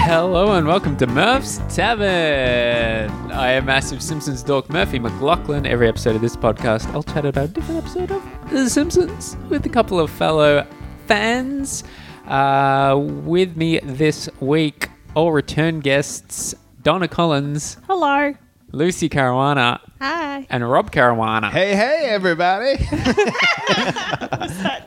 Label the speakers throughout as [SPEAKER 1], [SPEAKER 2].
[SPEAKER 1] Hello and welcome to Murph's Tavern. I am massive Simpsons dork Murphy McLaughlin. Every episode of this podcast, I'll chat about a different episode of The Simpsons with a couple of fellow fans. Uh, with me this week, all return guests Donna Collins,
[SPEAKER 2] Hello.
[SPEAKER 1] Lucy Caruana,
[SPEAKER 2] Hi.
[SPEAKER 1] and Rob Caruana.
[SPEAKER 3] Hey, hey, everybody.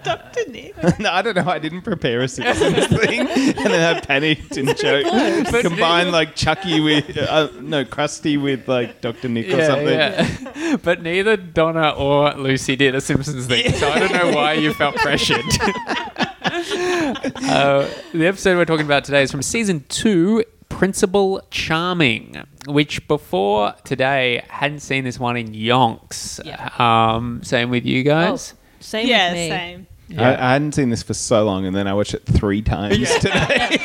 [SPEAKER 2] Dr. Nick.
[SPEAKER 3] no, I don't know. I didn't prepare a Simpsons thing. And then I panicked and joked. Combined like Chucky with, uh, no, Krusty with like Dr. Nick or something.
[SPEAKER 1] yeah. but neither Donna or Lucy did a Simpsons thing, so I don't know why you felt pressured. uh, the episode we're talking about today is from season two, Principal Charming, which before today hadn't seen this one in yonks. Um, same with you
[SPEAKER 3] Oh.
[SPEAKER 1] guys.
[SPEAKER 4] Oh, Same
[SPEAKER 2] Yeah,
[SPEAKER 4] with me.
[SPEAKER 2] same.
[SPEAKER 3] I, I hadn't seen this for so long, and then I watched it three times today.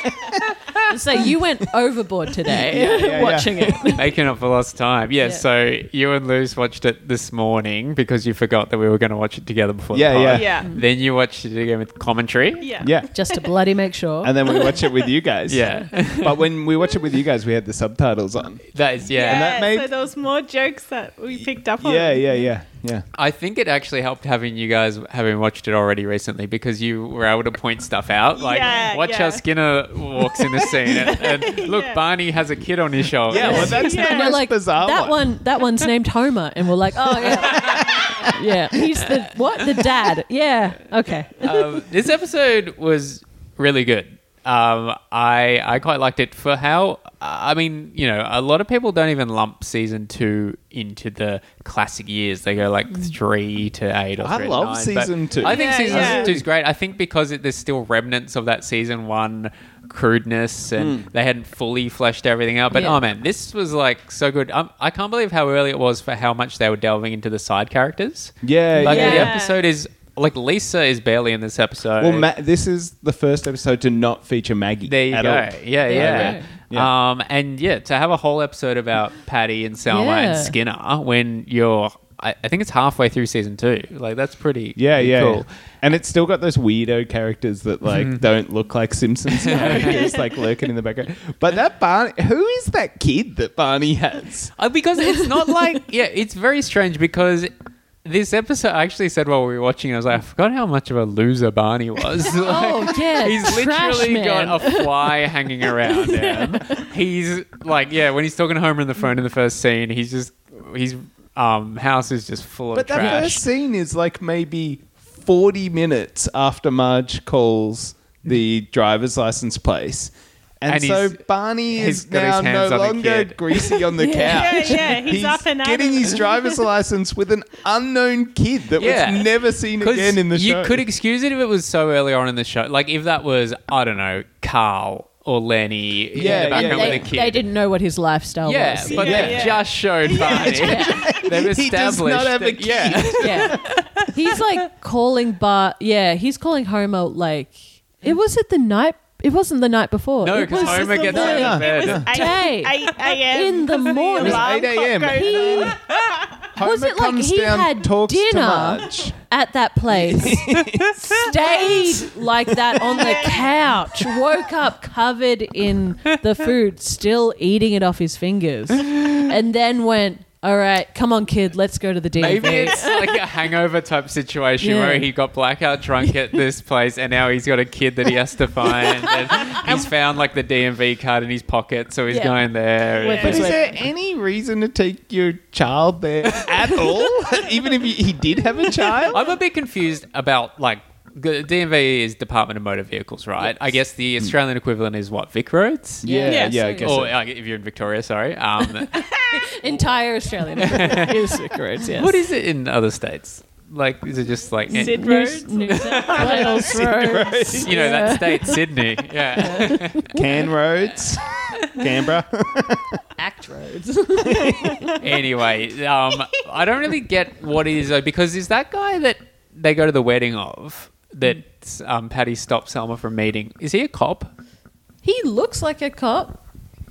[SPEAKER 4] So you went overboard today
[SPEAKER 3] Yeah, yeah, yeah.
[SPEAKER 4] watching it.
[SPEAKER 1] Making up for lost time. Yeah,
[SPEAKER 4] Yeah.
[SPEAKER 1] so you and Luz watched it this morning because you forgot that we were going to watch it together before
[SPEAKER 3] Yeah,
[SPEAKER 1] the pod.
[SPEAKER 2] Yeah.
[SPEAKER 1] Then you watched it again with commentary.
[SPEAKER 2] Yeah.
[SPEAKER 3] Yeah.
[SPEAKER 4] Just to bloody make sure.
[SPEAKER 3] And then we watch it with you guys.
[SPEAKER 1] Yeah.
[SPEAKER 3] But when we watch it with you guys, we had the subtitles on.
[SPEAKER 1] That is, yeah.
[SPEAKER 3] And that
[SPEAKER 2] Yeah,
[SPEAKER 3] made-
[SPEAKER 2] so there was more jokes that we picked up on.
[SPEAKER 3] Yeah, yeah, yeah, yeah.
[SPEAKER 1] I think it actually helped having you guys having watched it already recently because you were able to point stuff out. Like,
[SPEAKER 2] Yeah,
[SPEAKER 1] watch
[SPEAKER 2] yeah.
[SPEAKER 1] how Skinner walks in the scene, and, and look,
[SPEAKER 2] Yeah.
[SPEAKER 1] Barney has a kid on his shoulder.
[SPEAKER 3] Yeah, well, that's
[SPEAKER 2] Yeah.
[SPEAKER 3] the
[SPEAKER 4] And they're
[SPEAKER 3] most
[SPEAKER 4] like,
[SPEAKER 3] bizarre
[SPEAKER 4] that
[SPEAKER 3] one.
[SPEAKER 4] one. that one's named Homer, and we're like, oh yeah, yeah. He's the what? The dad? Yeah. Okay.
[SPEAKER 3] Uh,
[SPEAKER 1] um, this episode was really good. Um, I I quite liked it for how I mean, you know, a lot of people don't even lump season two into the classic years. They go like three to eight or
[SPEAKER 3] I
[SPEAKER 1] three to
[SPEAKER 3] love
[SPEAKER 1] nine, but
[SPEAKER 3] season two.
[SPEAKER 1] I think
[SPEAKER 2] Mm. Yeah,
[SPEAKER 1] season
[SPEAKER 2] yeah.
[SPEAKER 1] two is great. I think because it, there's still remnants of that season one crudeness and
[SPEAKER 3] Mm.
[SPEAKER 1] they hadn't fully fleshed everything out. But
[SPEAKER 4] Yeah.
[SPEAKER 1] oh man, this was like so good. Um, I can't believe how early it was for how much they were delving into the side characters.
[SPEAKER 3] Yeah,
[SPEAKER 1] Like
[SPEAKER 3] yeah.
[SPEAKER 1] the
[SPEAKER 2] Yeah.
[SPEAKER 1] episode is like Lisa is barely in this episode.
[SPEAKER 3] Well, Ma- this is the first episode to not feature Maggie.
[SPEAKER 1] there you
[SPEAKER 3] at
[SPEAKER 1] go.
[SPEAKER 3] all.
[SPEAKER 1] Yeah,
[SPEAKER 4] you
[SPEAKER 1] yeah.
[SPEAKER 4] go.
[SPEAKER 3] Yeah.
[SPEAKER 1] Um, and yeah, to have a whole episode about Patty and Selma
[SPEAKER 4] Yeah.
[SPEAKER 1] and Skinner when you're, I, I think it's halfway through season two. Like that's pretty.
[SPEAKER 3] Yeah,
[SPEAKER 1] pretty
[SPEAKER 3] yeah, Mm-hmm.
[SPEAKER 1] cool.
[SPEAKER 3] yeah. And it's still got those weirdo characters that like don't look like Simpsons characters, like lurking in the background. But that Barney, who is that kid that Barney has?
[SPEAKER 1] Uh, because it's not like yeah, it's very strange because this episode I actually said while we were watching, I was like, I forgot how much of a loser Barney was. Like,
[SPEAKER 4] Oh yeah.
[SPEAKER 1] He's
[SPEAKER 4] trash
[SPEAKER 1] literally
[SPEAKER 4] man.
[SPEAKER 1] got a fly hanging around him. He's like, yeah, when he's talking to Homer on the phone in the first scene, he's just his um, house is just full of
[SPEAKER 3] But that
[SPEAKER 1] trash.
[SPEAKER 3] first scene is like maybe forty minutes after Marge calls the driver's license place. And,
[SPEAKER 1] And
[SPEAKER 3] so
[SPEAKER 1] he's-
[SPEAKER 3] Barney
[SPEAKER 1] he's
[SPEAKER 3] is
[SPEAKER 1] got his
[SPEAKER 3] now
[SPEAKER 1] hands
[SPEAKER 3] no
[SPEAKER 1] on the
[SPEAKER 3] longer
[SPEAKER 1] kid.
[SPEAKER 3] greasy on the
[SPEAKER 4] Yeah.
[SPEAKER 3] couch.
[SPEAKER 2] Yeah, yeah, he's up and
[SPEAKER 3] getting
[SPEAKER 2] out.
[SPEAKER 3] his driver's license with an unknown kid that
[SPEAKER 1] Yeah.
[SPEAKER 3] was never seen
[SPEAKER 1] 'Cause
[SPEAKER 3] again in the
[SPEAKER 1] you
[SPEAKER 3] show.
[SPEAKER 1] could excuse it if it was so early on in the show. Like if that was, I don't know, Carl or Lenny in
[SPEAKER 3] Yeah,
[SPEAKER 1] the
[SPEAKER 3] yeah,
[SPEAKER 1] background
[SPEAKER 4] they,
[SPEAKER 1] with a kid.
[SPEAKER 4] they didn't know what his lifestyle
[SPEAKER 1] Yeah,
[SPEAKER 4] was.
[SPEAKER 1] but
[SPEAKER 2] Yeah,
[SPEAKER 1] they
[SPEAKER 2] yeah.
[SPEAKER 1] just showed Barney. They've established
[SPEAKER 3] He does not have a
[SPEAKER 1] that- yeah.
[SPEAKER 4] yeah. He's like calling Bart. Yeah, he's calling Homer like it was it the night. It wasn't the night before.
[SPEAKER 1] No,
[SPEAKER 4] It
[SPEAKER 1] because
[SPEAKER 4] was-
[SPEAKER 1] Homer gets
[SPEAKER 3] the
[SPEAKER 1] out
[SPEAKER 3] Yeah.
[SPEAKER 1] of bed.
[SPEAKER 2] It was 8,
[SPEAKER 4] Day.
[SPEAKER 2] 8 a.m.
[SPEAKER 4] In the
[SPEAKER 2] because the
[SPEAKER 4] morning. It was
[SPEAKER 2] alarm
[SPEAKER 3] 8 a.m..
[SPEAKER 2] clock goes
[SPEAKER 4] He-
[SPEAKER 2] off.
[SPEAKER 4] Was it like he had dinner?
[SPEAKER 3] Marge.
[SPEAKER 4] at that place, stayed like that on the couch, woke up covered in the food, still eating it off his fingers, and then went, All right, come on, kid, let's go to the DMV.
[SPEAKER 1] Maybe it's like a hangover type situation
[SPEAKER 4] Yeah.
[SPEAKER 1] where he got blackout drunk at this place and now he's got a kid that he has to find. And he's found like the DMV card in his pocket, so he's
[SPEAKER 4] Yeah.
[SPEAKER 1] going there.
[SPEAKER 4] With
[SPEAKER 3] But
[SPEAKER 1] And-
[SPEAKER 3] is
[SPEAKER 4] his- Like-
[SPEAKER 3] there any reason to take your child there at all? Even if you, he did have a child?
[SPEAKER 1] I'm a bit confused about like the DMV is Department of Motor Vehicles, right? I guess the Australian equivalent is what Vic Roads.
[SPEAKER 3] Yeah,
[SPEAKER 2] Yes.
[SPEAKER 3] yeah, I guess.
[SPEAKER 1] Or
[SPEAKER 3] so.
[SPEAKER 1] like, if you're in Victoria, sorry. Um,
[SPEAKER 4] entire Australian is correct, yes.
[SPEAKER 1] what is it in other states? Like, is it just like eh,
[SPEAKER 2] Sid
[SPEAKER 4] New,
[SPEAKER 2] Road.
[SPEAKER 4] New South Wales roads.
[SPEAKER 1] you know
[SPEAKER 4] Yeah.
[SPEAKER 1] that state, Sydney? Yeah.
[SPEAKER 3] Can roads, Canberra.
[SPEAKER 4] Act roads.
[SPEAKER 1] anyway, um, I don't really get what it is though, because is that guy that they go to the wedding of that um, Patty stops Selma from meeting? Is he a cop?
[SPEAKER 4] he looks like a cop.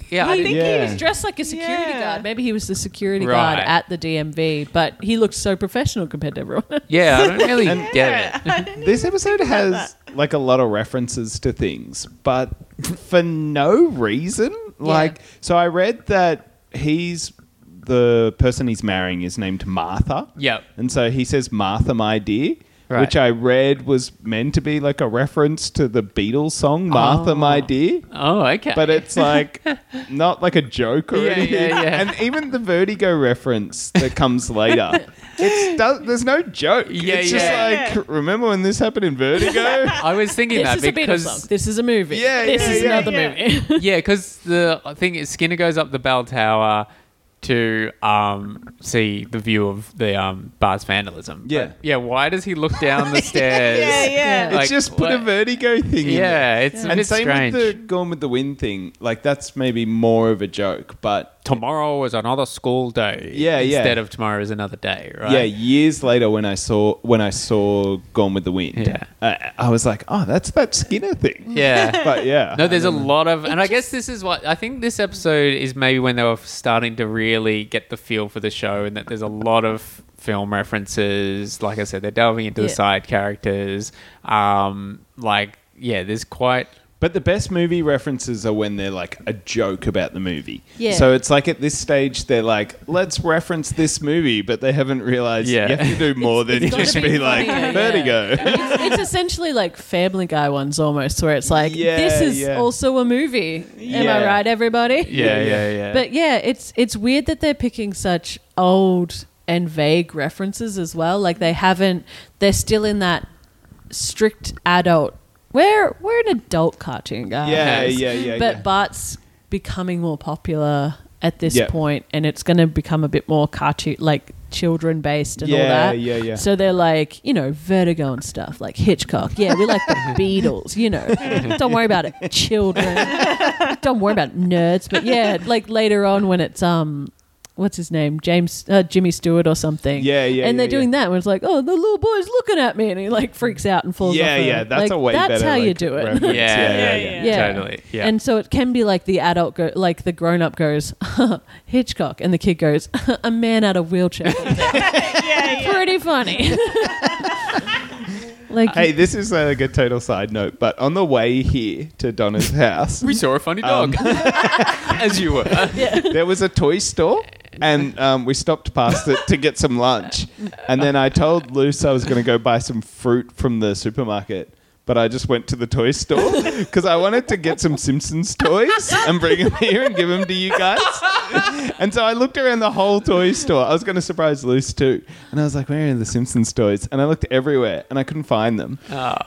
[SPEAKER 1] Yeah, I
[SPEAKER 4] I
[SPEAKER 1] didn't-
[SPEAKER 4] think
[SPEAKER 3] Yeah.
[SPEAKER 4] he was dressed like a security
[SPEAKER 2] Yeah.
[SPEAKER 4] guard. Maybe he was the security guard
[SPEAKER 1] Right.
[SPEAKER 4] at the DMV, but he looked so professional compared to everyone. else.
[SPEAKER 1] yeah, I don't really get it.
[SPEAKER 2] I didn't
[SPEAKER 3] This episode has like a lot of references to things, but for no reason. Like, so I read that he's the person he's marrying is named Martha.
[SPEAKER 1] Yep.
[SPEAKER 3] And so he says, Martha, my dear.
[SPEAKER 1] Right.
[SPEAKER 3] Which I read was meant to be like a reference to the Beatles song "Martha, My Dear,"
[SPEAKER 1] Oh, okay.
[SPEAKER 3] but it's like not like a joke or
[SPEAKER 1] Yeah,
[SPEAKER 3] anything.
[SPEAKER 1] yeah, yeah.
[SPEAKER 3] And even the Vertigo reference that comes later, it's does, there's no joke.
[SPEAKER 1] Yeah,
[SPEAKER 3] it's
[SPEAKER 1] yeah.
[SPEAKER 3] just like remember when this happened in Vertigo?
[SPEAKER 1] I was thinking
[SPEAKER 4] This
[SPEAKER 1] that
[SPEAKER 4] is a Beatles
[SPEAKER 1] because
[SPEAKER 4] song. This is a movie.
[SPEAKER 3] Yeah,
[SPEAKER 4] this
[SPEAKER 3] yeah,
[SPEAKER 4] is
[SPEAKER 3] yeah.
[SPEAKER 4] another
[SPEAKER 2] Yeah.
[SPEAKER 4] movie.
[SPEAKER 1] yeah, because the thing is, Skinner goes up the bell tower to um, see the view of the um, bar's vandalism. But,
[SPEAKER 3] Yeah.
[SPEAKER 1] yeah. Why does he look down the stairs?
[SPEAKER 2] Yeah,
[SPEAKER 4] Yeah.
[SPEAKER 2] yeah.
[SPEAKER 3] it's
[SPEAKER 1] Like,
[SPEAKER 3] just put a
[SPEAKER 1] what-
[SPEAKER 3] Vertigo thing. in
[SPEAKER 1] Yeah,
[SPEAKER 3] there.
[SPEAKER 1] it's a
[SPEAKER 3] and
[SPEAKER 1] bit
[SPEAKER 3] same
[SPEAKER 1] strange.
[SPEAKER 3] with the Gone with the Wind thing. Like that's maybe more of a joke, but
[SPEAKER 1] tomorrow is another school day.
[SPEAKER 3] Yeah, yeah.
[SPEAKER 1] Instead of tomorrow is another day, right?
[SPEAKER 3] yeah. Years later, when I saw when I saw Gone with the Wind,
[SPEAKER 1] Yeah.
[SPEAKER 3] I, I was like, oh, that's that Skinner thing.
[SPEAKER 1] Yeah.
[SPEAKER 3] But yeah,
[SPEAKER 1] No, there's a lot of, and I guess this is what I think this episode is maybe when they were starting to really get the feel for the show, and that there's a lot of film references. Like I said, they're delving into the
[SPEAKER 4] Yeah.
[SPEAKER 1] side characters. Um, like yeah, there's quite
[SPEAKER 3] But the best movie references are when they're like a joke about the movie.
[SPEAKER 4] Yeah.
[SPEAKER 3] So it's like at this stage they're like, let's reference this movie, but they haven't realized
[SPEAKER 1] Yeah.
[SPEAKER 3] you have to do more than
[SPEAKER 4] it's gotta
[SPEAKER 3] just
[SPEAKER 4] be
[SPEAKER 3] be, like
[SPEAKER 4] funnier, yeah.
[SPEAKER 3] Vertigo.
[SPEAKER 4] it's, it's essentially like Family Guy ones almost, where it's like
[SPEAKER 3] Yeah,
[SPEAKER 4] this is
[SPEAKER 3] yeah.
[SPEAKER 4] also a movie. Am
[SPEAKER 3] Yeah.
[SPEAKER 4] I right, everybody?
[SPEAKER 1] yeah, yeah,
[SPEAKER 3] Yeah, yeah.
[SPEAKER 1] yeah.
[SPEAKER 4] But yeah, it's it's weird that they're picking such old and vague references as well. Like they haven't they're still in that strict adult we're we're an adult cartoon guy.
[SPEAKER 3] Yeah, yeah, yeah,
[SPEAKER 4] But
[SPEAKER 3] yeah.
[SPEAKER 4] Bart's becoming more popular at this
[SPEAKER 3] Yeah.
[SPEAKER 4] point and it's gonna become a bit more cartoon like children based and all
[SPEAKER 3] Yeah,
[SPEAKER 4] that.
[SPEAKER 3] yeah, yeah.
[SPEAKER 4] So they're like, you know, vertigo and stuff, like Hitchcock. Yeah, we like the Beatles, you know. Don't worry about it, children don't worry about nerds. But yeah, like later on when it's um, what's his name, James uh, Jimmy Stewart or something.
[SPEAKER 3] Yeah, yeah,
[SPEAKER 4] And they're
[SPEAKER 3] yeah,
[SPEAKER 4] doing that when it's like, oh, the little boy's looking at me, and he like freaks out and falls.
[SPEAKER 3] yeah,
[SPEAKER 4] off
[SPEAKER 3] yeah.
[SPEAKER 4] a-
[SPEAKER 3] That's
[SPEAKER 4] like,
[SPEAKER 3] a way
[SPEAKER 4] That's
[SPEAKER 3] better.
[SPEAKER 4] how you
[SPEAKER 3] like,
[SPEAKER 4] do it.
[SPEAKER 3] reference.
[SPEAKER 1] Yeah,
[SPEAKER 3] yeah,
[SPEAKER 2] yeah,
[SPEAKER 3] yeah.
[SPEAKER 2] yeah.
[SPEAKER 4] Yeah.
[SPEAKER 1] Totally, yeah.
[SPEAKER 4] And so it can be like the adult, go- like the grown up goes, Hitchcock, and the kid goes, a man out of wheelchair.
[SPEAKER 2] Yeah, yeah.
[SPEAKER 4] Pretty funny. like,
[SPEAKER 3] Hey, this is uh, like a total side note, but on the way here to Donna's house,
[SPEAKER 1] we saw a funny dog, Um, as you were.
[SPEAKER 3] there was a toy store and um, we stopped past it to get some lunch and then i told luce i was going to go buy some fruit from the supermarket but i just went to the toy store because i wanted to get some simpsons toys and bring them here and give them to you guys and so i looked around the whole toy store i was going to surprise luce too and i was like where are the simpsons toys and i looked everywhere and i couldn't find them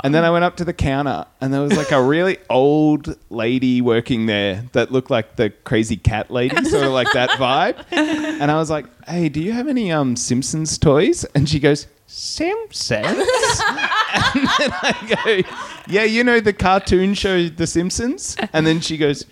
[SPEAKER 3] and then i went up to the counter and there was like a really old lady working there that looked like the crazy cat lady sort of like that vibe and i was like hey do you have any um simpsons toys and she goes simpsons and then i go yeah you know the cartoon show the simpsons and then she goes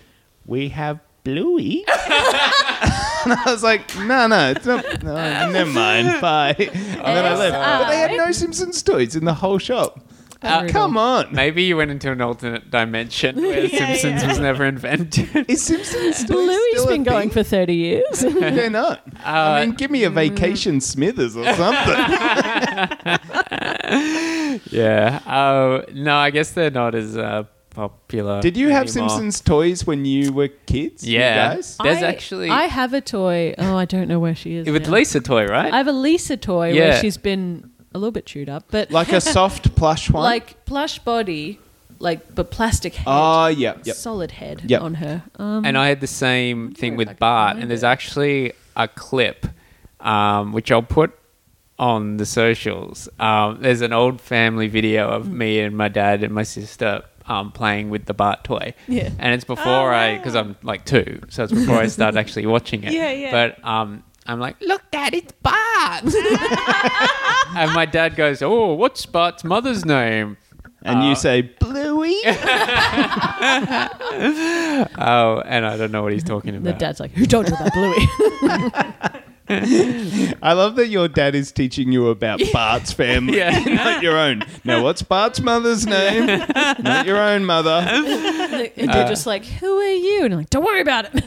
[SPEAKER 3] we have bluey and I was like, no, no, it's not. No, never mind. Bye. And then I left. But they had no Simpsons toys in the whole shop.
[SPEAKER 1] Uh,
[SPEAKER 3] Come on.
[SPEAKER 1] Maybe you went into an alternate dimension where
[SPEAKER 2] Yeah,
[SPEAKER 1] Simpsons
[SPEAKER 2] yeah.
[SPEAKER 1] was never invented.
[SPEAKER 3] Is Simpsons toys
[SPEAKER 4] Bluey's
[SPEAKER 3] still a
[SPEAKER 4] been going
[SPEAKER 3] thing?
[SPEAKER 4] for 30 years.
[SPEAKER 3] They're not. I
[SPEAKER 1] Uh,
[SPEAKER 3] mean, give me a vacation Smithers or something.
[SPEAKER 1] Yeah. Uh, no, I guess they're not as uh, popular.
[SPEAKER 3] Did you have
[SPEAKER 1] anymore.
[SPEAKER 3] Simpsons toys when you were kids? you
[SPEAKER 1] Yeah.
[SPEAKER 3] guys?
[SPEAKER 1] There's
[SPEAKER 4] I-
[SPEAKER 1] actually-
[SPEAKER 4] I have a toy. Oh, I don't know where she is.
[SPEAKER 1] With
[SPEAKER 4] now.
[SPEAKER 1] Lisa Toy, right?
[SPEAKER 4] I have a Lisa toy
[SPEAKER 1] Yeah.
[SPEAKER 4] where she's been a little bit chewed up, but
[SPEAKER 3] Like a soft plush one?
[SPEAKER 4] like plush body, like but plastic head,
[SPEAKER 3] Oh, yeah. Yep.
[SPEAKER 4] solid head
[SPEAKER 3] Yep.
[SPEAKER 4] on her. Um,
[SPEAKER 1] and I had the same thing
[SPEAKER 4] if I
[SPEAKER 1] with
[SPEAKER 4] can
[SPEAKER 1] Bart.
[SPEAKER 4] find
[SPEAKER 1] And there's
[SPEAKER 4] it.
[SPEAKER 1] actually a clip, um, which I'll put on the socials. Um, there's an old family video of
[SPEAKER 2] Mm.
[SPEAKER 1] me and my dad and my sister um, playing with the Bart toy.
[SPEAKER 4] Yeah.
[SPEAKER 1] And it's before
[SPEAKER 2] Oh,
[SPEAKER 1] I, because I'm like two, so it's before I started actually watching it.
[SPEAKER 2] Yeah, yeah.
[SPEAKER 1] But um, I'm like, look, Dad, it's Bart. and my dad goes, oh, what's Bart's mother's name?
[SPEAKER 3] And you say, Bluey?
[SPEAKER 1] Oh, and I don't know what he's talking
[SPEAKER 4] the
[SPEAKER 1] about.
[SPEAKER 4] dad's like, "Who told you about Bluey?"
[SPEAKER 3] I love that your dad is teaching you about Bart's family,
[SPEAKER 1] Yeah.
[SPEAKER 3] not your own. Now, what's Bart's mother's name? not your own mother.
[SPEAKER 4] And
[SPEAKER 1] Uh,
[SPEAKER 4] they're just like, who are you? And I'm like, don't worry about it.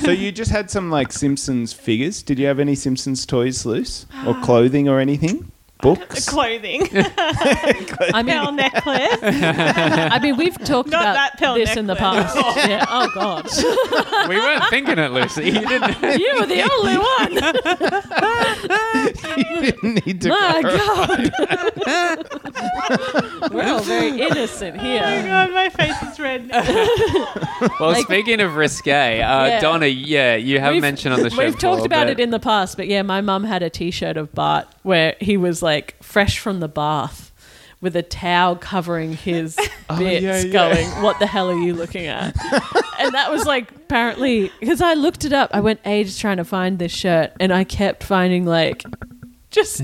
[SPEAKER 3] So you just had some like Simpsons figures. Did you have any Simpsons toys loose or clothing or anything?
[SPEAKER 1] Uh,
[SPEAKER 3] Books.
[SPEAKER 2] Clothing,
[SPEAKER 4] I
[SPEAKER 2] pearl
[SPEAKER 4] mean,
[SPEAKER 2] necklace.
[SPEAKER 4] I mean, we've talked
[SPEAKER 2] Not
[SPEAKER 4] about
[SPEAKER 2] that pill
[SPEAKER 4] this in the
[SPEAKER 2] necklace.
[SPEAKER 4] past. yeah. Oh god,
[SPEAKER 1] we weren't thinking it, Lucy. You didn't.
[SPEAKER 4] you were the only one.
[SPEAKER 3] you didn't need to.
[SPEAKER 4] My
[SPEAKER 3] go.
[SPEAKER 4] god, we're all very innocent
[SPEAKER 2] Oh
[SPEAKER 4] here.
[SPEAKER 2] god, my face is red. now.
[SPEAKER 1] Well,
[SPEAKER 4] Like-
[SPEAKER 1] speaking of risque, uh,
[SPEAKER 4] Yeah.
[SPEAKER 1] Donna, yeah, you have
[SPEAKER 4] We've-
[SPEAKER 1] mentioned on the show.
[SPEAKER 4] We've talked
[SPEAKER 1] before,
[SPEAKER 4] about
[SPEAKER 1] but-
[SPEAKER 4] it in the past, but yeah, my mum had a T-shirt of Bart where he was like fresh from the bath. With a towel covering his bits,
[SPEAKER 3] Oh, yeah, yeah.
[SPEAKER 4] going, "What the hell are you looking at?" and that was like apparently because I looked it up. I went ages trying to find this shirt, and I kept finding like just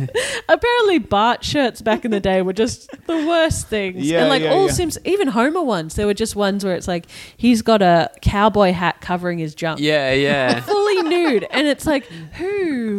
[SPEAKER 4] apparently Bart shirts back in the day were just the worst things.
[SPEAKER 3] Yeah,
[SPEAKER 4] and like
[SPEAKER 3] yeah,
[SPEAKER 4] all
[SPEAKER 3] yeah.
[SPEAKER 4] Sims, even Homer ones, there were just ones where it's like he's got a cowboy hat covering his junk
[SPEAKER 1] Yeah, yeah.
[SPEAKER 4] fully nude, and it's like, who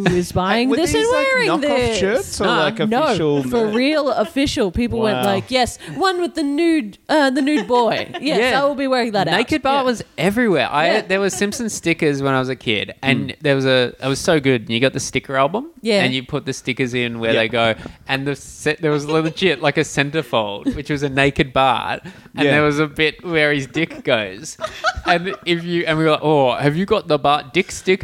[SPEAKER 4] is buying
[SPEAKER 3] Were
[SPEAKER 4] this
[SPEAKER 3] these,
[SPEAKER 4] and
[SPEAKER 3] like,
[SPEAKER 4] wearing
[SPEAKER 3] knockoff
[SPEAKER 4] this? Uh,
[SPEAKER 3] shirts or, like, official-
[SPEAKER 4] No, for real official. People went
[SPEAKER 3] Wow.
[SPEAKER 4] like, yes, one with the nude, uh, the nude boy. Yes,
[SPEAKER 1] Yeah.
[SPEAKER 4] I will be wearing that. out."
[SPEAKER 1] Naked Bart
[SPEAKER 4] Yeah.
[SPEAKER 1] was everywhere. I
[SPEAKER 4] Yeah. Mm.
[SPEAKER 1] there was Simpson stickers when I was a kid, and there was a it was so good. You got the sticker album,
[SPEAKER 4] Yeah.
[SPEAKER 1] and you put the stickers in where
[SPEAKER 3] Yeah.
[SPEAKER 1] they go, and the set, there was legit like a centerfold, which was a naked Bart, and
[SPEAKER 3] Yeah.
[SPEAKER 1] there was a bit where his dick goes, and if you and we were like, oh, have you got the Bart dick sticker?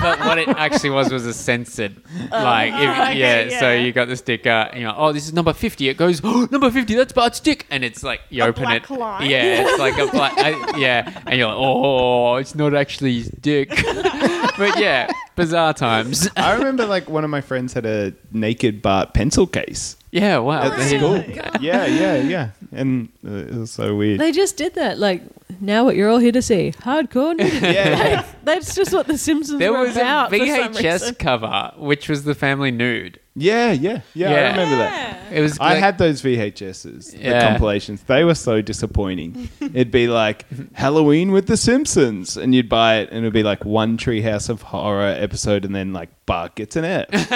[SPEAKER 1] but what it actually was was a censored,
[SPEAKER 4] Oh.
[SPEAKER 1] like if,
[SPEAKER 2] okay,
[SPEAKER 1] yeah, So
[SPEAKER 2] yeah.
[SPEAKER 1] you got the sticker, and you're like, oh, this is number fifty. It goes oh, number fifty. That's Bart's dick, and it's like you open
[SPEAKER 2] black
[SPEAKER 1] it,
[SPEAKER 2] line.
[SPEAKER 1] yeah. Yeah, it's like a black. I, yeah, and you're like, oh, it's not actually his dick. but yeah, bizarre times.
[SPEAKER 3] I remember like one of my friends had a naked Bart pencil case
[SPEAKER 1] Yeah, wow.
[SPEAKER 3] at
[SPEAKER 1] He-
[SPEAKER 3] school. Yeah, yeah, yeah, and uh, it was so weird.
[SPEAKER 4] They just did that. Like now, what you're all here to see? Hardcore nudity.
[SPEAKER 3] Yeah.
[SPEAKER 4] That's just what the Simpsons
[SPEAKER 1] There
[SPEAKER 4] were
[SPEAKER 1] was a
[SPEAKER 4] about. for some
[SPEAKER 1] VHS
[SPEAKER 4] reason.
[SPEAKER 1] cover which was the family nude.
[SPEAKER 3] yeah, yeah, yeah,
[SPEAKER 1] Yeah.
[SPEAKER 3] I remember that.
[SPEAKER 1] It was.
[SPEAKER 3] I
[SPEAKER 1] like-
[SPEAKER 3] had those VHSs, the
[SPEAKER 1] Yeah.
[SPEAKER 3] compilations. They were so disappointing. it'd be like Halloween with the Simpsons, and you'd buy it, and it'd be like one Treehouse of Horror episode, and then like Bart gets an F.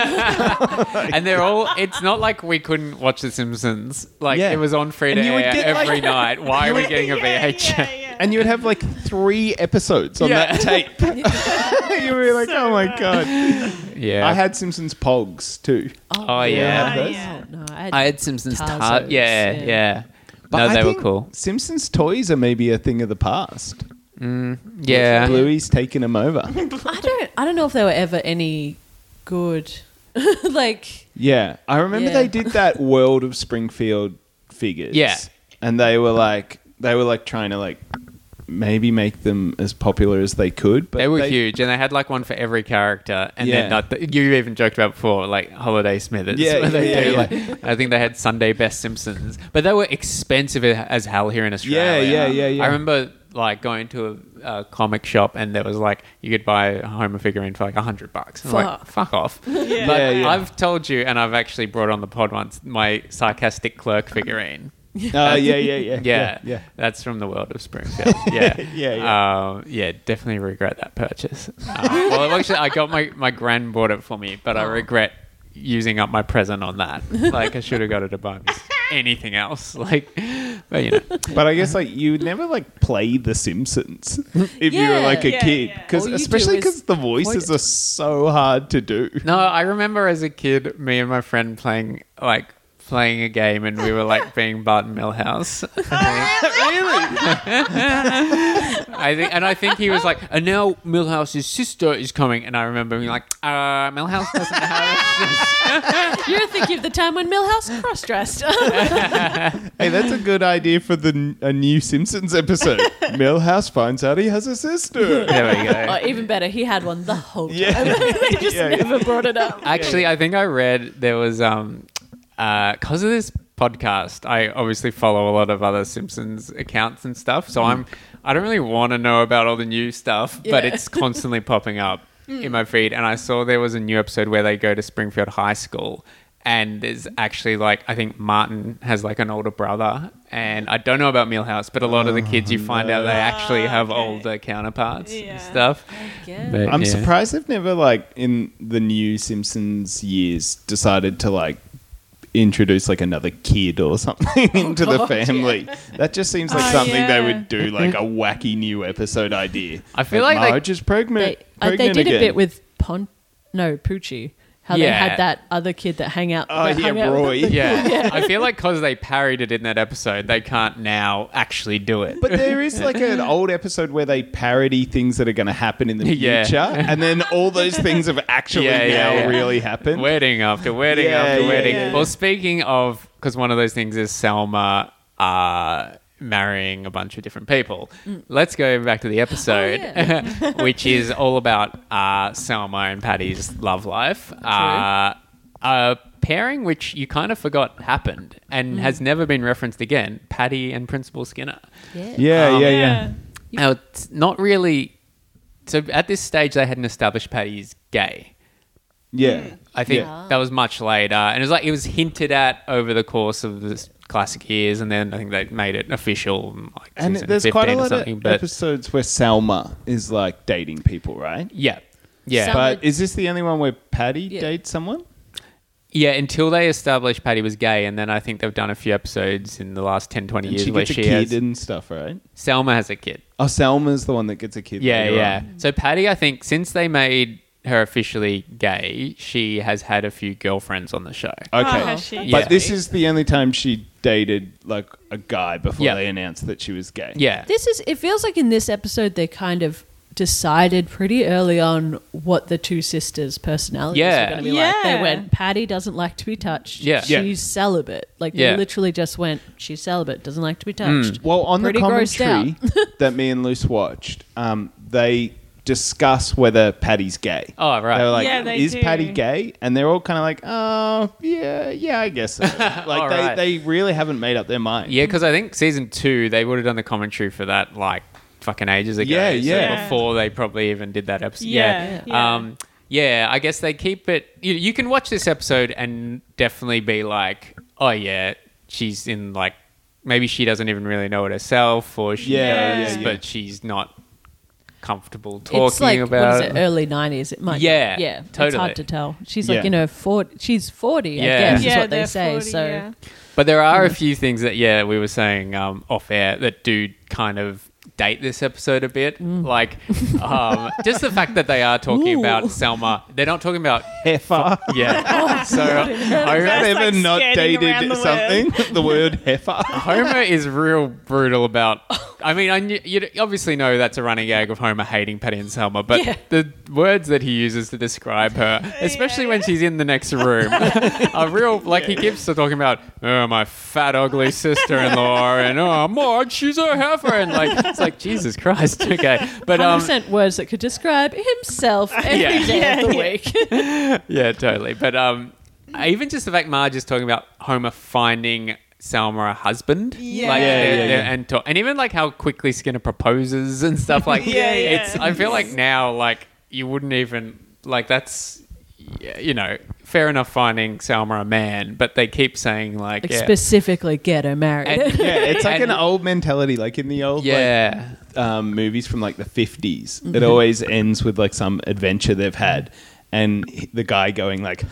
[SPEAKER 1] and they're all. It's not like we couldn't watch The Simpsons. Like
[SPEAKER 3] Yeah.
[SPEAKER 1] it was on free to
[SPEAKER 3] And you would
[SPEAKER 1] air
[SPEAKER 3] get,
[SPEAKER 1] every
[SPEAKER 3] like-
[SPEAKER 1] night. Why are we getting a
[SPEAKER 2] Yeah,
[SPEAKER 1] VHS?
[SPEAKER 2] yeah, yeah.
[SPEAKER 3] and you would have like three episodes on
[SPEAKER 1] Yeah.
[SPEAKER 3] that tape. you were like,
[SPEAKER 2] So
[SPEAKER 3] oh my
[SPEAKER 2] bad.
[SPEAKER 3] god.
[SPEAKER 1] Yeah.
[SPEAKER 3] I had Simpsons Pogs too.
[SPEAKER 1] Oh yeah.
[SPEAKER 2] yeah.
[SPEAKER 3] those?
[SPEAKER 4] No, I had,
[SPEAKER 1] I had Simpsons.
[SPEAKER 4] Tarzos,
[SPEAKER 1] Tar- yeah,
[SPEAKER 4] yeah.
[SPEAKER 1] yeah.
[SPEAKER 3] But
[SPEAKER 1] no,
[SPEAKER 3] I
[SPEAKER 1] they were
[SPEAKER 3] think
[SPEAKER 1] cool.
[SPEAKER 3] Simpsons toys are maybe a thing of the past.
[SPEAKER 1] Yeah.
[SPEAKER 3] Bluey's taken them over.
[SPEAKER 4] I don't. I don't know if there were ever any good. like
[SPEAKER 3] Yeah, I remember
[SPEAKER 4] Yeah.
[SPEAKER 3] they did that World of Springfield figures.
[SPEAKER 1] Yeah.
[SPEAKER 3] and they were like they were like trying to like maybe make them as popular as they could. But
[SPEAKER 1] they were huge, and they had like one for every character, and
[SPEAKER 3] Yeah.
[SPEAKER 1] then like, the- you even joked about before, like Holiday Smithers.
[SPEAKER 3] Yeah,
[SPEAKER 1] where they
[SPEAKER 3] yeah,
[SPEAKER 1] do,
[SPEAKER 3] yeah.
[SPEAKER 1] like- I think they had Sunday Best Simpsons, but they were expensive as hell here in Australia.
[SPEAKER 3] yeah, yeah, yeah.
[SPEAKER 1] I remember like going to a, a comic shop, and there was like you could buy a Homer figurine for like a hundred bucks. I was
[SPEAKER 4] Fuck.
[SPEAKER 1] Like, fuck off.
[SPEAKER 2] Yeah.
[SPEAKER 1] But
[SPEAKER 3] Yeah, yeah.
[SPEAKER 1] I've told you, and I've actually brought on the pod once my sarcastic clerk figurine.
[SPEAKER 3] Uh, yeah, yeah, yeah,
[SPEAKER 1] Yeah,
[SPEAKER 3] yeah.
[SPEAKER 1] That's from the world of Springfield. Yeah,
[SPEAKER 3] Yeah, yeah.
[SPEAKER 1] Um, yeah, definitely regret that purchase. Uh, well, actually, I got my my grand bought it for me,
[SPEAKER 3] Oh.
[SPEAKER 1] but I regret using up my present on that. Like, I should have got it above anything else. Like, but you know,
[SPEAKER 3] But I guess like you would never like play The Simpsons if you were
[SPEAKER 4] Yeah.
[SPEAKER 3] like a
[SPEAKER 2] Yeah,
[SPEAKER 3] kid,
[SPEAKER 2] yeah.
[SPEAKER 3] because
[SPEAKER 4] All you do
[SPEAKER 3] especially
[SPEAKER 4] is
[SPEAKER 3] because the voices
[SPEAKER 4] point.
[SPEAKER 3] are so hard to do.
[SPEAKER 1] no, I remember as a kid, me and my friend playing like playing a game, and we were like being Barton Millhouse.
[SPEAKER 3] really?
[SPEAKER 1] I think, and I think he was like, and now Millhouse's sister is coming, and I remember being like, uh, Millhouse doesn't have.
[SPEAKER 4] you're thinking of the time when Millhouse cross-dressed.
[SPEAKER 3] Hey, that's a good idea for the n- a new Simpsons episode. Millhouse finds out he has a sister.
[SPEAKER 1] There we go.
[SPEAKER 4] Or even better, he had one the whole time.
[SPEAKER 3] Yeah.
[SPEAKER 4] they just
[SPEAKER 3] Yeah, yeah.
[SPEAKER 4] never brought it up.
[SPEAKER 1] Actually, I think I read there was um because of this podcast, I obviously follow a lot of other Simpsons accounts and stuff. So I'm I don't really want to know about all the new stuff, but
[SPEAKER 4] Yeah.
[SPEAKER 1] it's constantly popping up in my feed. And I saw there was a new episode where they go to Springfield High School. And there's actually like I think Martin has like an older brother, and I don't know about Millhouse, but a lot of the kids you find out they actually have
[SPEAKER 2] Okay.
[SPEAKER 1] older counterparts
[SPEAKER 2] Yeah.
[SPEAKER 1] and stuff.
[SPEAKER 4] Yeah.
[SPEAKER 1] But,
[SPEAKER 3] I'm
[SPEAKER 1] yeah.
[SPEAKER 3] surprised they've never like in the new Simpsons years decided to like introduce like another kid or something into the
[SPEAKER 4] Oh, God,
[SPEAKER 3] family. That just seems like
[SPEAKER 2] Oh,
[SPEAKER 3] something
[SPEAKER 2] yeah.
[SPEAKER 3] they would do, like a wacky new episode idea.
[SPEAKER 1] I feel like they-
[SPEAKER 3] Marge is pregnant.
[SPEAKER 4] They, uh, they
[SPEAKER 3] pregnant
[SPEAKER 4] did a
[SPEAKER 3] again.
[SPEAKER 4] bit with Pon, no Poochie. How
[SPEAKER 1] Yeah.
[SPEAKER 4] they had that other kid that hang out.
[SPEAKER 3] Oh
[SPEAKER 4] that hung
[SPEAKER 3] yeah,
[SPEAKER 4] out with
[SPEAKER 3] Roy.
[SPEAKER 1] Yeah. I feel like because they parried it in that episode, they can't now actually do it.
[SPEAKER 3] But there is like an old episode where they parody things that are going to happen in the future,
[SPEAKER 1] Yeah.
[SPEAKER 3] and then all those things have actually
[SPEAKER 1] Yeah, yeah,
[SPEAKER 3] now
[SPEAKER 1] yeah.
[SPEAKER 3] really happened.
[SPEAKER 1] wedding after wedding
[SPEAKER 3] Yeah,
[SPEAKER 1] after
[SPEAKER 3] yeah,
[SPEAKER 1] wedding.
[SPEAKER 2] yeah.
[SPEAKER 1] Well, speaking of, because one of those things is Selma uh, marrying a bunch of different people. Let's go back to the episode, which is all about uh, Selma and Patty's love life. Uh, a pairing which you kind of forgot happened and has never been referenced again Patty and Principal Skinner.
[SPEAKER 4] Yeah.
[SPEAKER 3] yeah,
[SPEAKER 1] Um,
[SPEAKER 3] yeah, yeah,
[SPEAKER 2] Yeah.
[SPEAKER 1] Now, it's not really. So at this stage, they hadn't established Patty's gay.
[SPEAKER 3] yeah.
[SPEAKER 1] I think
[SPEAKER 4] Yeah.
[SPEAKER 1] that was much later, and it was like it was hinted at over the course of the s- classic years, and then I think they made it official. in, Like
[SPEAKER 3] And
[SPEAKER 1] season
[SPEAKER 3] there's
[SPEAKER 1] 15
[SPEAKER 3] quite a
[SPEAKER 1] or
[SPEAKER 3] lot
[SPEAKER 1] something,
[SPEAKER 3] of
[SPEAKER 1] but
[SPEAKER 3] episodes where Salma is like dating people, right?
[SPEAKER 1] yeah, yeah,
[SPEAKER 4] Some-
[SPEAKER 3] But is this the only one where Patty
[SPEAKER 4] Yeah.
[SPEAKER 3] dates someone?
[SPEAKER 1] yeah. Until they established Patty was gay, and then I think they've done a few episodes in the last 10, 20
[SPEAKER 3] And
[SPEAKER 1] years
[SPEAKER 3] she
[SPEAKER 1] where
[SPEAKER 3] gets a
[SPEAKER 1] she
[SPEAKER 3] kid
[SPEAKER 1] has
[SPEAKER 3] and stuff, right?
[SPEAKER 1] Selma has a kid.
[SPEAKER 3] Oh, Salma's the one that gets a kid.
[SPEAKER 1] Yeah,
[SPEAKER 3] later
[SPEAKER 1] yeah.
[SPEAKER 3] on.
[SPEAKER 1] So Patty, I think since they made her officially gay, she has had a few girlfriends on the show.
[SPEAKER 3] Okay.
[SPEAKER 2] Oh, has she?
[SPEAKER 3] But
[SPEAKER 1] Yeah.
[SPEAKER 3] this is the only time she dated like a guy before
[SPEAKER 1] Yeah.
[SPEAKER 3] they announced that she was gay.
[SPEAKER 1] Yeah,
[SPEAKER 4] This is. It feels like in this episode they kind of decided pretty early on what the two sisters' personalities
[SPEAKER 1] Yeah.
[SPEAKER 4] were going to be like. They
[SPEAKER 2] Yeah.
[SPEAKER 4] went, Patty doesn't like to be touched.
[SPEAKER 1] Yeah.
[SPEAKER 4] she's
[SPEAKER 1] Yeah.
[SPEAKER 4] celibate. Like
[SPEAKER 1] Yeah.
[SPEAKER 4] they literally just went, she's celibate, doesn't like to be touched.
[SPEAKER 3] Well, on
[SPEAKER 4] Pretty
[SPEAKER 3] the
[SPEAKER 4] grossed
[SPEAKER 3] commentary that me and Luce watched, um, they discuss whether Patty's gay.
[SPEAKER 1] Oh, right.
[SPEAKER 3] They were like,
[SPEAKER 2] Yeah, they
[SPEAKER 3] is
[SPEAKER 2] do.
[SPEAKER 3] Patty gay? And they're all kind of like, oh, yeah, yeah, I guess so. Like,
[SPEAKER 1] All
[SPEAKER 3] they,
[SPEAKER 1] right.
[SPEAKER 3] they really haven't made up their mind.
[SPEAKER 1] Yeah, because I think season two they would have done the commentary for that like fucking ages ago.
[SPEAKER 3] Yeah,
[SPEAKER 1] So
[SPEAKER 3] yeah.
[SPEAKER 1] before they probably even did that episode.
[SPEAKER 2] Yeah, yeah.
[SPEAKER 1] Um, yeah. I guess they keep it. You, you can watch this episode and definitely be like, oh yeah, she's in like maybe she doesn't even really know it herself, or she
[SPEAKER 3] Yeah,
[SPEAKER 1] knows,
[SPEAKER 2] yeah, yeah.
[SPEAKER 1] but she's not comfortable talking
[SPEAKER 4] It's like
[SPEAKER 1] about
[SPEAKER 4] what is it, early nineties. It might,
[SPEAKER 1] Yeah,
[SPEAKER 4] yeah, It's
[SPEAKER 1] totally.
[SPEAKER 4] hard to tell. She's
[SPEAKER 3] Yeah.
[SPEAKER 4] like in her forty. She's forty,
[SPEAKER 1] Yeah.
[SPEAKER 4] I guess is
[SPEAKER 2] Yeah,
[SPEAKER 4] what they
[SPEAKER 2] they're
[SPEAKER 4] say.
[SPEAKER 2] 40,
[SPEAKER 4] so
[SPEAKER 2] yeah.
[SPEAKER 1] But there are a few things that, yeah, we were saying um, off air that do kind of date this episode a bit. Like, um, just the fact that they are talking
[SPEAKER 4] Ooh.
[SPEAKER 1] about Selma. They're not talking about,
[SPEAKER 3] Heifer.
[SPEAKER 1] yeah. so
[SPEAKER 3] Have
[SPEAKER 1] Homer,
[SPEAKER 2] That's
[SPEAKER 3] ever
[SPEAKER 2] like
[SPEAKER 3] not
[SPEAKER 2] skating around
[SPEAKER 3] dated
[SPEAKER 2] the
[SPEAKER 3] something? the word heifer.
[SPEAKER 1] Homer is real brutal about. I mean, I knew, you obviously know that's a running gag of Homer hating Patty and Selma, but
[SPEAKER 4] Yeah.
[SPEAKER 1] the words that he uses to describe her, especially when she's in the next room, are real. Like he keeps talking about, oh, my fat, ugly sister-in-law, and oh, Marge, she's a heifer, and like it's like Jesus Christ, okay. But
[SPEAKER 4] hundred
[SPEAKER 1] um,
[SPEAKER 4] percent words that could describe himself every day
[SPEAKER 1] Yeah.
[SPEAKER 4] of the
[SPEAKER 2] Yeah, yeah.
[SPEAKER 4] week.
[SPEAKER 1] yeah, totally. But um, even just the fact Marge is talking about Homer finding Selma a husband,
[SPEAKER 2] Yeah.
[SPEAKER 1] like,
[SPEAKER 3] Yeah,
[SPEAKER 1] they're-
[SPEAKER 3] yeah,
[SPEAKER 1] they're-
[SPEAKER 3] yeah.
[SPEAKER 1] and talk, and even like how quickly Skinner proposes and stuff like.
[SPEAKER 2] Yeah, yeah.
[SPEAKER 1] It's. I feel like now, like you wouldn't even like that's, yeah, you know, fair enough finding Selma a man, but they keep saying like,
[SPEAKER 4] Like
[SPEAKER 1] yeah,
[SPEAKER 4] specifically get her married.
[SPEAKER 1] and-
[SPEAKER 3] Yeah, it's like
[SPEAKER 1] And-
[SPEAKER 3] an old mentality, like in the old like,
[SPEAKER 1] yeah,
[SPEAKER 3] um, movies from like the 50s. It always ends with like some adventure they've had. And he- the guy going like,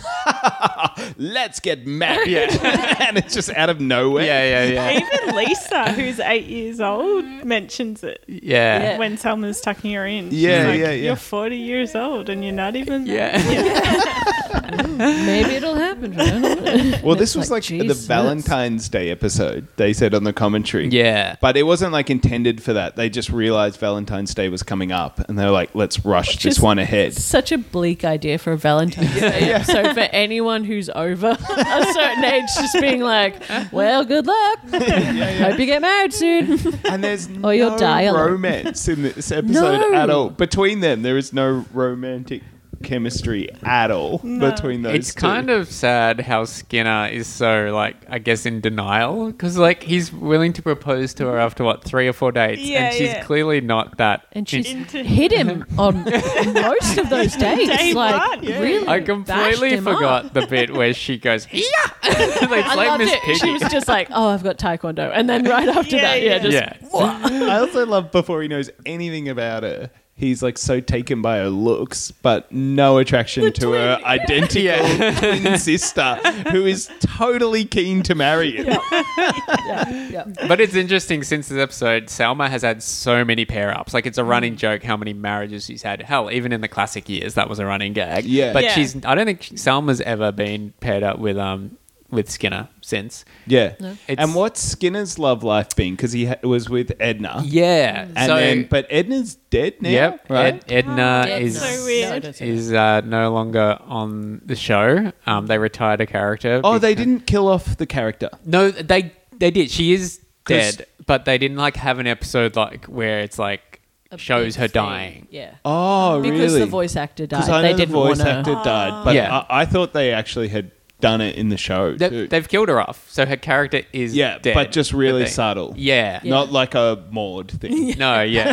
[SPEAKER 3] "Let's get married," and it's just out of nowhere.
[SPEAKER 1] yeah, yeah, yeah,
[SPEAKER 2] Even Lisa, who's eight years old, mentions it
[SPEAKER 1] yeah.
[SPEAKER 2] when Selma's tucking her in.
[SPEAKER 3] Yeah,
[SPEAKER 2] She's like,
[SPEAKER 3] yeah, yeah.
[SPEAKER 2] You're 40 years old and you're not even.
[SPEAKER 1] yeah.
[SPEAKER 4] Maybe it'll happen. I don't know.
[SPEAKER 3] Well,
[SPEAKER 4] And
[SPEAKER 3] this
[SPEAKER 4] it's
[SPEAKER 3] was like,
[SPEAKER 4] like,
[SPEAKER 3] the
[SPEAKER 4] "Jeez,
[SPEAKER 3] Valentine's Day episode. They said on the commentary.
[SPEAKER 1] Yeah.
[SPEAKER 3] but it wasn't like intended for that. They just realized Valentine's Day was coming up, and they were like, "Let's rush
[SPEAKER 4] Which
[SPEAKER 3] this
[SPEAKER 4] is-
[SPEAKER 3] one ahead."
[SPEAKER 4] Such a bleak idea for a Valentine's Day. So for anyone who's over a certain age, just being like, "Well, good luck. Hope you get married soon."
[SPEAKER 3] And there's no
[SPEAKER 4] Or you'll die alone.
[SPEAKER 3] romance in this episode
[SPEAKER 4] No.
[SPEAKER 3] at all. Between them, there is no romantic chemistry at all between those
[SPEAKER 1] it's
[SPEAKER 3] two.
[SPEAKER 1] kind of sad how Skinner is so like I guess in denial because like he's willing to propose to her after what three or four dates,
[SPEAKER 2] Yeah,
[SPEAKER 1] and she's
[SPEAKER 2] yeah.
[SPEAKER 1] clearly not that.
[SPEAKER 4] And she's
[SPEAKER 2] Into-
[SPEAKER 4] hit him on most of those dates.
[SPEAKER 2] Day
[SPEAKER 4] like,
[SPEAKER 2] one, yeah.
[SPEAKER 4] really
[SPEAKER 1] I
[SPEAKER 4] bashed
[SPEAKER 1] completely
[SPEAKER 4] him up.
[SPEAKER 1] forgot the bit where she goes, yeah, it's
[SPEAKER 4] I
[SPEAKER 1] like
[SPEAKER 4] loved
[SPEAKER 1] Miss
[SPEAKER 4] it. She
[SPEAKER 1] Piggy.
[SPEAKER 4] was just like, "Oh, I've got taekwondo," and then right after
[SPEAKER 2] Yeah,
[SPEAKER 4] that, yeah,
[SPEAKER 2] yeah.
[SPEAKER 4] just
[SPEAKER 1] yeah,
[SPEAKER 3] I also love before he knows anything about her. He's like so taken by her looks, but no attraction to her identical
[SPEAKER 1] Yeah.
[SPEAKER 3] twin sister, who is totally keen to marry him.
[SPEAKER 4] yeah, yeah.
[SPEAKER 1] but it's interesting since this episode, Salma has had so many pair ups. Like it's a
[SPEAKER 4] Mm.
[SPEAKER 1] running joke how many marriages she's had. Hell, even in the classic years, that was a running gag.
[SPEAKER 3] Yeah.
[SPEAKER 1] but
[SPEAKER 2] Yeah.
[SPEAKER 1] she's. I don't think Salma's ever been paired up with um with Skinner since.
[SPEAKER 3] Yeah.
[SPEAKER 1] It's-
[SPEAKER 3] And what's Skinner's love life been? Because he ha- was with Edna.
[SPEAKER 1] Yeah,
[SPEAKER 3] And
[SPEAKER 1] so
[SPEAKER 3] then, but Edna's dead now,
[SPEAKER 1] Yep.
[SPEAKER 3] right?
[SPEAKER 1] Ed- Edna
[SPEAKER 4] Dead
[SPEAKER 1] is
[SPEAKER 2] so
[SPEAKER 4] nice.
[SPEAKER 2] weird.
[SPEAKER 4] No, I don't say that.
[SPEAKER 1] is uh, no longer on the show. Um, they retired a character.
[SPEAKER 3] oh, they
[SPEAKER 1] because-
[SPEAKER 3] didn't kill off the character.
[SPEAKER 1] No, they they did. She is
[SPEAKER 3] 'Cause-
[SPEAKER 1] dead, but they didn't like have an episode like where it's like
[SPEAKER 4] A
[SPEAKER 1] shows
[SPEAKER 4] big
[SPEAKER 1] her
[SPEAKER 4] thing.
[SPEAKER 1] dying.
[SPEAKER 4] Yeah,
[SPEAKER 3] Oh, really?
[SPEAKER 4] because the voice actor died.
[SPEAKER 3] Because I know
[SPEAKER 4] they didn't
[SPEAKER 3] the voice
[SPEAKER 4] want to.
[SPEAKER 3] actor died, but
[SPEAKER 1] Yeah.
[SPEAKER 3] I-, I thought they actually had done it in the show.
[SPEAKER 1] They,
[SPEAKER 3] too.
[SPEAKER 1] they've killed her off, so her character is
[SPEAKER 3] yeah,
[SPEAKER 1] dead,
[SPEAKER 3] but just really
[SPEAKER 1] they-
[SPEAKER 3] subtle.
[SPEAKER 1] Yeah.
[SPEAKER 4] Yeah.
[SPEAKER 3] Not like a Maud thing.
[SPEAKER 1] No, yeah.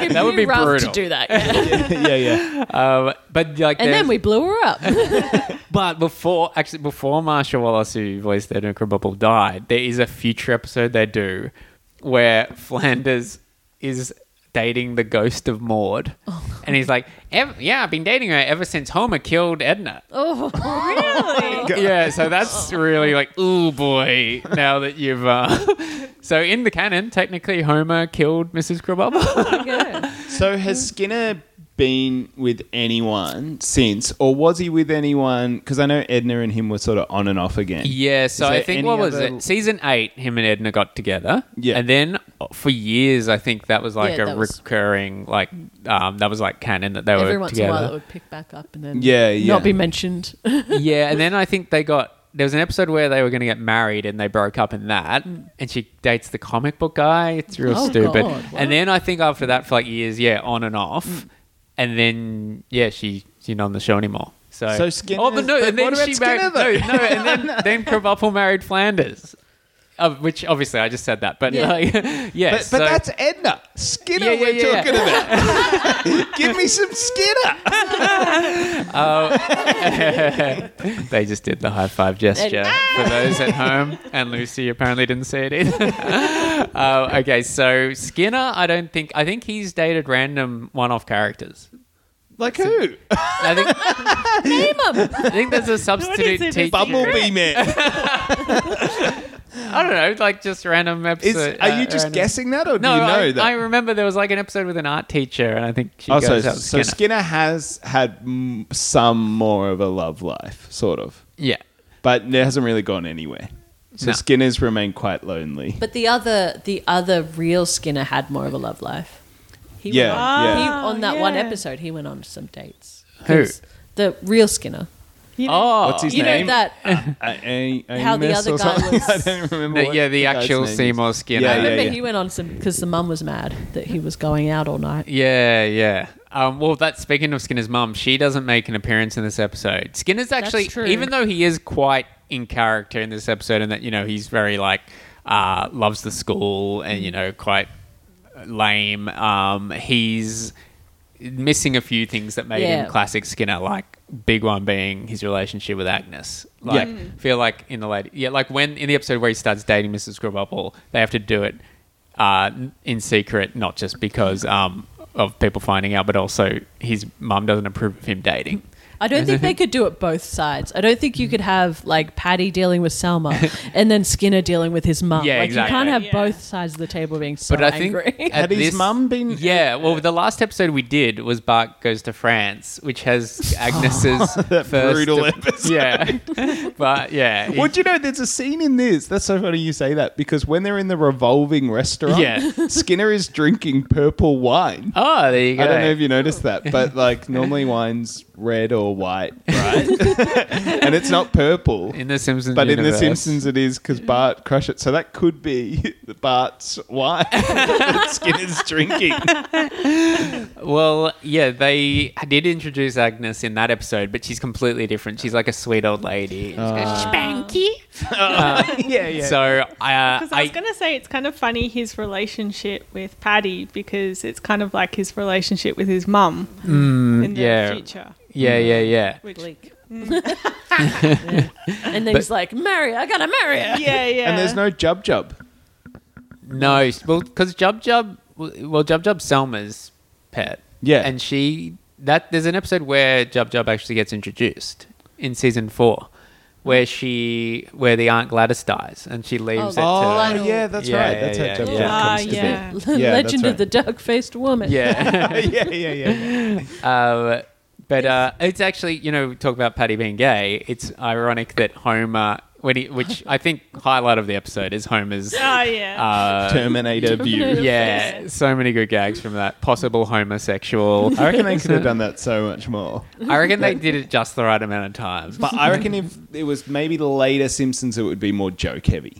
[SPEAKER 4] that
[SPEAKER 1] would be
[SPEAKER 4] rough
[SPEAKER 1] brutal.
[SPEAKER 4] to do that. yeah.
[SPEAKER 3] yeah, yeah.
[SPEAKER 1] um, but like,
[SPEAKER 4] and
[SPEAKER 1] there's-
[SPEAKER 4] then we blew her up.
[SPEAKER 1] But before, actually, before Marsha Wallace, who voiced Edna Krabappel, died, there is a future episode they do where Flanders is dating the ghost of Maud, and he's like, "Ev- "Yeah, I've been dating her ever since Homer killed Edna."
[SPEAKER 4] oh,
[SPEAKER 2] Really?
[SPEAKER 1] Yeah, so that's really like, oh boy, now that you've. Uh... so in the canon, technically, Homer killed Mrs. Krabappel.
[SPEAKER 4] yeah.
[SPEAKER 3] So has Skinner been with anyone since, or was he with anyone? Because I know Edna and him were sort of on and off again.
[SPEAKER 1] Yeah, so
[SPEAKER 3] Is
[SPEAKER 1] I
[SPEAKER 3] there
[SPEAKER 1] think
[SPEAKER 3] any
[SPEAKER 1] what was
[SPEAKER 3] other-
[SPEAKER 1] it? Season eight, him and Edna got together.
[SPEAKER 3] Yeah.
[SPEAKER 1] And then uh, for years, I think that was like
[SPEAKER 4] Yeah,
[SPEAKER 1] a
[SPEAKER 4] that was-
[SPEAKER 1] recurring, like, um, that was like canon that they
[SPEAKER 4] Every
[SPEAKER 1] were
[SPEAKER 4] once in a while, it
[SPEAKER 1] together.
[SPEAKER 4] would pick back up and then
[SPEAKER 3] Yeah, yeah.
[SPEAKER 4] not be mentioned.
[SPEAKER 1] yeah. And then I think they got, there was an episode where they were going to get married and they broke up in that. And she dates the comic book guy. It's real
[SPEAKER 4] Oh,
[SPEAKER 1] stupid.
[SPEAKER 4] God, what? Mm.
[SPEAKER 1] and then I think after that, for like years, yeah, on and off. And then, yeah, she, she's not on the show anymore. So,
[SPEAKER 3] So Skinner-
[SPEAKER 1] Oh, but no,
[SPEAKER 3] but
[SPEAKER 1] and then
[SPEAKER 3] what about
[SPEAKER 1] she married.
[SPEAKER 3] Skinner,
[SPEAKER 1] no, no, and then then Krabappel married Flanders, uh, which obviously I just said that, but
[SPEAKER 4] Yeah.
[SPEAKER 1] like, yeah,
[SPEAKER 3] But, but
[SPEAKER 1] so-
[SPEAKER 3] that's Edna. Skinner
[SPEAKER 1] Yeah, yeah,
[SPEAKER 3] we're
[SPEAKER 1] yeah.
[SPEAKER 3] talking about. Give me some Skinner.
[SPEAKER 1] they just did the high five gesture
[SPEAKER 2] Ah!
[SPEAKER 1] for those at home, and Lucy apparently didn't see it either. uh, okay, so Skinner, I don't think I think he's dated random one-off characters.
[SPEAKER 3] Like who?
[SPEAKER 1] I think
[SPEAKER 4] Name 'em.
[SPEAKER 1] I think there's a
[SPEAKER 2] it,
[SPEAKER 1] substitute
[SPEAKER 2] is
[SPEAKER 1] teacher.
[SPEAKER 2] it
[SPEAKER 3] Bumblebee man.
[SPEAKER 1] I don't know, like just random
[SPEAKER 3] Is,
[SPEAKER 1] episode.
[SPEAKER 3] are
[SPEAKER 1] uh,
[SPEAKER 3] you just
[SPEAKER 1] random-
[SPEAKER 3] guessing that, or do
[SPEAKER 1] No,
[SPEAKER 3] you know
[SPEAKER 1] I,
[SPEAKER 3] that?
[SPEAKER 1] I remember there was like an episode with an art teacher, and I think she
[SPEAKER 3] Oh,
[SPEAKER 1] goes
[SPEAKER 3] so,
[SPEAKER 1] out with
[SPEAKER 3] so
[SPEAKER 1] Skinner.
[SPEAKER 3] Skinner has had mm, some more of a love life, sort of,
[SPEAKER 1] yeah,
[SPEAKER 3] but it hasn't really gone anywhere. So
[SPEAKER 1] No.
[SPEAKER 3] Skinner's remained quite lonely.
[SPEAKER 4] But the other, the other real Skinner had more of a love life. He
[SPEAKER 3] Yeah,
[SPEAKER 4] went
[SPEAKER 3] Ah,
[SPEAKER 4] on,
[SPEAKER 3] yeah.
[SPEAKER 4] he- on that one
[SPEAKER 2] Oh, yeah.
[SPEAKER 4] episode, he went on some dates.
[SPEAKER 1] Who?
[SPEAKER 4] 'Cause The real Skinner.
[SPEAKER 2] You know,
[SPEAKER 1] Oh,
[SPEAKER 3] What's his
[SPEAKER 4] you
[SPEAKER 3] name?
[SPEAKER 4] know that.
[SPEAKER 3] A- A-
[SPEAKER 4] How the
[SPEAKER 3] Amos
[SPEAKER 4] other
[SPEAKER 3] or
[SPEAKER 4] guy
[SPEAKER 3] something?
[SPEAKER 4] was-
[SPEAKER 3] I don't remember.
[SPEAKER 1] The-
[SPEAKER 3] what
[SPEAKER 1] yeah, the
[SPEAKER 3] guy's
[SPEAKER 1] actual
[SPEAKER 3] name is.
[SPEAKER 1] Seymour Skinner.
[SPEAKER 3] Yeah,
[SPEAKER 4] I remember
[SPEAKER 3] yeah, yeah.
[SPEAKER 4] he went on some because the mum was mad that he was going out all night.
[SPEAKER 1] yeah, yeah. Um, well, that speaking of Skinner's mum, she doesn't make an appearance in this episode. Skinner's actually,
[SPEAKER 4] true.
[SPEAKER 1] even though he is quite in character in this episode, and that you know he's very like uh, loves the school and
[SPEAKER 4] Mm.
[SPEAKER 1] you know quite lame. Um, he's missing a few things that made
[SPEAKER 4] Yeah.
[SPEAKER 1] him classic Skinner, like big one being his relationship with Agnes. Like,
[SPEAKER 3] Mm.
[SPEAKER 1] feel like in the late, yeah, like when in the episode where he starts dating Mrs. Grubbuple, they have to do it uh, in secret, not just because um, of people finding out, but also his mum doesn't approve of him dating.
[SPEAKER 4] I don't think they could do it both sides. I don't think you could have like Patty dealing with Selma and then Skinner dealing with his mum.
[SPEAKER 1] Yeah,
[SPEAKER 4] like,
[SPEAKER 1] exactly.
[SPEAKER 4] You can't have
[SPEAKER 2] Yeah.
[SPEAKER 4] both sides of the table being so
[SPEAKER 1] But I think
[SPEAKER 4] angry.
[SPEAKER 1] at
[SPEAKER 3] Had his
[SPEAKER 1] this-
[SPEAKER 3] mum been?
[SPEAKER 1] Yeah, well, the last episode we did was Bart Goes to France, which has Agnes's first
[SPEAKER 3] Oh. brutal episode.
[SPEAKER 1] Yeah, but yeah, he-
[SPEAKER 3] Well, do you know? There's a scene in this. That's so funny you say that because when they're in the revolving restaurant,
[SPEAKER 1] Yeah.
[SPEAKER 3] Skinner is drinking purple wine.
[SPEAKER 1] oh, there you go.
[SPEAKER 3] I don't know if you noticed that, but like normally wine's red or white, right? and it's not purple.
[SPEAKER 1] in the Simpsons.
[SPEAKER 3] But in The
[SPEAKER 1] universe.
[SPEAKER 3] Simpsons, it is because Bart crushed it. So that could be that Bart's wife. Skin is drinking.
[SPEAKER 1] Well, yeah, they did introduce Agnes in that episode, but she's completely different. She's like a sweet old lady.
[SPEAKER 2] Spanky.
[SPEAKER 3] yeah, yeah.
[SPEAKER 1] So uh, I,
[SPEAKER 2] Uh, Because I was going to say it's kind of funny his relationship with Paddy because it's kind of like his relationship with his mum in the
[SPEAKER 1] Mm, yeah.
[SPEAKER 2] future.
[SPEAKER 1] yeah, yeah, yeah.
[SPEAKER 2] Which,
[SPEAKER 4] Bleak. And then he's like, marry, her, I gotta marry her.
[SPEAKER 2] yeah, yeah.
[SPEAKER 3] and there's no Jub Jub.
[SPEAKER 1] No, s- well, because Jub Jub, well, Jub Jub's Selma's pet.
[SPEAKER 3] Yeah.
[SPEAKER 1] and she that there's an episode where Jub Jub actually gets introduced in season four, where she where the Aunt Gladys dies and she leaves
[SPEAKER 4] Oh,
[SPEAKER 1] it to.
[SPEAKER 4] Lionel.
[SPEAKER 3] yeah, that's
[SPEAKER 1] Yeah,
[SPEAKER 3] right. That's
[SPEAKER 1] yeah,
[SPEAKER 3] how Jub
[SPEAKER 1] yeah.
[SPEAKER 3] Jub
[SPEAKER 2] Ah,
[SPEAKER 3] comes to
[SPEAKER 2] yeah.
[SPEAKER 4] Le-
[SPEAKER 3] be. Yeah, that's
[SPEAKER 4] Legend
[SPEAKER 3] right.
[SPEAKER 4] of the dark faced woman.
[SPEAKER 1] Yeah.
[SPEAKER 3] yeah, yeah, yeah.
[SPEAKER 1] Um, but uh, it's actually, you know, we talk about Paddy being gay. It's ironic that Homer, when he, which I think highlight of the episode is Homer's.
[SPEAKER 2] Oh, yeah.
[SPEAKER 3] Um,
[SPEAKER 1] Uh,
[SPEAKER 3] Terminator view.
[SPEAKER 4] Terminator.
[SPEAKER 1] yeah, so many good gags from that. Possible homosexual.
[SPEAKER 3] I reckon they could have done that so much more.
[SPEAKER 1] I reckon they did it just the right amount of times.
[SPEAKER 3] But I reckon if it was maybe the later Simpsons, it would be more joke heavy.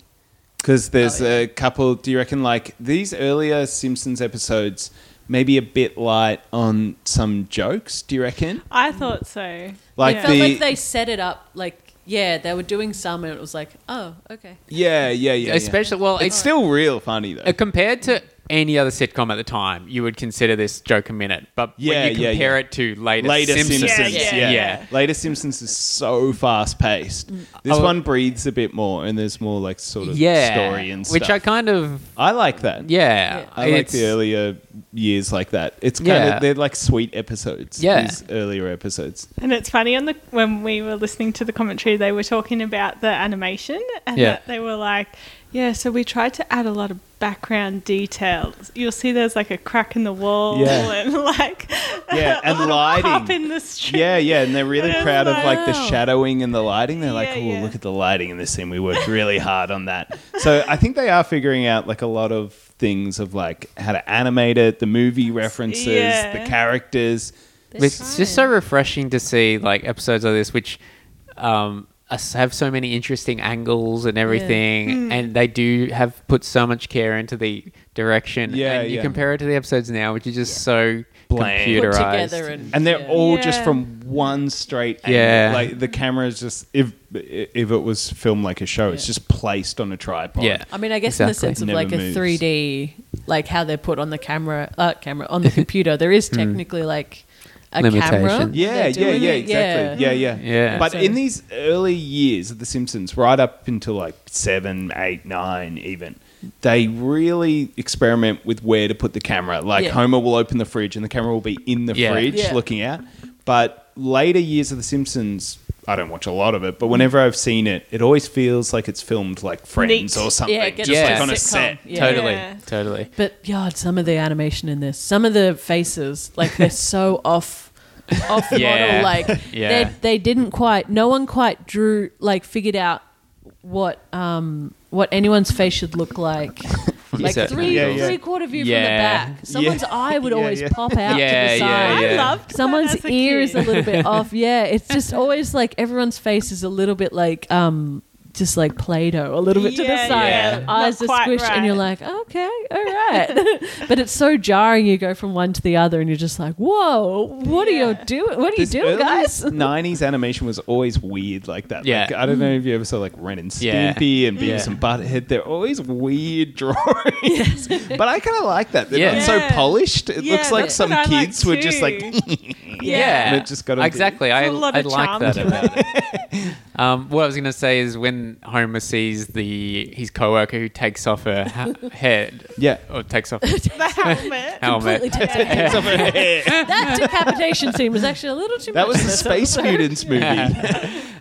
[SPEAKER 3] Because there's a couple. Do you reckon like these earlier Simpsons episodes? Maybe a bit light on some jokes. Do you reckon?
[SPEAKER 2] I thought so.
[SPEAKER 3] Like
[SPEAKER 4] Felt
[SPEAKER 3] the
[SPEAKER 4] like they set it up like yeah, they were doing some and it was like, oh, okay.
[SPEAKER 3] yeah, yeah, yeah. yeah.
[SPEAKER 1] Especially, well,
[SPEAKER 3] it's
[SPEAKER 1] it's
[SPEAKER 3] still real funny though.
[SPEAKER 1] uh, compared to any other sitcom at the time, you would consider this joke a minute. But
[SPEAKER 3] Yeah,
[SPEAKER 1] when you
[SPEAKER 3] yeah,
[SPEAKER 1] compare
[SPEAKER 3] yeah.
[SPEAKER 1] it to later,
[SPEAKER 3] Later
[SPEAKER 1] Simpsons,
[SPEAKER 3] Simpsons,
[SPEAKER 2] Yeah,
[SPEAKER 3] yeah,
[SPEAKER 2] yeah,
[SPEAKER 1] yeah.
[SPEAKER 3] Later Simpsons is so fast paced. This
[SPEAKER 1] Oh.
[SPEAKER 3] one breathes a bit more, and there's more like sort of
[SPEAKER 1] yeah,
[SPEAKER 3] story and stuff.
[SPEAKER 1] which I kind of
[SPEAKER 3] I like that.
[SPEAKER 1] yeah,
[SPEAKER 4] Yeah.
[SPEAKER 3] I like
[SPEAKER 1] it's-
[SPEAKER 3] the earlier years like that. It's kind
[SPEAKER 1] Yeah.
[SPEAKER 3] of they're like sweet episodes.
[SPEAKER 1] Yeah.
[SPEAKER 3] these earlier episodes.
[SPEAKER 2] And it's funny on the when we were listening to the commentary, they were talking about the animation, and
[SPEAKER 1] Yeah.
[SPEAKER 2] that they were like, "Yeah, so we tried to add a lot of background details. You'll see there's like a crack in the wall
[SPEAKER 3] Yeah.
[SPEAKER 2] and like
[SPEAKER 3] Yeah, and
[SPEAKER 2] up
[SPEAKER 3] lighting.
[SPEAKER 2] in the street.
[SPEAKER 3] Yeah, yeah, and they're really
[SPEAKER 2] And I'm
[SPEAKER 3] proud of like the
[SPEAKER 4] like-
[SPEAKER 3] shadowing and the lighting. They're like,
[SPEAKER 2] "Oh." Yeah,
[SPEAKER 3] oh,
[SPEAKER 2] yeah.
[SPEAKER 3] look at the lighting in this scene. We worked really hard on that. So I think they are figuring out like a lot of things of like how to animate it, the movie references,
[SPEAKER 2] Yeah.
[SPEAKER 3] the characters.
[SPEAKER 1] It's just so refreshing to see like episodes like this, which um, us- have so many interesting angles and everything,
[SPEAKER 3] Hmm.
[SPEAKER 1] and they do have put so much care into the direction.
[SPEAKER 3] Yeah,
[SPEAKER 1] and you
[SPEAKER 3] yeah.
[SPEAKER 1] compare it to the episodes now, which are just so
[SPEAKER 3] Bland.
[SPEAKER 4] put
[SPEAKER 1] computerized.
[SPEAKER 4] together and,
[SPEAKER 3] and they're
[SPEAKER 4] yeah.
[SPEAKER 3] all just
[SPEAKER 2] Yeah.
[SPEAKER 3] from one straight angle.
[SPEAKER 1] Yeah.
[SPEAKER 3] like the camera is just if if it was filmed like a show, it's just placed on a tripod.
[SPEAKER 1] Yeah.
[SPEAKER 4] I mean, I guess in the
[SPEAKER 1] Exactly.
[SPEAKER 4] sense of
[SPEAKER 3] Never
[SPEAKER 4] like a
[SPEAKER 3] moves.
[SPEAKER 4] 3D, like how they're put on the camera, uh, camera on the computer. There is technically like a camera.
[SPEAKER 1] Limitation.
[SPEAKER 3] Hmm. Yeah,
[SPEAKER 4] they're
[SPEAKER 3] yeah,
[SPEAKER 4] doing
[SPEAKER 3] yeah,
[SPEAKER 4] it.
[SPEAKER 3] exactly. Yeah, yeah.
[SPEAKER 1] Yeah.
[SPEAKER 3] But
[SPEAKER 4] So-
[SPEAKER 3] in these early years of The Simpsons, right up until like seven, eight, nine, even, they really experiment with where to put the camera. Like
[SPEAKER 4] Yeah.
[SPEAKER 3] Homer will open the fridge and the camera will be in the
[SPEAKER 1] Yeah.
[SPEAKER 3] fridge
[SPEAKER 4] Yeah.
[SPEAKER 3] looking out. But later years of The Simpsons, I don't watch a lot of it, but whenever I've seen it, it always feels like it's filmed like Friends
[SPEAKER 2] Neat.
[SPEAKER 3] or something,
[SPEAKER 4] Yeah, it gets
[SPEAKER 3] just
[SPEAKER 1] like
[SPEAKER 3] like
[SPEAKER 1] a
[SPEAKER 3] on a
[SPEAKER 4] sitcom.
[SPEAKER 3] set.
[SPEAKER 4] Yeah.
[SPEAKER 1] Totally,
[SPEAKER 2] Yeah.
[SPEAKER 1] totally.
[SPEAKER 4] But God, some of the animation in this, some of the faces, like they're so off, off
[SPEAKER 1] Yeah.
[SPEAKER 4] model. Like
[SPEAKER 1] Yeah.
[SPEAKER 4] they they didn't quite. No one quite drew like figured out what um what anyone's face should look like. Like
[SPEAKER 1] certain
[SPEAKER 4] three
[SPEAKER 3] angles. Yeah, yeah.
[SPEAKER 4] three quarter view
[SPEAKER 1] Yeah.
[SPEAKER 4] from the back. Someone's
[SPEAKER 3] Yeah.
[SPEAKER 4] eye would
[SPEAKER 3] Yeah,
[SPEAKER 4] always
[SPEAKER 3] yeah.
[SPEAKER 4] pop out to
[SPEAKER 1] Yeah,
[SPEAKER 4] the
[SPEAKER 1] yeah,
[SPEAKER 4] side.
[SPEAKER 1] yeah.
[SPEAKER 2] I loved that
[SPEAKER 4] Someone's
[SPEAKER 2] as a
[SPEAKER 4] ear is
[SPEAKER 2] kid.
[SPEAKER 4] a little bit off. Yeah, it's just always like everyone's face is a little bit like um just like Play-Doh, a little bit to the
[SPEAKER 2] Yeah,
[SPEAKER 4] side.
[SPEAKER 1] yeah.
[SPEAKER 4] Eyes are
[SPEAKER 2] Not quite
[SPEAKER 4] squished, and you're
[SPEAKER 2] right.
[SPEAKER 4] like, okay, all right. but it's so jarring. You go from one to the other, and you're just like, whoa, what are you
[SPEAKER 2] Yeah.
[SPEAKER 4] doing? What are
[SPEAKER 3] This
[SPEAKER 4] you doing,
[SPEAKER 3] early
[SPEAKER 4] guys?
[SPEAKER 3] 90s animation was always weird like that.
[SPEAKER 1] Yeah.
[SPEAKER 3] Like, I don't know if you ever saw like Ren and
[SPEAKER 1] Yeah.
[SPEAKER 3] Stimpy and Beavis
[SPEAKER 1] Yeah.
[SPEAKER 3] and Butthead. They're always weird drawings. but I kind of like that. They're
[SPEAKER 1] Yeah.
[SPEAKER 3] not so
[SPEAKER 2] Yeah.
[SPEAKER 3] polished. It
[SPEAKER 2] Yeah,
[SPEAKER 3] looks like
[SPEAKER 2] that's
[SPEAKER 3] some
[SPEAKER 2] what I like
[SPEAKER 3] kids were just like,
[SPEAKER 2] too.
[SPEAKER 1] Yeah,
[SPEAKER 3] And it just got on
[SPEAKER 1] exactly. I,
[SPEAKER 2] There's a lot
[SPEAKER 1] I
[SPEAKER 2] of
[SPEAKER 1] like
[SPEAKER 2] charm
[SPEAKER 1] that
[SPEAKER 2] to
[SPEAKER 1] about it. Um, what I was going to say is when Homer sees the his coworker who takes off her ha- head,
[SPEAKER 3] yeah.
[SPEAKER 1] or takes off his
[SPEAKER 2] the helmet.
[SPEAKER 1] helmet.
[SPEAKER 4] Completely takes it.
[SPEAKER 3] It's up in her hair.
[SPEAKER 4] That decapitation scene was actually a little too
[SPEAKER 3] That
[SPEAKER 4] much.
[SPEAKER 3] was the Space Mutants movie.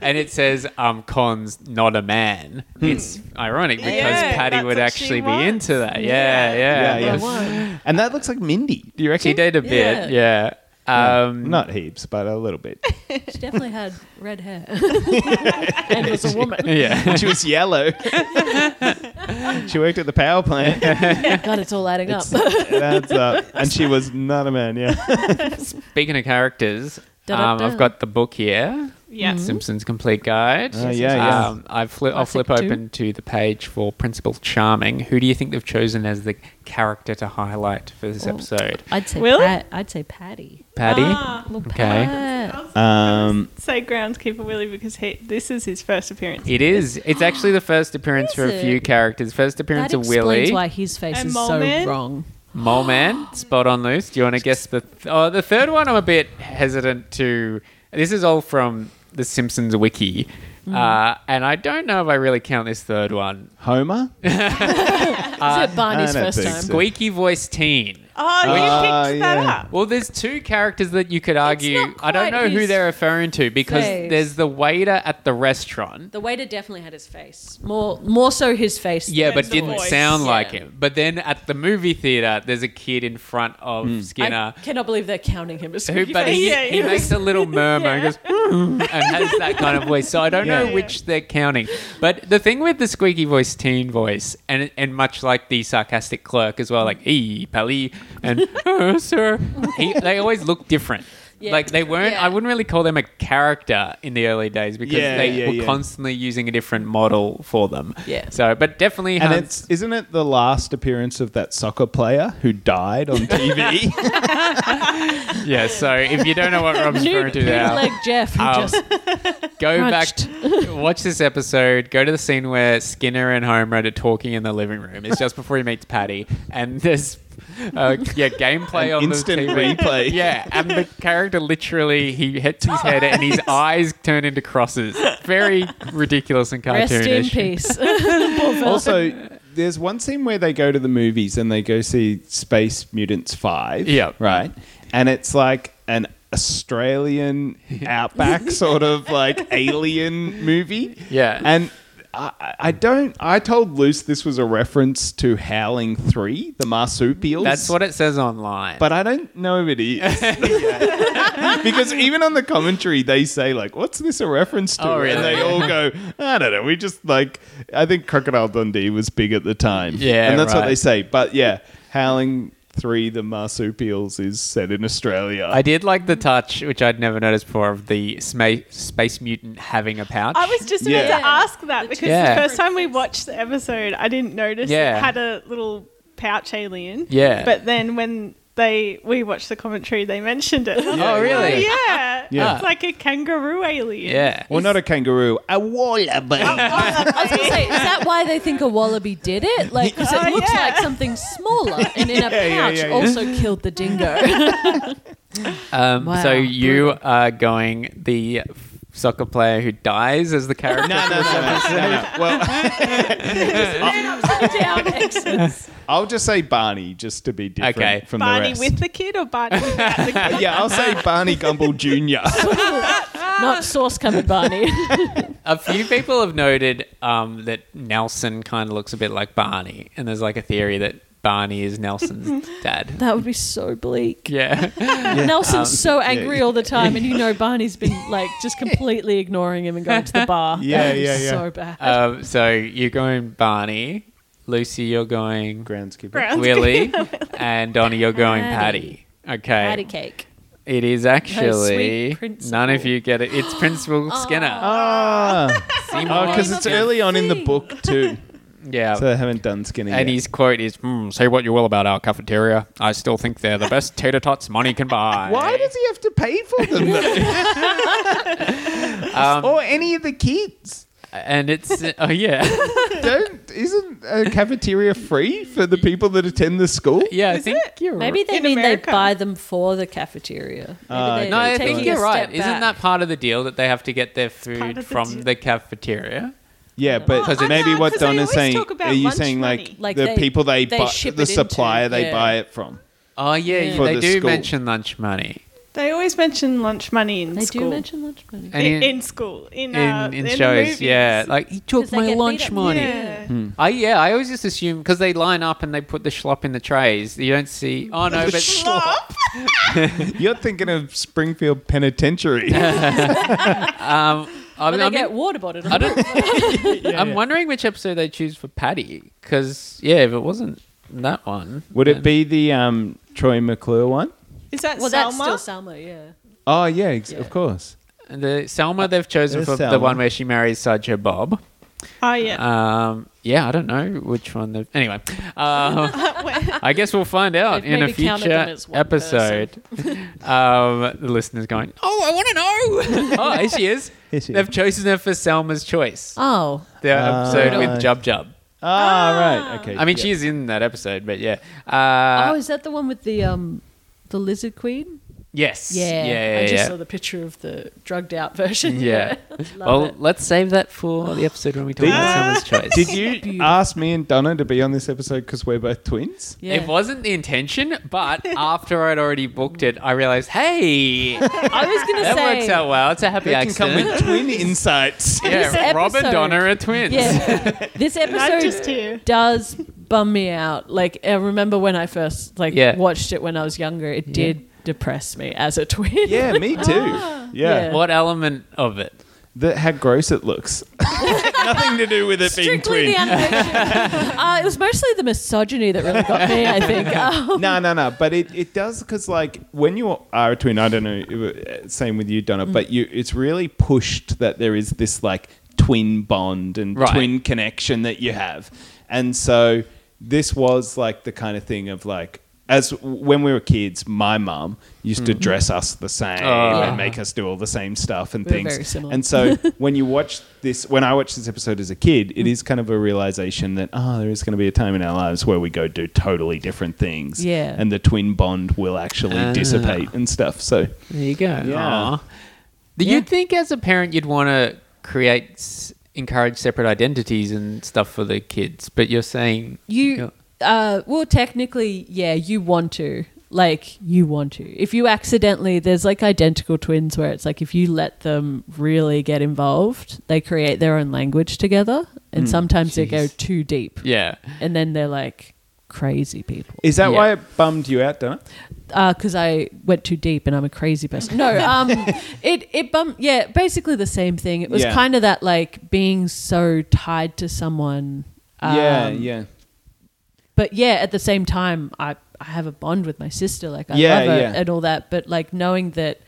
[SPEAKER 1] and it says um, Con's not a man. It's ironic because
[SPEAKER 2] Yeah,
[SPEAKER 1] Patty
[SPEAKER 2] that's
[SPEAKER 1] would
[SPEAKER 2] what she
[SPEAKER 1] actually be
[SPEAKER 2] wants.
[SPEAKER 1] into that. Yeah, yeah.
[SPEAKER 3] Yeah, yeah.
[SPEAKER 4] one.
[SPEAKER 3] And that looks like Mindy. Do you reckon?
[SPEAKER 1] She did a bit, yeah. Um,
[SPEAKER 3] Not heaps, but a little bit.
[SPEAKER 4] She definitely had red hair and was a woman.
[SPEAKER 1] Yeah.
[SPEAKER 3] she was yellow. she worked at the power plant.
[SPEAKER 4] God, it's all adding up.
[SPEAKER 3] That's up. And she was not a man, yeah.
[SPEAKER 1] Speaking of characters,
[SPEAKER 4] Da,
[SPEAKER 1] Um,
[SPEAKER 4] da,
[SPEAKER 1] I've
[SPEAKER 4] da.
[SPEAKER 1] got the book here. Mm-hmm.
[SPEAKER 2] Yeah.
[SPEAKER 1] Simpsons Complete Guide.
[SPEAKER 3] Oh, yeah, yeah.
[SPEAKER 1] Um, I fli- I'll
[SPEAKER 4] Classic
[SPEAKER 1] flip
[SPEAKER 4] too.
[SPEAKER 1] open to the page for Principal Charming. Who do you think they've chosen as the character to highlight for this
[SPEAKER 4] Oh.
[SPEAKER 1] episode?
[SPEAKER 4] I'd say
[SPEAKER 2] Will?
[SPEAKER 4] Pat, I'd say Patty.
[SPEAKER 1] Patty?
[SPEAKER 2] Ah.
[SPEAKER 4] Uh, Look,
[SPEAKER 1] Okay.
[SPEAKER 4] Pat.
[SPEAKER 3] Um,
[SPEAKER 2] Say groundskeeper Willie because he, this is his first appearance.
[SPEAKER 1] It is. It's actually the first appearance for a
[SPEAKER 4] Is
[SPEAKER 1] few
[SPEAKER 4] it?
[SPEAKER 1] characters. First appearance
[SPEAKER 4] That
[SPEAKER 1] of
[SPEAKER 4] explains
[SPEAKER 1] Willy.
[SPEAKER 4] why his face
[SPEAKER 2] And
[SPEAKER 4] is
[SPEAKER 2] Mole Man?
[SPEAKER 4] so wrong.
[SPEAKER 1] Mole Man, spot on loose. Do you want to guess the th- oh, the third one? I'm a bit hesitant to. This is all from the Simpsons wiki,
[SPEAKER 4] Mm.
[SPEAKER 1] uh, and I don't know if I really count this third one.
[SPEAKER 3] Homer?
[SPEAKER 4] is it Barney's
[SPEAKER 3] I don't
[SPEAKER 4] first
[SPEAKER 3] think
[SPEAKER 4] time?
[SPEAKER 3] so.
[SPEAKER 1] Squeaky voice teen.
[SPEAKER 2] Oh, you
[SPEAKER 3] Ah,
[SPEAKER 2] picked that
[SPEAKER 3] yeah.
[SPEAKER 2] up.
[SPEAKER 1] Well, there's two characters that you could argue.
[SPEAKER 4] not
[SPEAKER 1] I don't
[SPEAKER 4] quite
[SPEAKER 1] know who
[SPEAKER 4] his
[SPEAKER 1] they're referring to because
[SPEAKER 4] face.
[SPEAKER 1] there's the waiter at the restaurant.
[SPEAKER 4] The waiter definitely had his face. More more so his face.
[SPEAKER 1] Yeah, but
[SPEAKER 2] the
[SPEAKER 1] didn't
[SPEAKER 2] voice.
[SPEAKER 1] sound
[SPEAKER 4] Yeah.
[SPEAKER 1] like him. But then at the movie theater, there's a kid in front of
[SPEAKER 4] I
[SPEAKER 1] Skinner.
[SPEAKER 4] cannot believe they're counting him as
[SPEAKER 1] Who,
[SPEAKER 4] Squeaky
[SPEAKER 1] but
[SPEAKER 4] Face.
[SPEAKER 1] he,
[SPEAKER 2] Yeah,
[SPEAKER 1] he
[SPEAKER 2] yeah.
[SPEAKER 1] makes a little murmur and goes "Hmm," and has that kind of voice. So I don't know
[SPEAKER 3] Yeah.
[SPEAKER 1] which they're counting. But the thing with the squeaky voice, teen voice, and and much like the sarcastic clerk as well, like "Hey, Pally," and "Oh, sir," he, they always look different.
[SPEAKER 4] Yeah.
[SPEAKER 1] Like they weren't.
[SPEAKER 4] Yeah.
[SPEAKER 1] I wouldn't really call them a character in the early days because
[SPEAKER 3] Yeah,
[SPEAKER 1] they
[SPEAKER 3] yeah,
[SPEAKER 1] were
[SPEAKER 3] yeah.
[SPEAKER 1] constantly using a different model for them.
[SPEAKER 4] Yeah.
[SPEAKER 1] So, but definitely,
[SPEAKER 3] And
[SPEAKER 1] Hans-
[SPEAKER 3] it's isn't it the last appearance of that soccer player who died on TV?
[SPEAKER 1] yeah. So if you don't know what Rob's referring to now,
[SPEAKER 4] Bootleg Jeff, who
[SPEAKER 1] Um,
[SPEAKER 4] just
[SPEAKER 1] go
[SPEAKER 4] Crunched.
[SPEAKER 1] back to, watch this episode go to the scene where skinner and homer are talking in the living room it's just before he meets patty and there's uh, yeah gameplay
[SPEAKER 3] An
[SPEAKER 1] on
[SPEAKER 3] instant
[SPEAKER 1] the TV.
[SPEAKER 3] replay.
[SPEAKER 1] yeah and the character literally he hits his head and his eyes turn into crosses very ridiculous and cartoonish
[SPEAKER 4] rest in peace. Poor fella.
[SPEAKER 3] also, there's one scene where they go to the movies and they go see Space Mutants 5.
[SPEAKER 1] Yeah.
[SPEAKER 3] Right? And it's like an Australian outback sort of like alien movie.
[SPEAKER 1] Yeah.
[SPEAKER 3] And I, I- I don't. I told Luce this was a reference to Howling 3, the marsupials.
[SPEAKER 1] that's what it says online
[SPEAKER 3] But I don't know if it is. because even on the commentary, they say, like, what's this a reference to?
[SPEAKER 1] Oh,
[SPEAKER 3] And
[SPEAKER 1] really?
[SPEAKER 3] they all go, I don't know. We just, like, I think Crocodile Dundee was big at the time.
[SPEAKER 1] Yeah,
[SPEAKER 3] And that's what
[SPEAKER 1] right.
[SPEAKER 3] they say. But yeah, Howling 3, The Marsupials, is set in Australia.
[SPEAKER 1] I did like the touch, which I'd never noticed before, of the sma- space mutant having a pouch.
[SPEAKER 2] I was just about
[SPEAKER 3] Yeah.
[SPEAKER 2] to ask that because
[SPEAKER 1] Yeah.
[SPEAKER 2] the first time we watched the episode, I didn't notice
[SPEAKER 1] Yeah.
[SPEAKER 2] it had a little pouch alien.
[SPEAKER 1] Yeah.
[SPEAKER 2] But then when they we watched the commentary, they mentioned it.
[SPEAKER 1] Yeah, Oh, really?
[SPEAKER 2] Oh, yeah.
[SPEAKER 3] Yeah.
[SPEAKER 2] It's like a kangaroo alien.
[SPEAKER 1] yeah.
[SPEAKER 3] well, not a kangaroo, a wallaby.
[SPEAKER 4] I was gonna say, is that why they think a wallaby did it? Like, because it
[SPEAKER 2] Oh,
[SPEAKER 4] looks
[SPEAKER 2] yeah.
[SPEAKER 4] like something smaller and in a pouch
[SPEAKER 3] Yeah, yeah, yeah, yeah.
[SPEAKER 4] also killed the dingo.
[SPEAKER 1] Um,
[SPEAKER 4] Wow,
[SPEAKER 1] So you are going the f- soccer player who dies as the character.
[SPEAKER 3] no, no, no, no, no, no. Well,
[SPEAKER 4] Down exits.
[SPEAKER 3] I'll just say Barney just to be different
[SPEAKER 1] Okay.
[SPEAKER 3] from
[SPEAKER 2] Barney
[SPEAKER 3] the rest.
[SPEAKER 2] with the kid or Barney without the kid?
[SPEAKER 3] yeah, I'll say Barney Gumble Jr.
[SPEAKER 4] Not sauce covered Barney.
[SPEAKER 1] A few people have noted um, that Nelson kind of looks a bit like Barney, and there's like a theory that Barney is Nelson's dad.
[SPEAKER 4] That would be so bleak.
[SPEAKER 1] Yeah. Um,
[SPEAKER 4] Nelson's so angry all the time, and you know Barney's been like just completely ignoring him and going to the bar.
[SPEAKER 3] Yeah,
[SPEAKER 4] That would be
[SPEAKER 3] yeah, yeah.
[SPEAKER 4] So bad.
[SPEAKER 1] Um, so you're going Barney, Lucy, you're going
[SPEAKER 3] Groundskeeper.
[SPEAKER 2] Groundskeeper.
[SPEAKER 1] Willie, and Donnie, you're going
[SPEAKER 4] Patty.
[SPEAKER 1] Patty. Okay.
[SPEAKER 4] Patty cake.
[SPEAKER 1] It is actually
[SPEAKER 4] principal.
[SPEAKER 1] none of you get it. It's Principal Skinner.
[SPEAKER 3] Ah.
[SPEAKER 1] Seymour
[SPEAKER 3] Oh, because it's
[SPEAKER 1] Skinner.
[SPEAKER 3] early on in the book too,
[SPEAKER 1] Yeah.
[SPEAKER 3] so they haven't done skinny.
[SPEAKER 1] And
[SPEAKER 3] yet.
[SPEAKER 1] his quote is, "Hmm, "Say what you will about our cafeteria, I still think they're the best tater tots money can buy."
[SPEAKER 3] why does he have to pay for them though? or any of the kids?
[SPEAKER 1] And it's oh yeah,
[SPEAKER 3] Don't isn't a cafeteria free for the people that attend the school?
[SPEAKER 1] yeah. I think you're
[SPEAKER 4] Maybe they
[SPEAKER 2] In
[SPEAKER 4] mean
[SPEAKER 2] America.
[SPEAKER 4] they buy them for the cafeteria. Maybe
[SPEAKER 3] Ah,
[SPEAKER 4] they-
[SPEAKER 3] okay,
[SPEAKER 1] Uh, No, I
[SPEAKER 4] they're
[SPEAKER 1] think
[SPEAKER 4] taking
[SPEAKER 1] you're
[SPEAKER 4] a
[SPEAKER 1] right.
[SPEAKER 4] step
[SPEAKER 1] Isn't
[SPEAKER 4] back.
[SPEAKER 1] that part of the deal that they have to get their
[SPEAKER 2] part
[SPEAKER 1] food
[SPEAKER 2] of the
[SPEAKER 1] from
[SPEAKER 2] deal.
[SPEAKER 1] the cafeteria?
[SPEAKER 3] Yeah, but
[SPEAKER 2] Because it-
[SPEAKER 3] maybe
[SPEAKER 2] I know,
[SPEAKER 3] what
[SPEAKER 2] 'cause they
[SPEAKER 3] Donna's
[SPEAKER 2] always
[SPEAKER 3] saying
[SPEAKER 2] talk about
[SPEAKER 3] are you
[SPEAKER 2] lunch
[SPEAKER 3] saying
[SPEAKER 2] money.
[SPEAKER 3] like,
[SPEAKER 4] Like
[SPEAKER 3] the
[SPEAKER 4] they-
[SPEAKER 3] people they,
[SPEAKER 4] they
[SPEAKER 3] buy,
[SPEAKER 4] ship
[SPEAKER 3] the
[SPEAKER 4] it into,
[SPEAKER 3] supplier they
[SPEAKER 4] yeah.
[SPEAKER 3] buy it from?
[SPEAKER 1] Oh yeah,
[SPEAKER 4] Yeah.
[SPEAKER 1] you-
[SPEAKER 3] For
[SPEAKER 1] they
[SPEAKER 3] the
[SPEAKER 1] do
[SPEAKER 3] school.
[SPEAKER 1] mention lunch money
[SPEAKER 2] They always mention lunch money in
[SPEAKER 4] They
[SPEAKER 2] school.
[SPEAKER 4] do mention lunch money.
[SPEAKER 1] And
[SPEAKER 2] in,
[SPEAKER 1] in-
[SPEAKER 2] in school. In,
[SPEAKER 1] in,
[SPEAKER 2] uh,
[SPEAKER 1] in
[SPEAKER 2] the
[SPEAKER 1] shows.
[SPEAKER 2] movies.
[SPEAKER 1] yeah, like he took
[SPEAKER 4] 'Cause they
[SPEAKER 1] my
[SPEAKER 4] get beat
[SPEAKER 1] lunch
[SPEAKER 4] up.
[SPEAKER 1] money.
[SPEAKER 2] Yeah.
[SPEAKER 1] I yeah, I always just assume because they line up and they put the schlop in the trays. You don't see. Oh no,
[SPEAKER 3] The
[SPEAKER 1] but
[SPEAKER 3] schlop. You're thinking of Springfield Penitentiary.
[SPEAKER 1] um, I
[SPEAKER 4] But
[SPEAKER 1] mean,
[SPEAKER 4] they
[SPEAKER 1] I mean,
[SPEAKER 4] get water bottled.
[SPEAKER 1] I don't. I'm wondering which episode they choose for Patty because yeah, if it wasn't that one,
[SPEAKER 3] Would it be the um, Troy McClure one?
[SPEAKER 2] Is that
[SPEAKER 4] Well, that's
[SPEAKER 2] Selma?
[SPEAKER 4] still Selma, yeah.
[SPEAKER 3] Oh yeah, ex- of course.
[SPEAKER 1] The Selma they've chosen
[SPEAKER 3] There's
[SPEAKER 1] for the
[SPEAKER 3] Selma.
[SPEAKER 1] one where she marries Sideshow Bob.
[SPEAKER 2] Oh yeah.
[SPEAKER 1] Um, yeah, I don't know which one. The, anyway, um, I guess we'll find out
[SPEAKER 4] They've
[SPEAKER 1] in a
[SPEAKER 4] maybe counted them
[SPEAKER 1] future
[SPEAKER 4] as one
[SPEAKER 1] episode. um, the listener's going, "Oh, I want to know." oh, here she is.
[SPEAKER 3] Here she
[SPEAKER 1] They've
[SPEAKER 3] is.
[SPEAKER 1] chosen her for Selma's choice.
[SPEAKER 4] Oh,
[SPEAKER 1] The episode with
[SPEAKER 3] right.
[SPEAKER 1] Jub Jub.
[SPEAKER 3] Ah, right. Okay.
[SPEAKER 1] I mean,
[SPEAKER 3] yeah.
[SPEAKER 1] she's in that episode, but yeah. Uh,
[SPEAKER 4] oh, is that the one with the um, the lizard queen?
[SPEAKER 1] yes.
[SPEAKER 4] Yeah,
[SPEAKER 1] Yeah. Yeah.
[SPEAKER 4] I just
[SPEAKER 1] yeah.
[SPEAKER 4] saw the picture of the drugged out version.
[SPEAKER 1] Yeah.
[SPEAKER 4] Love
[SPEAKER 1] well,
[SPEAKER 4] it.
[SPEAKER 1] let's save that for the episode when we talk
[SPEAKER 3] Did-
[SPEAKER 1] about Selma's choice.
[SPEAKER 3] Did you ask me and Donna to be on this episode because we're both twins?
[SPEAKER 4] yeah.
[SPEAKER 1] It wasn't the intention, but after I'd already booked it, I realized, hey, that
[SPEAKER 4] I was gonna say
[SPEAKER 1] works out well. It's a happy
[SPEAKER 3] They can come
[SPEAKER 1] accident.
[SPEAKER 3] with twin insights.
[SPEAKER 4] This
[SPEAKER 1] yeah, Rob and
[SPEAKER 4] episode-
[SPEAKER 1] Donna are twins.
[SPEAKER 4] Yeah, this
[SPEAKER 2] I'm
[SPEAKER 4] episode
[SPEAKER 2] just here.
[SPEAKER 4] does bum me out. Like I remember when I first like
[SPEAKER 1] Yeah.
[SPEAKER 4] watched it when I was younger, it did depress me as a twin.
[SPEAKER 3] Yeah, me too. Yeah.
[SPEAKER 4] Yeah.
[SPEAKER 1] What element of it?
[SPEAKER 3] The, how gross it looks. Nothing to do with it being twin.
[SPEAKER 4] Strictly the animation. uh, it was mostly the misogyny that really got me. I think. Um,
[SPEAKER 3] no, no, no. But it, it does because like when you are a twin, I don't know. uh, Same with you,
[SPEAKER 4] Mm.
[SPEAKER 3] Donna. But you, it's really pushed that there is this like twin bond and
[SPEAKER 1] Right.
[SPEAKER 3] twin connection that you have, and so this was like the kind of thing of like. As when we were kids, my mum used
[SPEAKER 4] Mm.
[SPEAKER 3] to dress us the same
[SPEAKER 1] Oh.
[SPEAKER 3] and make us do all the same stuff and
[SPEAKER 4] We were
[SPEAKER 3] things.
[SPEAKER 4] Ah. very similar.
[SPEAKER 3] And so when you watch this, when I watched this episode as a kid, it is kind of a realization that oh, there is going to be a time in our lives where we go do totally different things.
[SPEAKER 4] Yeah.
[SPEAKER 3] And the twin bond will actually
[SPEAKER 1] Ah.
[SPEAKER 3] dissipate and stuff. So
[SPEAKER 1] There you go.
[SPEAKER 3] Yeah.
[SPEAKER 1] Aw. You'd think as a parent you'd want to create, s- encourage separate identities and stuff for the kids, but you're saying
[SPEAKER 4] you, uh, well, technically, yeah, you want to. Like you want to. If you accidentally, there's like identical twins where it's like if you let them really get involved, they create their own language together, and sometimes they go
[SPEAKER 1] Hmm. jeez.
[SPEAKER 4] too deep,
[SPEAKER 1] yeah,
[SPEAKER 4] and then they're like crazy people.
[SPEAKER 3] is that
[SPEAKER 1] Yeah.
[SPEAKER 3] why it bummed you out, Donna?
[SPEAKER 4] because uh, I went too deep and I'm a crazy person. No, um, it it bumped. Yeah, basically the same thing. It was
[SPEAKER 3] Yeah.
[SPEAKER 4] kind of that like being so tied to someone. Um,
[SPEAKER 3] yeah, yeah,
[SPEAKER 4] But yeah, at the same time, I I have a bond with my sister. Like I
[SPEAKER 3] Yeah,
[SPEAKER 4] love her
[SPEAKER 3] yeah.
[SPEAKER 4] and all that. But like knowing that,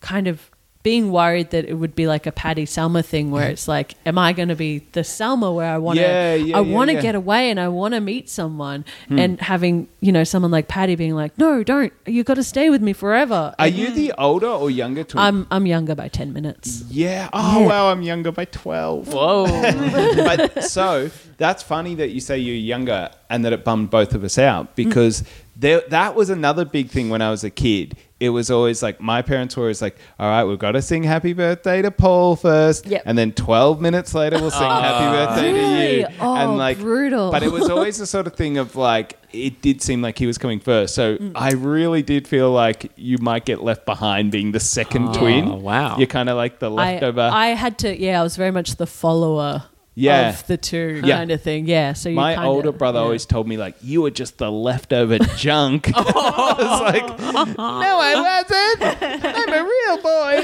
[SPEAKER 4] kind of being worried that it would be like a Patty Selma thing where it's like, am I going to be the Selma where I want to,
[SPEAKER 3] Yeah, yeah,
[SPEAKER 4] I
[SPEAKER 3] yeah,
[SPEAKER 4] want to
[SPEAKER 3] yeah. Hmm.
[SPEAKER 4] get away and I want to meet someone and having you know someone like Patty being like, no, don't, you got to stay with me forever.
[SPEAKER 3] Are you the older or younger twin?
[SPEAKER 4] mm. I'm I'm younger by ten minutes.
[SPEAKER 3] yeah. Oh
[SPEAKER 4] Yeah.
[SPEAKER 3] wow, I'm younger by twelve.
[SPEAKER 1] whoa,
[SPEAKER 3] but so that's funny that you say you're younger and that it bummed both of us
[SPEAKER 4] Mm.
[SPEAKER 3] out because there, that was another big thing when I was a kid. It was always like my parents were always like, "All right, we've got to sing Happy Birthday to Paul first,
[SPEAKER 4] Yep.
[SPEAKER 3] and then 12 minutes later we'll sing Happy Birthday
[SPEAKER 4] Really?
[SPEAKER 3] to you."
[SPEAKER 4] Oh,
[SPEAKER 3] and like
[SPEAKER 4] brutal.
[SPEAKER 3] But it was always the sort of thing of like it did seem like he was coming first, so
[SPEAKER 4] Mm.
[SPEAKER 3] I really did feel like you might get left behind being the second twin.
[SPEAKER 1] wow.
[SPEAKER 3] you're kind of like the
[SPEAKER 4] I
[SPEAKER 3] leftover.
[SPEAKER 4] I had to yeah, I was very much the follower.
[SPEAKER 3] Yeah.
[SPEAKER 4] of the two
[SPEAKER 3] Yeah.
[SPEAKER 4] kind of thing. Yeah, so you
[SPEAKER 3] My
[SPEAKER 4] kinda-
[SPEAKER 3] older brother
[SPEAKER 4] yeah.
[SPEAKER 3] always told me like you were just the leftover junk. I was like,
[SPEAKER 4] Oh.
[SPEAKER 3] no, I wasn't. I'm a real boy.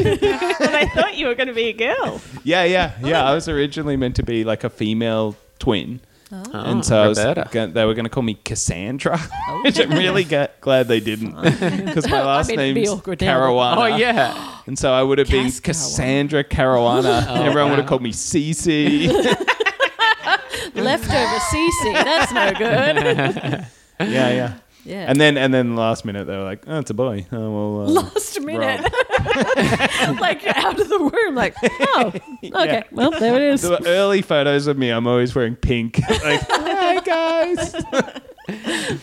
[SPEAKER 2] Well, they thought you were going to be a girl.
[SPEAKER 3] yeah, yeah, yeah. I was originally meant to be like a female twin,
[SPEAKER 4] Oh.
[SPEAKER 3] and so I was
[SPEAKER 1] Roberta.
[SPEAKER 3] gonna, they were going to call me Cassandra,
[SPEAKER 4] Oh,
[SPEAKER 3] which I'm really g- glad they didn't because my last
[SPEAKER 4] mean, it'd be
[SPEAKER 3] name's
[SPEAKER 4] awkward now.
[SPEAKER 3] Caruana.
[SPEAKER 1] oh yeah,
[SPEAKER 3] and so I would have been
[SPEAKER 4] Cass Oh,
[SPEAKER 3] Cassandra
[SPEAKER 4] Caruana.
[SPEAKER 3] Caruana. Everyone would have called me Cece.
[SPEAKER 4] leftover CC. That's no good.
[SPEAKER 3] yeah, yeah.
[SPEAKER 4] Yeah.
[SPEAKER 3] And then and then last minute they were like, oh, it's a boy. Oh well. Uh,
[SPEAKER 4] last minute, like out of the room, like oh, okay,
[SPEAKER 3] Yeah.
[SPEAKER 4] well there it is.
[SPEAKER 3] There were early photos of me. I'm always wearing pink. Like, hey guys.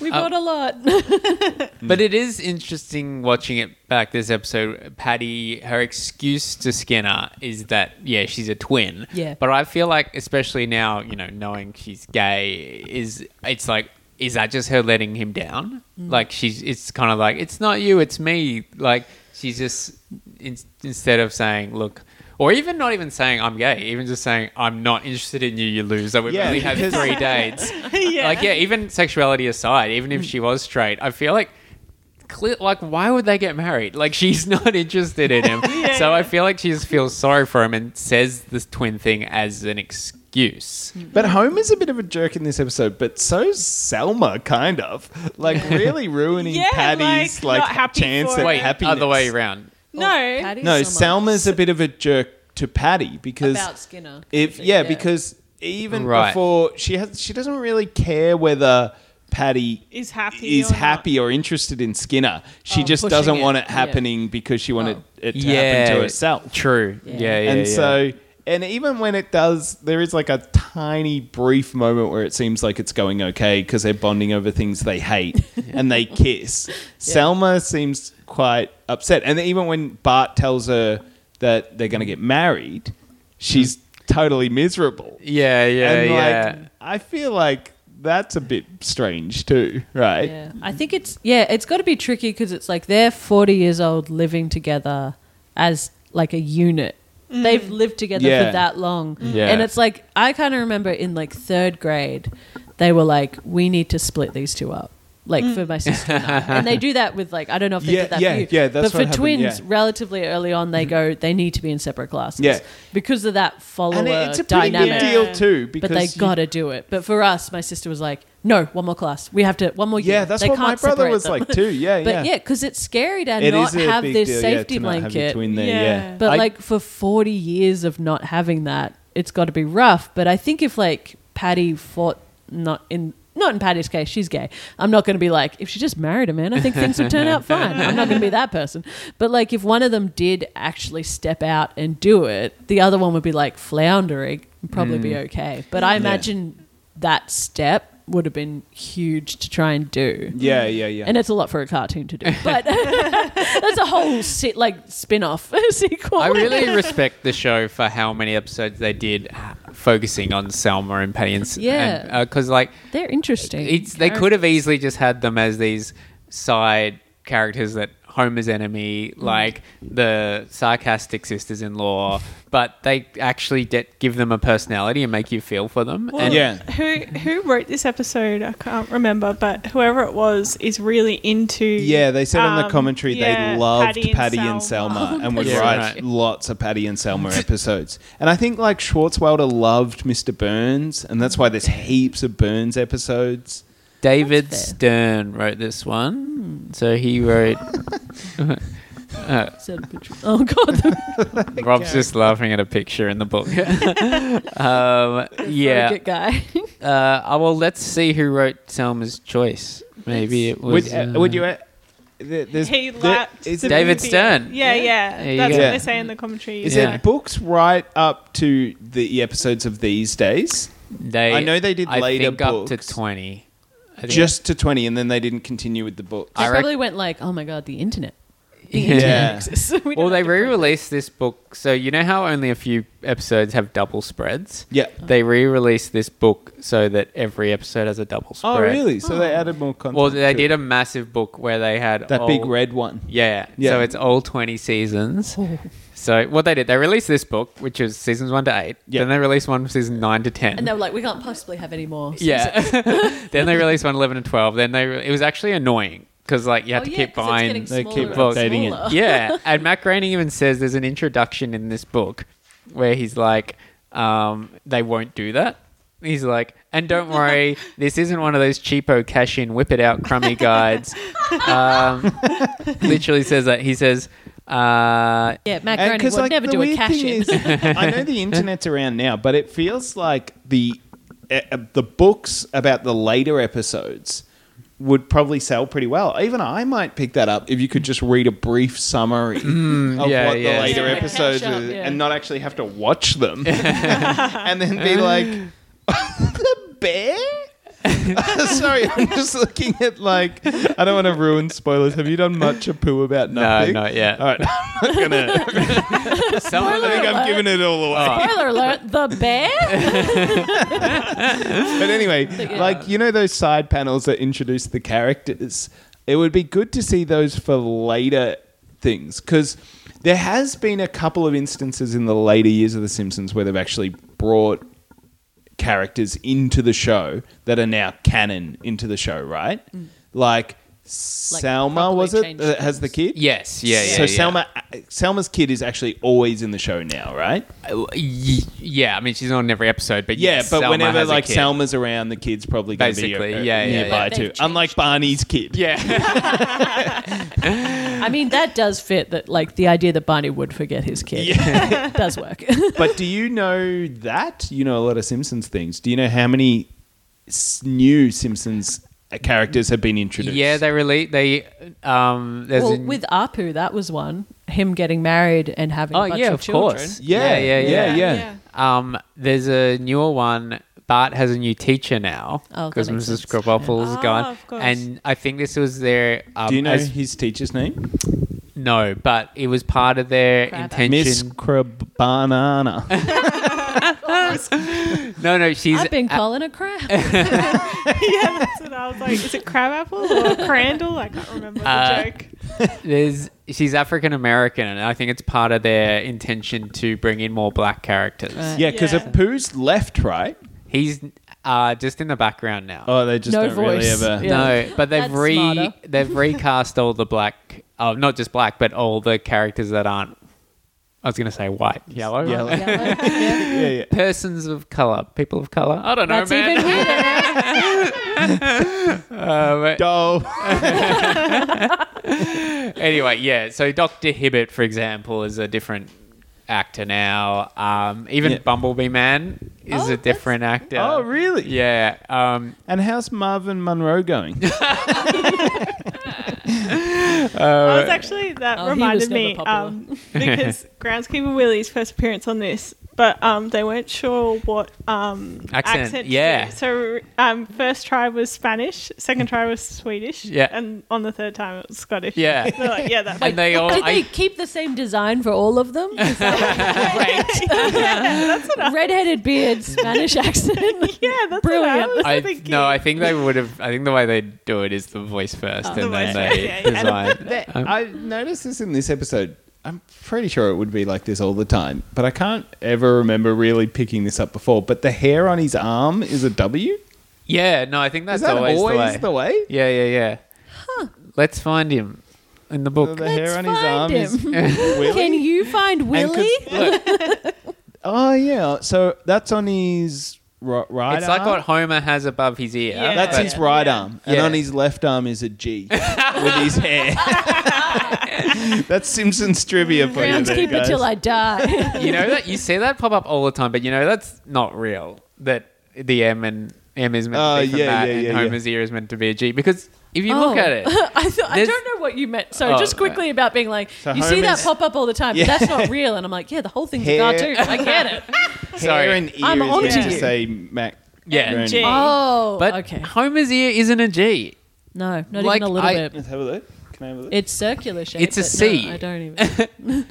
[SPEAKER 4] We bought a lot.
[SPEAKER 3] Oh,
[SPEAKER 1] But it is interesting watching it back this episode. Patty, her excuse to Skinner is that yeah, she's a twin.
[SPEAKER 4] Yeah.
[SPEAKER 1] But I feel like, especially now, you know, knowing she's gay, is it's like, is that just her letting him down? Like she's, it's kind of like it's not you, it's me. Like she's just in, instead of saying, look. Or even not even saying I'm gay, even just saying I'm not interested in you, you loser. We've
[SPEAKER 3] Yeah,
[SPEAKER 1] only had
[SPEAKER 3] because-
[SPEAKER 1] three dates.
[SPEAKER 2] yeah.
[SPEAKER 1] Like, yeah, even sexuality aside, even if she was straight, I feel like, cle like, why would they get married? Like, she's not interested in him. so I feel like she just feels sorry for him and says this twin thing as an excuse.
[SPEAKER 3] But Homer's a bit of a jerk in this episode, but so's Selma, kind of. Like, really ruining
[SPEAKER 2] Yeah,
[SPEAKER 3] Patty's
[SPEAKER 2] like,
[SPEAKER 3] like,
[SPEAKER 2] not happy
[SPEAKER 3] chance
[SPEAKER 2] for
[SPEAKER 3] at
[SPEAKER 1] Wait,
[SPEAKER 3] happiness.
[SPEAKER 1] other way around.
[SPEAKER 2] No.
[SPEAKER 4] Patty
[SPEAKER 3] No,
[SPEAKER 4] Selma.
[SPEAKER 3] Selma's a bit of a jerk to Patty because
[SPEAKER 4] about Skinner.
[SPEAKER 3] if yeah, because even
[SPEAKER 1] Right.
[SPEAKER 3] before she has she doesn't really care whether Patty
[SPEAKER 2] Is happy
[SPEAKER 3] is
[SPEAKER 2] or not.
[SPEAKER 3] happy or interested in Skinner. She
[SPEAKER 4] Oh,
[SPEAKER 3] just
[SPEAKER 4] pushing
[SPEAKER 3] doesn't
[SPEAKER 4] it.
[SPEAKER 3] want it
[SPEAKER 4] Yeah.
[SPEAKER 3] happening because she wanted
[SPEAKER 4] Oh.
[SPEAKER 3] it to
[SPEAKER 1] Yeah.
[SPEAKER 3] happen to herself.
[SPEAKER 1] True. Yeah,
[SPEAKER 4] Yeah.
[SPEAKER 1] yeah.
[SPEAKER 3] and
[SPEAKER 1] yeah.
[SPEAKER 3] so and even when it does there is like a tiny brief moment where it seems like it's going okay because they're bonding over things they hate and they kiss selma seems quite upset and even when bart tells her that they're going to get married she's totally miserable
[SPEAKER 1] Yeah, yeah,
[SPEAKER 3] and
[SPEAKER 1] yeah.
[SPEAKER 3] like i feel like that's a bit strange too right
[SPEAKER 4] Yeah, I think it's yeah, it's got to be tricky because it's like they're forty years old living together as like a unit. They've lived together
[SPEAKER 3] Mm. Yeah.
[SPEAKER 4] for that long,
[SPEAKER 1] Yeah.
[SPEAKER 4] and it's like I kind of remember in like third grade, they were like, "We need to split these two up." Like for my sister, and, I. And they do that with like I don't know if they
[SPEAKER 3] Mm. Yeah,
[SPEAKER 4] did that
[SPEAKER 3] yeah,
[SPEAKER 4] for you,
[SPEAKER 3] yeah, that's
[SPEAKER 4] but for
[SPEAKER 3] what happened,
[SPEAKER 4] twins,
[SPEAKER 3] yeah. Mm-hmm.
[SPEAKER 4] relatively early on, they go they need to be in separate classes,
[SPEAKER 3] Yeah.
[SPEAKER 4] because of that follower
[SPEAKER 3] and it- it's a pretty big
[SPEAKER 4] dynamic
[SPEAKER 3] deal too because
[SPEAKER 4] but they
[SPEAKER 3] you-
[SPEAKER 4] got to do it. But for us, my sister was like, "No, one more class. We have to one more year."
[SPEAKER 3] yeah that's
[SPEAKER 4] They
[SPEAKER 3] what my
[SPEAKER 4] can't
[SPEAKER 3] brother
[SPEAKER 4] separate
[SPEAKER 3] was
[SPEAKER 4] them."
[SPEAKER 3] like too yeah
[SPEAKER 4] but yeah,
[SPEAKER 3] yeah
[SPEAKER 4] because it's scary to
[SPEAKER 3] It
[SPEAKER 4] not
[SPEAKER 3] is a
[SPEAKER 4] have
[SPEAKER 3] big
[SPEAKER 4] this
[SPEAKER 3] deal, yeah,
[SPEAKER 4] safety
[SPEAKER 3] to not have your
[SPEAKER 4] blanket.
[SPEAKER 3] twin there,
[SPEAKER 2] Yeah.
[SPEAKER 3] yeah.
[SPEAKER 4] But
[SPEAKER 3] I-
[SPEAKER 4] like for forty years of not having that, it's got to be rough. But I think if like Patty fought not in. Not in Patty's case, she's gay. I'm not going to be like, if she just married a man, I think things would turn out fine. I'm not going to be that person. But like, if one of them did actually step out and do it, the other one would be like floundering, and probably be okay. But I imagine that step would have been huge to try and do.
[SPEAKER 3] yeah yeah yeah
[SPEAKER 4] And it's a lot for a cartoon to do, but that's a whole se- like spin-off sequel.
[SPEAKER 1] I really respect the show for how many episodes they did uh, focusing on Selma and Patty and
[SPEAKER 4] Yeah.
[SPEAKER 1] because like
[SPEAKER 4] They're interesting.
[SPEAKER 1] it's they could have easily just had them as these side characters that Homer's enemy,
[SPEAKER 3] Mm.
[SPEAKER 1] like the sarcastic sisters-in-law, but they actually get, give them a personality and make you feel for them.
[SPEAKER 2] Well,
[SPEAKER 1] and
[SPEAKER 3] Yeah.
[SPEAKER 2] Who who wrote this episode? I can't remember, but whoever it was is really into.
[SPEAKER 3] Yeah, they said on the
[SPEAKER 2] um,
[SPEAKER 3] commentary
[SPEAKER 2] yeah,
[SPEAKER 3] they loved Patty, and,
[SPEAKER 2] Selma.
[SPEAKER 3] Selma Oh, and would
[SPEAKER 1] Yeah,
[SPEAKER 3] write
[SPEAKER 1] right.
[SPEAKER 3] lots of Patty and Selma episodes. And I think like Schwartzwelder loved Mr. Burns, and that's why there's heaps of Burns episodes.
[SPEAKER 1] David
[SPEAKER 4] That's fair.
[SPEAKER 1] Stern wrote this one, so he wrote.
[SPEAKER 4] Said a picture. Oh god,
[SPEAKER 1] Rob's just laughing at a picture in the book. um, yeah,
[SPEAKER 4] yeah, guy.
[SPEAKER 1] Uh, oh, well, let's see who wrote Selma's Choice. Maybe it was.
[SPEAKER 3] Would, uh,
[SPEAKER 1] uh,
[SPEAKER 3] would you? Uh, there- there's,
[SPEAKER 2] He
[SPEAKER 3] there-
[SPEAKER 2] lapped
[SPEAKER 3] is
[SPEAKER 2] the
[SPEAKER 3] it-
[SPEAKER 1] David
[SPEAKER 2] movie.
[SPEAKER 1] Stern.
[SPEAKER 2] Yeah, yeah.
[SPEAKER 1] There you
[SPEAKER 2] That's
[SPEAKER 1] go.
[SPEAKER 2] what
[SPEAKER 3] Yeah.
[SPEAKER 2] they say in the commentary.
[SPEAKER 3] is
[SPEAKER 1] Yeah.
[SPEAKER 3] there books right up to the episodes of these days?
[SPEAKER 1] uh, They,
[SPEAKER 3] I know they did
[SPEAKER 1] I
[SPEAKER 3] later
[SPEAKER 1] think up to
[SPEAKER 3] books.
[SPEAKER 1] twenty. I think-
[SPEAKER 3] Just to twenty, and then they didn't continue with the books.
[SPEAKER 4] I
[SPEAKER 1] I rec-
[SPEAKER 4] probably went like, oh my god, the internet. The
[SPEAKER 1] Yeah.
[SPEAKER 4] internet exists. We don't
[SPEAKER 1] well, they
[SPEAKER 4] have to print
[SPEAKER 1] re-released this book, so you know how only a few episodes have double spreads.
[SPEAKER 3] yeah.
[SPEAKER 1] They re-released this book so that every episode has a double spread.
[SPEAKER 3] Oh, really? So they added more content.
[SPEAKER 1] Well, they
[SPEAKER 3] to
[SPEAKER 1] did
[SPEAKER 3] it.
[SPEAKER 1] a massive book where they had
[SPEAKER 3] that big
[SPEAKER 1] all-
[SPEAKER 3] red one.
[SPEAKER 1] Yeah,
[SPEAKER 3] Yeah.
[SPEAKER 1] So it's all 20 seasons.
[SPEAKER 4] Oh.
[SPEAKER 1] So what they did, they released this book, which is seasons 1 to 8.
[SPEAKER 3] Yeah.
[SPEAKER 1] Then they released one from season 9 to 10.
[SPEAKER 4] it. And they were like, we can't possibly have any more. So-
[SPEAKER 1] yeah. then they released one 11 and 12. Then they re- it was actually annoying cuz like you had
[SPEAKER 4] Oh,
[SPEAKER 1] to
[SPEAKER 4] yeah,
[SPEAKER 1] keep
[SPEAKER 4] 'cause it's
[SPEAKER 1] buying
[SPEAKER 4] getting
[SPEAKER 3] They keep
[SPEAKER 4] smaller and
[SPEAKER 3] updating it.
[SPEAKER 4] smaller.
[SPEAKER 1] yeah, and Matt Groening even says there's an introduction in this book where he's like, um, they won't do that. He's like, and don't worry, this isn't one of those cheapo cash in, whip it out, crummy guides. Um, literally says that. He says, uh,
[SPEAKER 4] Yeah, macaroni would never do a cash in.
[SPEAKER 3] is, I know the internet's around now, but it feels like the uh, uh, the books about the later episodes would probably sell pretty well. Even I might pick that up if you could just read a brief summary of
[SPEAKER 1] yeah,
[SPEAKER 3] what
[SPEAKER 1] yeah.
[SPEAKER 3] the later
[SPEAKER 4] Mm, Yeah, catch
[SPEAKER 3] episodes
[SPEAKER 4] up,
[SPEAKER 3] are,
[SPEAKER 4] yeah.
[SPEAKER 3] and not actually have to watch them, and then be like the bear. Sorry, I'm just looking at like I don't want to ruin spoilers. Have you done much a poo about nothing? Uh,
[SPEAKER 1] not yet.
[SPEAKER 3] All right, I'm not gonna.
[SPEAKER 1] some of
[SPEAKER 3] I
[SPEAKER 1] the-
[SPEAKER 3] think I've given it all away.
[SPEAKER 4] Spoiler alert: the bear.
[SPEAKER 3] But anyway,
[SPEAKER 4] yeah.
[SPEAKER 3] like you know those side panels that introduce the characters. It would be good to see those for later things because there has been a couple of instances in the later years of The Simpsons where they've actually brought characters into the show that are now canon into the show, right? Like, Selma
[SPEAKER 4] Mm. properly
[SPEAKER 3] was it
[SPEAKER 4] changed
[SPEAKER 3] that has the kid?
[SPEAKER 1] Yes, yeah, yeah.
[SPEAKER 3] so
[SPEAKER 1] yeah.
[SPEAKER 3] Selma, Selma's kid is actually always in the show now, right?
[SPEAKER 1] Uh, y- yeah, I mean, she's not in every episode, but
[SPEAKER 3] Yeah,
[SPEAKER 1] yes,
[SPEAKER 3] but
[SPEAKER 1] Selma
[SPEAKER 3] whenever
[SPEAKER 1] has a
[SPEAKER 3] like
[SPEAKER 1] kid.
[SPEAKER 3] Selma's around, the kid's probably going to be
[SPEAKER 1] Basically,
[SPEAKER 3] uh,
[SPEAKER 1] yeah, yeah,
[SPEAKER 3] nearby
[SPEAKER 1] yeah.
[SPEAKER 4] They've
[SPEAKER 3] too.
[SPEAKER 4] changed.
[SPEAKER 3] Unlike Barney's kid.
[SPEAKER 1] Yeah.
[SPEAKER 4] I mean, that does fit that, like, the idea that Barney would forget his kid does work.
[SPEAKER 3] But do you know that? You know a lot of Simpsons things. Do you know how many s- new Simpsons uh, characters have been introduced?
[SPEAKER 1] Yeah, they release they um there's
[SPEAKER 4] well,
[SPEAKER 1] a-
[SPEAKER 4] with Apu, that was one. Him getting married and having
[SPEAKER 1] Oh
[SPEAKER 4] a bunch
[SPEAKER 1] yeah,
[SPEAKER 4] of,
[SPEAKER 1] of,
[SPEAKER 4] children.
[SPEAKER 1] course.
[SPEAKER 3] Yeah,
[SPEAKER 1] yeah, yeah.
[SPEAKER 3] yeah, yeah.
[SPEAKER 1] Um, there's a newer one. Bart has a new teacher now
[SPEAKER 4] Oh, that
[SPEAKER 1] because
[SPEAKER 4] makes
[SPEAKER 1] Mrs.
[SPEAKER 4] sense.
[SPEAKER 1] Krabappel's
[SPEAKER 2] Oh,
[SPEAKER 1] gone,
[SPEAKER 2] of course.
[SPEAKER 1] and I think this was their. Um,
[SPEAKER 3] Do you know
[SPEAKER 1] as-
[SPEAKER 3] his teacher's name?
[SPEAKER 1] no, but it was part of their
[SPEAKER 4] Crabbe.
[SPEAKER 3] Miss
[SPEAKER 1] intention.
[SPEAKER 3] Crabanana.
[SPEAKER 1] Oh, No, no, she's
[SPEAKER 4] I've been
[SPEAKER 1] a-
[SPEAKER 4] calling a crap.
[SPEAKER 2] yeah, that's what I was like. Is it crabapple or crandall? I can't remember the
[SPEAKER 1] Uh,
[SPEAKER 2] joke.
[SPEAKER 1] there's she's African American, and I think it's part of their intention to bring in more black characters.
[SPEAKER 4] Right.
[SPEAKER 3] yeah, because
[SPEAKER 2] Yeah.
[SPEAKER 3] Apu's left, right?
[SPEAKER 1] He's uh, just in the background now.
[SPEAKER 3] Oh, they just
[SPEAKER 4] No
[SPEAKER 3] don't really
[SPEAKER 4] voice.
[SPEAKER 3] ever.
[SPEAKER 4] Yeah.
[SPEAKER 1] No, but they've
[SPEAKER 4] That's
[SPEAKER 1] re
[SPEAKER 4] smarter.
[SPEAKER 1] they've recast all the black, oh, not just black, but all the characters that aren't. I was going to say white, yellow,
[SPEAKER 3] Yellow.
[SPEAKER 4] Yeah.
[SPEAKER 3] Yeah, yeah.
[SPEAKER 1] persons of color, people of color. I don't know,
[SPEAKER 4] That's
[SPEAKER 1] man.
[SPEAKER 4] even weirder.
[SPEAKER 1] Uh, but
[SPEAKER 3] Doll.
[SPEAKER 1] anyway, yeah. So Doctor Hibbert, for example, is a different actor now. Um, even
[SPEAKER 3] Yeah.
[SPEAKER 1] Bumblebee Man
[SPEAKER 4] Oh,
[SPEAKER 1] is a
[SPEAKER 4] that's-
[SPEAKER 1] different actor.
[SPEAKER 3] Oh, really?
[SPEAKER 1] Yeah. Um,
[SPEAKER 3] And how's Marvin Monroe going?
[SPEAKER 1] Uh,
[SPEAKER 2] I was actually that
[SPEAKER 4] Oh, he was
[SPEAKER 2] reminded
[SPEAKER 4] never
[SPEAKER 2] me
[SPEAKER 4] popular.
[SPEAKER 2] um, because groundskeeper Willie's first appearance on this, but um, they weren't sure what um,
[SPEAKER 1] Accent,
[SPEAKER 2] to
[SPEAKER 1] yeah.
[SPEAKER 2] do. So um, first try was Spanish, second try was Swedish,
[SPEAKER 1] Yeah.
[SPEAKER 2] and on the third time it was Scottish.
[SPEAKER 1] Yeah.
[SPEAKER 2] They're like, yeah, that.
[SPEAKER 1] and they all.
[SPEAKER 4] Did they
[SPEAKER 1] I,
[SPEAKER 4] keep the same design for all of them? Is that- Redheaded beard, Spanish accent.
[SPEAKER 2] yeah, that's What I
[SPEAKER 4] Brilliant.
[SPEAKER 2] was
[SPEAKER 1] I,
[SPEAKER 2] thinking.
[SPEAKER 1] no, I think they would have. I think the way they do it is the voice first, and
[SPEAKER 2] The
[SPEAKER 1] then
[SPEAKER 2] voice
[SPEAKER 1] they
[SPEAKER 2] first, yeah, yeah.
[SPEAKER 1] design.
[SPEAKER 3] That- I noticed this in this episode. I'm pretty sure it would be like this all the time, but I can't ever remember really picking this up before. But the hair on his arm is a W.
[SPEAKER 1] Yeah, no, I think that's
[SPEAKER 3] Is that
[SPEAKER 1] always,
[SPEAKER 3] always,
[SPEAKER 1] the way.
[SPEAKER 3] the way?
[SPEAKER 1] Yeah, yeah, yeah. Let's find him in the
[SPEAKER 3] The
[SPEAKER 1] book.
[SPEAKER 3] hair on his arm is
[SPEAKER 4] find
[SPEAKER 3] Willy?
[SPEAKER 4] Can you find
[SPEAKER 3] And 'cause-
[SPEAKER 4] Willy?
[SPEAKER 1] Look,
[SPEAKER 3] Oh yeah, so that's on his ri- right
[SPEAKER 1] it's
[SPEAKER 3] arm.
[SPEAKER 1] like what Homer has above his ear.
[SPEAKER 2] Yeah.
[SPEAKER 3] that's
[SPEAKER 1] but-
[SPEAKER 3] his right arm, and
[SPEAKER 1] Yeah.
[SPEAKER 3] on his left arm is a G with his hair. that's Simpsons trivia for you, there,
[SPEAKER 4] Groundskeeper
[SPEAKER 3] guys.
[SPEAKER 4] till I die.
[SPEAKER 1] you know that you see that pop up all the time, but you know that's not real. That the M and M is meant to
[SPEAKER 3] Oh,
[SPEAKER 1] be from
[SPEAKER 3] yeah,
[SPEAKER 1] that,
[SPEAKER 3] yeah,
[SPEAKER 1] and
[SPEAKER 3] yeah, yeah.
[SPEAKER 1] Homer's ear is meant to be a G. Because if you look
[SPEAKER 4] Oh.
[SPEAKER 1] at it,
[SPEAKER 4] I, thought, I
[SPEAKER 1] There's-
[SPEAKER 4] don't know what you meant. So
[SPEAKER 1] Oh,
[SPEAKER 4] just quickly about being like,
[SPEAKER 3] So
[SPEAKER 4] you see that
[SPEAKER 3] Homer's-
[SPEAKER 4] pop up all the time,
[SPEAKER 3] Yeah.
[SPEAKER 4] but that's not real. And I'm like, yeah, the whole thing's
[SPEAKER 3] Hair.
[SPEAKER 4] a cartoon. I get it.
[SPEAKER 3] hair
[SPEAKER 1] Sorry.
[SPEAKER 3] and ear
[SPEAKER 4] I'm
[SPEAKER 3] is
[SPEAKER 4] onto
[SPEAKER 3] meant to
[SPEAKER 4] you.
[SPEAKER 3] say Mac.
[SPEAKER 1] yeah,
[SPEAKER 3] Groening.
[SPEAKER 2] G.
[SPEAKER 4] Oh,
[SPEAKER 1] but
[SPEAKER 4] okay.
[SPEAKER 1] Homer's ear isn't a G.
[SPEAKER 4] No, not
[SPEAKER 1] Like,
[SPEAKER 4] even a little
[SPEAKER 1] I-
[SPEAKER 4] bit.
[SPEAKER 3] Let's have a look. Can I have a look?
[SPEAKER 4] It's circular shape.
[SPEAKER 1] It's a
[SPEAKER 4] but no,
[SPEAKER 1] C.
[SPEAKER 4] I don't even.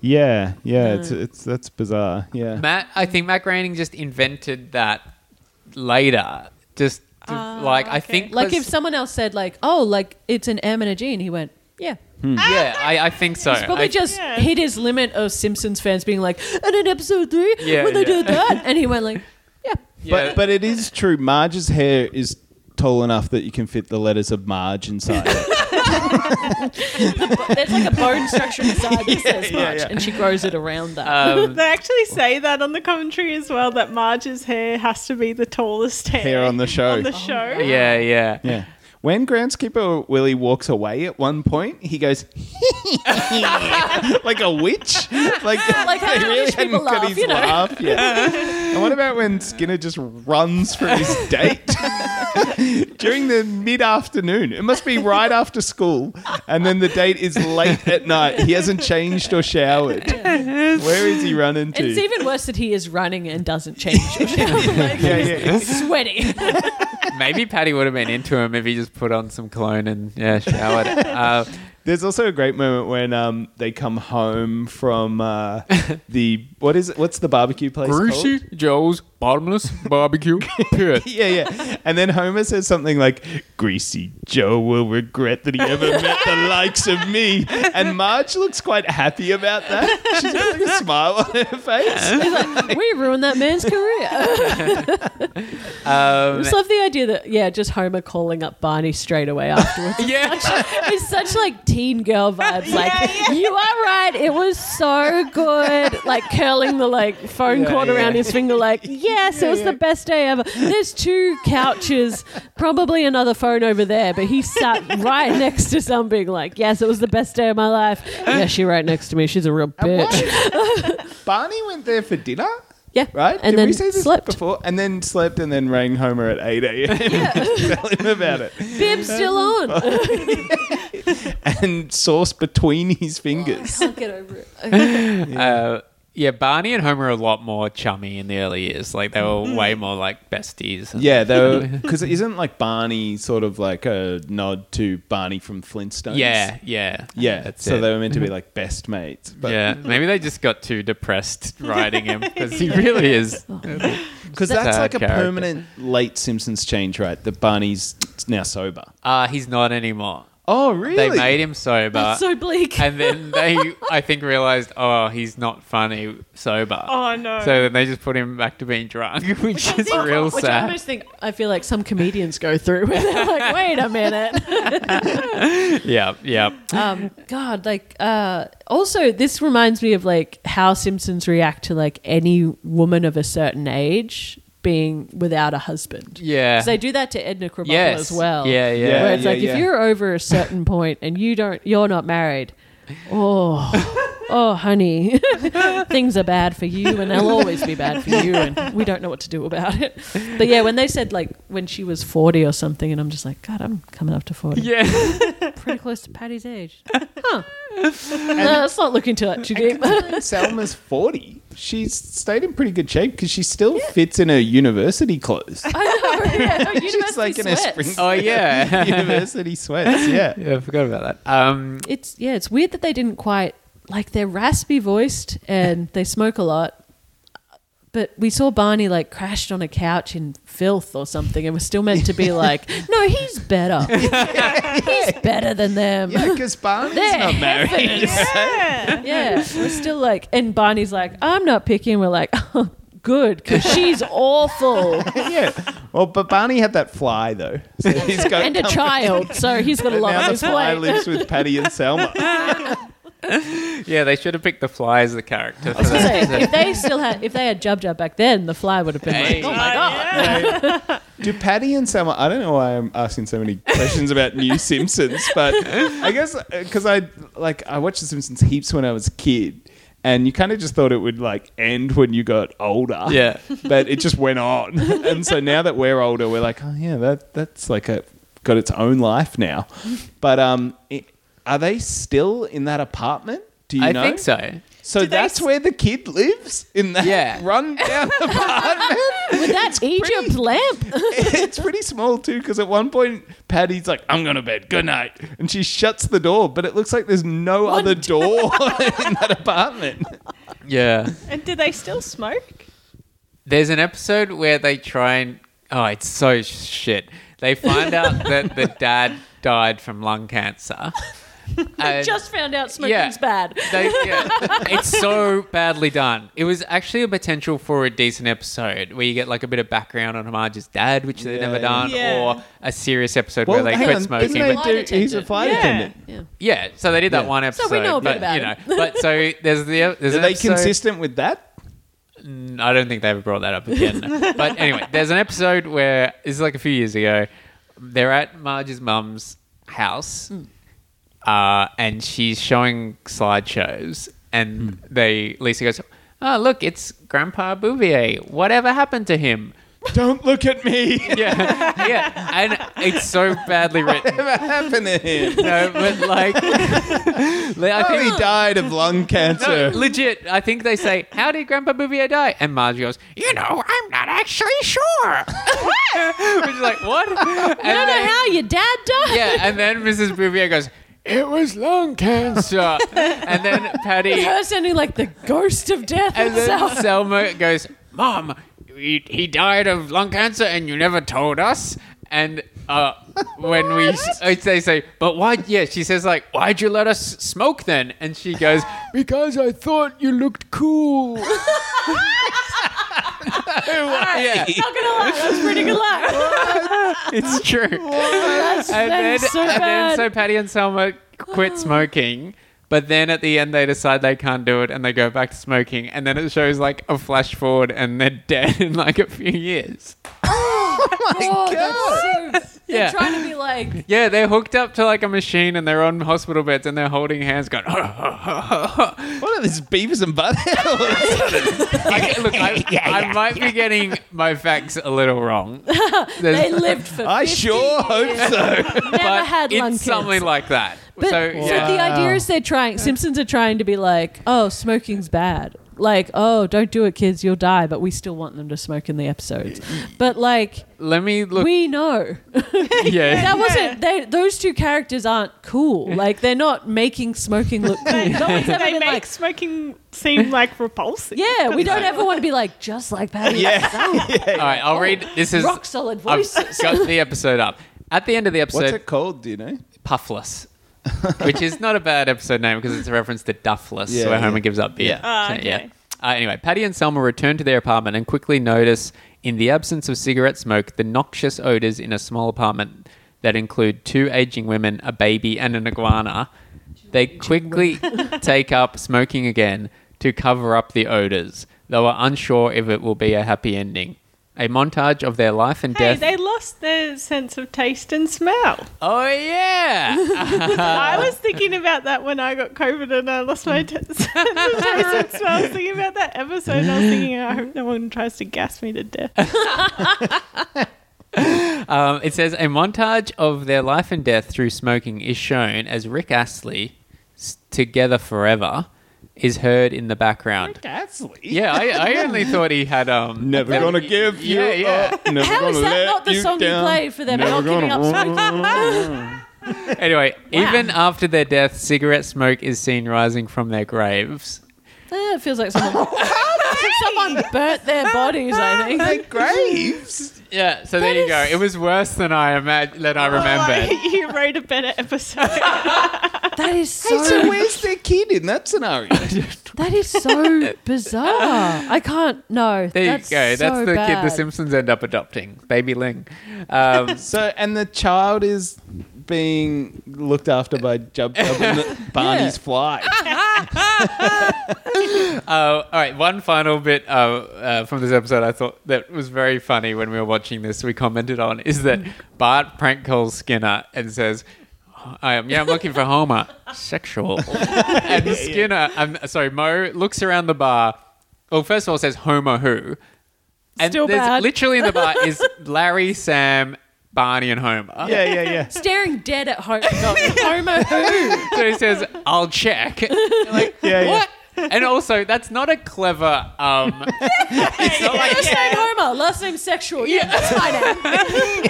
[SPEAKER 3] Yeah, yeah, it's it's that's bizarre. Yeah,
[SPEAKER 1] Matt, I think Matt Groening just invented that later. Just to- like I think
[SPEAKER 4] Ah, like
[SPEAKER 1] 'cause-
[SPEAKER 4] if someone else said like, oh, like it's an M and a G, and he went, yeah.
[SPEAKER 3] Hmm.
[SPEAKER 1] yeah, I, I think so.
[SPEAKER 4] He's probably
[SPEAKER 1] I-
[SPEAKER 4] just
[SPEAKER 2] Yeah.
[SPEAKER 4] hit his limit of Simpsons fans being like, and in episode three,
[SPEAKER 1] Yeah,
[SPEAKER 4] when they
[SPEAKER 1] yeah.
[SPEAKER 4] did that, and he went like, yeah.
[SPEAKER 1] yeah.
[SPEAKER 3] but but it is true. Marge's hair is tall enough that you can fit the letters of Marge inside. it.
[SPEAKER 4] There's like a bone structure inside that says
[SPEAKER 3] yeah,
[SPEAKER 4] much,
[SPEAKER 3] yeah.
[SPEAKER 4] and she grows it around that.
[SPEAKER 1] um,
[SPEAKER 2] They actually say that on the commentary as well that Marge's hair has to be the tallest hair,
[SPEAKER 3] Hair on the show.
[SPEAKER 2] On the show.
[SPEAKER 1] yeah, yeah.
[SPEAKER 3] yeah. When groundskeeper Willie walks away at one point, he goes like a witch. Like,
[SPEAKER 4] Like how
[SPEAKER 3] they really
[SPEAKER 4] English
[SPEAKER 3] hadn't
[SPEAKER 4] people
[SPEAKER 3] got
[SPEAKER 4] laugh,
[SPEAKER 3] his
[SPEAKER 4] you know?
[SPEAKER 3] laugh yet. and what about when Skinner just runs from his date during the mid-afternoon? It must be right after school, and then the date is late at night. He hasn't changed or showered. Where is he running to?
[SPEAKER 4] It's even worse that he is running and doesn't change. like,
[SPEAKER 3] yeah, yeah.
[SPEAKER 4] Sweaty.
[SPEAKER 1] Maybe Patty would have been into him if he just put on some cologne and yeah, showered. Uh,
[SPEAKER 3] There's also a great moment when um, they come home from uh, the what is it? What's the barbecue place? called?
[SPEAKER 1] Gruchy Joe's Bottomless Barbecue Pit.
[SPEAKER 3] Yeah, yeah. And then Homer says something like, "Greasy Joe will regret that he ever met the likes of me." And Marge looks quite happy about that. She's got like a smile on her face.
[SPEAKER 4] He's like, we ruined that man's career. I
[SPEAKER 1] Um,
[SPEAKER 4] just love the idea that yeah, just Homer calling up Barney straight away afterwards.
[SPEAKER 1] yeah.
[SPEAKER 4] it's such like teen girl vibes. Like, you are right. It was so good. Like curling the like phone
[SPEAKER 1] Yeah,
[SPEAKER 4] cord
[SPEAKER 1] yeah.
[SPEAKER 4] around his finger. Like, yes, it was the best day ever. There's two couches, probably another phone over there, but he sat right next to something. Like, yes, it was the best day of my life. Yeah, she right next to me. She's a real bitch.
[SPEAKER 3] Barney went there for dinner,
[SPEAKER 4] Yeah,
[SPEAKER 3] right?
[SPEAKER 4] And
[SPEAKER 3] Did
[SPEAKER 4] then
[SPEAKER 3] we see this
[SPEAKER 4] slept.
[SPEAKER 3] before? And then slept and then rang Homer at 8 a.m. Tell him about it.
[SPEAKER 4] Bib's still on.
[SPEAKER 3] And sauce between his fingers.
[SPEAKER 4] I'll get over it.
[SPEAKER 1] Uh, yeah, Barney and Homer are a lot more chummy in the early years. Like they were
[SPEAKER 4] Mm.
[SPEAKER 1] way more like besties. and-
[SPEAKER 3] Yeah, though, because isn't like Barney sort of like a nod to Barney from Flintstones?
[SPEAKER 1] yeah, yeah,
[SPEAKER 3] Yeah,
[SPEAKER 1] That's
[SPEAKER 3] so
[SPEAKER 1] it.
[SPEAKER 3] they were meant to be like best mates. But
[SPEAKER 1] yeah, maybe they just got too depressed writing him because he really is.
[SPEAKER 3] Because
[SPEAKER 1] Sad
[SPEAKER 3] that's like a
[SPEAKER 1] character.
[SPEAKER 3] permanent late Simpsons change, right? That Barney's now sober.
[SPEAKER 1] Uh, he's not anymore.
[SPEAKER 3] Oh, really?
[SPEAKER 1] They made him sober.
[SPEAKER 4] That's so bleak.
[SPEAKER 1] and then they, I think, realized, oh, he's not funny sober.
[SPEAKER 2] Oh, no.
[SPEAKER 1] So then they just put him back to being drunk, which is real
[SPEAKER 4] Which I
[SPEAKER 1] sad.
[SPEAKER 4] almost think I feel like some comedians go through where they're like, wait a minute.
[SPEAKER 1] Yeah, yeah.
[SPEAKER 4] um, God, like uh, also this reminds me of like how Simpsons react to like any woman of a certain age being without a husband.
[SPEAKER 1] Yeah.
[SPEAKER 4] 'Cause they do that to Edna Krabappel
[SPEAKER 1] Yes.
[SPEAKER 4] as well.
[SPEAKER 1] Yeah, yeah.
[SPEAKER 3] Yeah.
[SPEAKER 4] Where it's like
[SPEAKER 3] yeah.
[SPEAKER 4] if you're over a certain point and you don't, you're not married. Oh, oh, honey, things are bad for you, and they'll always be bad for you, and we don't know what to do about it. But yeah, when they said like when she was forty or something, and I'm just like, God, I'm coming up to forty
[SPEAKER 1] Yeah.
[SPEAKER 4] pretty close to Patty's age. Huh. no, it's not looking too, that too deep.
[SPEAKER 3] Selma's 40. She's stayed in pretty good shape because she still fits in her university clothes.
[SPEAKER 4] I know. Yeah, no,
[SPEAKER 3] She's like in
[SPEAKER 4] sweats.
[SPEAKER 3] her spring
[SPEAKER 1] Oh, yeah.
[SPEAKER 3] university sweats. Yeah.
[SPEAKER 1] Yeah, I forgot about that. Um,
[SPEAKER 4] It's yeah, it's weird that they didn't quite like they're raspy voiced and they smoke a lot. But we saw Barney like crashed on a couch in filth or something, and we're still meant to be like, no, he's better. he's better than them.
[SPEAKER 3] Yeah, because Barney's
[SPEAKER 4] They're
[SPEAKER 3] not married.
[SPEAKER 2] Yeah.
[SPEAKER 4] Yeah, we're still like, and Barney's like, I'm not picking. We're like, oh, good, because she's awful.
[SPEAKER 3] yeah. Well, but Barney had that fly, though. So he's got
[SPEAKER 4] and a child, so he's got a
[SPEAKER 3] But
[SPEAKER 4] lot
[SPEAKER 3] now
[SPEAKER 4] on
[SPEAKER 3] the
[SPEAKER 4] his
[SPEAKER 3] fly
[SPEAKER 4] plate.
[SPEAKER 3] lives with Patty and Selma.
[SPEAKER 1] yeah, they should have picked the fly as the character. For
[SPEAKER 4] I was gonna
[SPEAKER 1] that.
[SPEAKER 4] say, if they still had, if they had Jub Jub back then, the fly would have been
[SPEAKER 1] Hey.
[SPEAKER 2] Uh,
[SPEAKER 4] like, oh my god.
[SPEAKER 3] Do Patty and Selma? I don't know why I'm asking so many questions about New Simpsons, but I guess because I like I watched The Simpsons heaps when I was a kid, and you kind of just thought it would like end when you got older.
[SPEAKER 1] Yeah.
[SPEAKER 3] but it just went on, and so now that we're older, we're like, oh yeah, that that's like a got its own life now. But um, i are they still in that apartment? Do you
[SPEAKER 1] I
[SPEAKER 3] know?
[SPEAKER 1] think so.
[SPEAKER 3] So
[SPEAKER 2] they
[SPEAKER 3] that's
[SPEAKER 2] s-
[SPEAKER 3] where the kid lives in that
[SPEAKER 1] Yeah.
[SPEAKER 3] run down apartment.
[SPEAKER 4] With "Oh, that Egypt lamp,
[SPEAKER 3] it's pretty small too because at one point Patty's like, "I'm going to bed. Good night," and she shuts the door. But it looks like there's no other door in that apartment.
[SPEAKER 1] Yeah.
[SPEAKER 2] And do they still smoke?
[SPEAKER 1] There's an episode where they try and oh, it's so shit. They find out that the dad died from lung cancer. And
[SPEAKER 4] just found out smoking's
[SPEAKER 1] Uh, Yeah.
[SPEAKER 4] bad.
[SPEAKER 1] they, yeah, it's so badly done. It was actually a potential for a decent episode where you get like a bit of background on Marge's dad, which they've never
[SPEAKER 3] Yeah.
[SPEAKER 1] done,
[SPEAKER 2] Yeah.
[SPEAKER 1] or a serious episode where they quit smoking.
[SPEAKER 4] they-
[SPEAKER 1] but-
[SPEAKER 4] Flight attendant.
[SPEAKER 3] he's a flight
[SPEAKER 2] Yeah.
[SPEAKER 3] attendant.
[SPEAKER 4] Yeah.
[SPEAKER 1] yeah, so they did that
[SPEAKER 3] Yeah.
[SPEAKER 1] one episode.
[SPEAKER 4] So we know a bit
[SPEAKER 1] but,
[SPEAKER 4] about
[SPEAKER 1] you know,
[SPEAKER 4] it.
[SPEAKER 1] But so there's the there's
[SPEAKER 3] Are
[SPEAKER 1] an
[SPEAKER 3] they
[SPEAKER 1] episode-
[SPEAKER 3] consistent with that?
[SPEAKER 1] Mm, I don't think they ever brought that up again. but anyway, there's an episode where this is like a few years ago. They're at Marge's mum's house,
[SPEAKER 4] Hmm.
[SPEAKER 1] uh, and she's showing slideshows,
[SPEAKER 3] Hmm.
[SPEAKER 1] and they Lisa goes, "Oh, look, it's Grandpa Bouvier. Whatever happened to him?"
[SPEAKER 3] Don't look at me.
[SPEAKER 1] Yeah, yeah, and it's so badly written.
[SPEAKER 3] Whatever happened to him?
[SPEAKER 1] No, but like, I
[SPEAKER 3] Oh, he
[SPEAKER 1] think.
[SPEAKER 3] died of lung
[SPEAKER 1] No,
[SPEAKER 3] cancer.
[SPEAKER 1] legit. I think they say, "How did Grandpa Bouvier die?" And Marge goes, "You know, I'm not actually sure." what? Which is like, what? And
[SPEAKER 4] I don't know
[SPEAKER 1] then-
[SPEAKER 4] how your dad died.
[SPEAKER 1] Yeah, and then Mrs. Bouvier goes, "It was lung cancer," and then Patty,
[SPEAKER 4] Her sounding like the ghost of death
[SPEAKER 1] and then
[SPEAKER 4] itself.
[SPEAKER 1] Selma goes, "Mom, he, he died of lung cancer, and you never told us." And uh, when we uh, they say, "But why?" Yeah, she says like, "Why'd you let us smoke then?" And she goes, "Because I thought you looked cool." yeah,
[SPEAKER 4] Not gonna lie, that's pretty good luck.
[SPEAKER 1] Oh it's true.
[SPEAKER 4] That's,
[SPEAKER 1] and then,
[SPEAKER 4] that's so
[SPEAKER 1] and then
[SPEAKER 4] bad.
[SPEAKER 1] so Patty and Selma quit smoking. But then at the end, they decide they can't do it and they go back to smoking. And then it shows like a flash forward and they're dead in like a few years.
[SPEAKER 4] Whoa, Oh, that's so-
[SPEAKER 1] Yeah.
[SPEAKER 4] They're trying to be like,
[SPEAKER 1] Yeah, they're hooked up to like a machine and they're on hospital beds and they're holding hands going,
[SPEAKER 3] What are these beavers and buttheads?
[SPEAKER 1] I, look, I, I might be getting my facts a little wrong. There's-
[SPEAKER 4] they lived for.
[SPEAKER 3] I
[SPEAKER 4] 50
[SPEAKER 3] sure hope
[SPEAKER 4] years.
[SPEAKER 3] so.
[SPEAKER 4] Never
[SPEAKER 1] but
[SPEAKER 4] had
[SPEAKER 1] it's
[SPEAKER 4] lung
[SPEAKER 1] something
[SPEAKER 4] cancer.
[SPEAKER 1] like that.
[SPEAKER 4] But,
[SPEAKER 1] so,
[SPEAKER 4] so,
[SPEAKER 1] yeah.
[SPEAKER 4] the idea is they're trying. Simpsons are trying to be like, oh, smoking's bad. Like, oh, don't do it, kids, you'll die. But we still want them to smoke in the episodes. But like,
[SPEAKER 1] let me look.
[SPEAKER 4] we know
[SPEAKER 1] yeah.
[SPEAKER 4] that wasn't. They, those two characters aren't cool. Like, they're not making smoking look cool. No one's ever
[SPEAKER 2] they
[SPEAKER 4] been
[SPEAKER 2] make
[SPEAKER 4] like,
[SPEAKER 2] smoking seem like repulsive.
[SPEAKER 4] yeah, we don't ever want to be like just like Patty. Yeah,
[SPEAKER 1] All right, I'll read. This is
[SPEAKER 4] rock solid
[SPEAKER 1] I've
[SPEAKER 4] voices.
[SPEAKER 1] got the episode up. At the end of the episode,
[SPEAKER 3] What's it called? Do you know?
[SPEAKER 1] Puffless, which is not a bad episode name because it's a reference to Duffless,
[SPEAKER 3] Yeah,
[SPEAKER 1] where
[SPEAKER 3] yeah.
[SPEAKER 1] Homer gives up beer.
[SPEAKER 2] Ah, okay.
[SPEAKER 1] Uh, anyway, Patty and Selma return to their apartment and quickly notice, in the absence of cigarette smoke, the noxious odors in a small apartment that include two aging women, a baby, and an iguana. They quickly take up smoking again to cover up the odors, though are unsure if it will be a happy ending. A montage of their life and
[SPEAKER 2] Hey,
[SPEAKER 1] death.
[SPEAKER 2] they lost their sense of taste and smell.
[SPEAKER 1] oh yeah!
[SPEAKER 2] I was thinking about that when I got COVID and I lost my t- sense of taste and smell. I was thinking about that episode and I was thinking, I hope no one tries to gas me to death.
[SPEAKER 1] Um, it says a montage of their life and death through smoking is shown as Rick Astley, s- together forever, is heard in the background.
[SPEAKER 3] Gasly.
[SPEAKER 1] Yeah, I, I only thought he had um.
[SPEAKER 3] Never
[SPEAKER 1] that-
[SPEAKER 3] gonna give you
[SPEAKER 1] Yeah, yeah.
[SPEAKER 3] up. Never
[SPEAKER 4] How
[SPEAKER 3] gonna
[SPEAKER 4] is that
[SPEAKER 3] let
[SPEAKER 4] not the
[SPEAKER 3] you
[SPEAKER 4] song
[SPEAKER 3] down.
[SPEAKER 4] you play for them
[SPEAKER 3] Never
[SPEAKER 4] not giving up
[SPEAKER 3] gonna-
[SPEAKER 4] smoking?
[SPEAKER 1] Anyway, even after their death, cigarette smoke is seen rising from their graves.
[SPEAKER 4] Eh, it feels like someone, someone burnt their bodies. I think.
[SPEAKER 3] They're graves.
[SPEAKER 1] Yeah, so there you go. It was worse than I imagine than I remembered.
[SPEAKER 2] Like, you wrote a better episode.
[SPEAKER 4] That is
[SPEAKER 3] Hey,
[SPEAKER 4] so.
[SPEAKER 3] so where's their kid in that scenario?
[SPEAKER 4] that is so bizarre. I can't. No.
[SPEAKER 1] There
[SPEAKER 4] that's
[SPEAKER 1] you go. That's
[SPEAKER 4] so
[SPEAKER 1] the kid the
[SPEAKER 4] bad.
[SPEAKER 1] Simpsons end up adopting, baby Ling. Um,
[SPEAKER 3] so, and the child is being looked after by Jub Jub and Barney's fly.
[SPEAKER 4] Ah.
[SPEAKER 1] Uh, all right, one final bit uh, uh, from this episode I thought that was very funny when we were watching this. We commented on is that Bart prank calls Skinner and says, I am, "Yeah, I'm looking for Homer." Sexual. and Skinner, um, sorry, Mo looks around the bar. Well, first of all, says Homer who, and
[SPEAKER 4] Still
[SPEAKER 1] there's
[SPEAKER 4] bad.
[SPEAKER 1] literally in the bar is Larry, Sam, Barney, and Homer.
[SPEAKER 3] Yeah, yeah, yeah.
[SPEAKER 4] Staring dead at home. No, Homo who?
[SPEAKER 1] So he says, "I'll check." You're like,
[SPEAKER 3] Yeah, yeah.
[SPEAKER 1] what? And also, that's not a clever. Um, it's not like
[SPEAKER 4] First name Homer, last name sexual. Yeah, that's my name.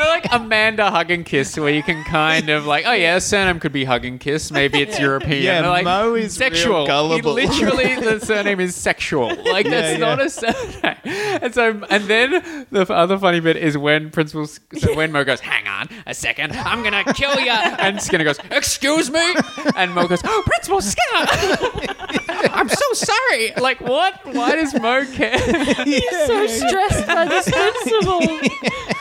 [SPEAKER 1] I like Amanda Hug and Kiss, where you can kind of like, oh yeah, surname could be Hug and Kiss. Maybe it's European.
[SPEAKER 3] Yeah,
[SPEAKER 1] They're like,
[SPEAKER 3] Mo is real
[SPEAKER 1] sexual.
[SPEAKER 3] gullible.
[SPEAKER 1] He literally, the surname is sexual. Like that's
[SPEAKER 3] yeah.
[SPEAKER 1] not a surname. And so, and then the f- other funny bit is when Principal, S- so when Mo goes, hang on a second, I'm gonna kill you, and Skinner goes, excuse me, and Mo goes, oh, Principal Skinner, I'm so sorry. Like what? Why does Mo care?
[SPEAKER 4] So stressed by this principal.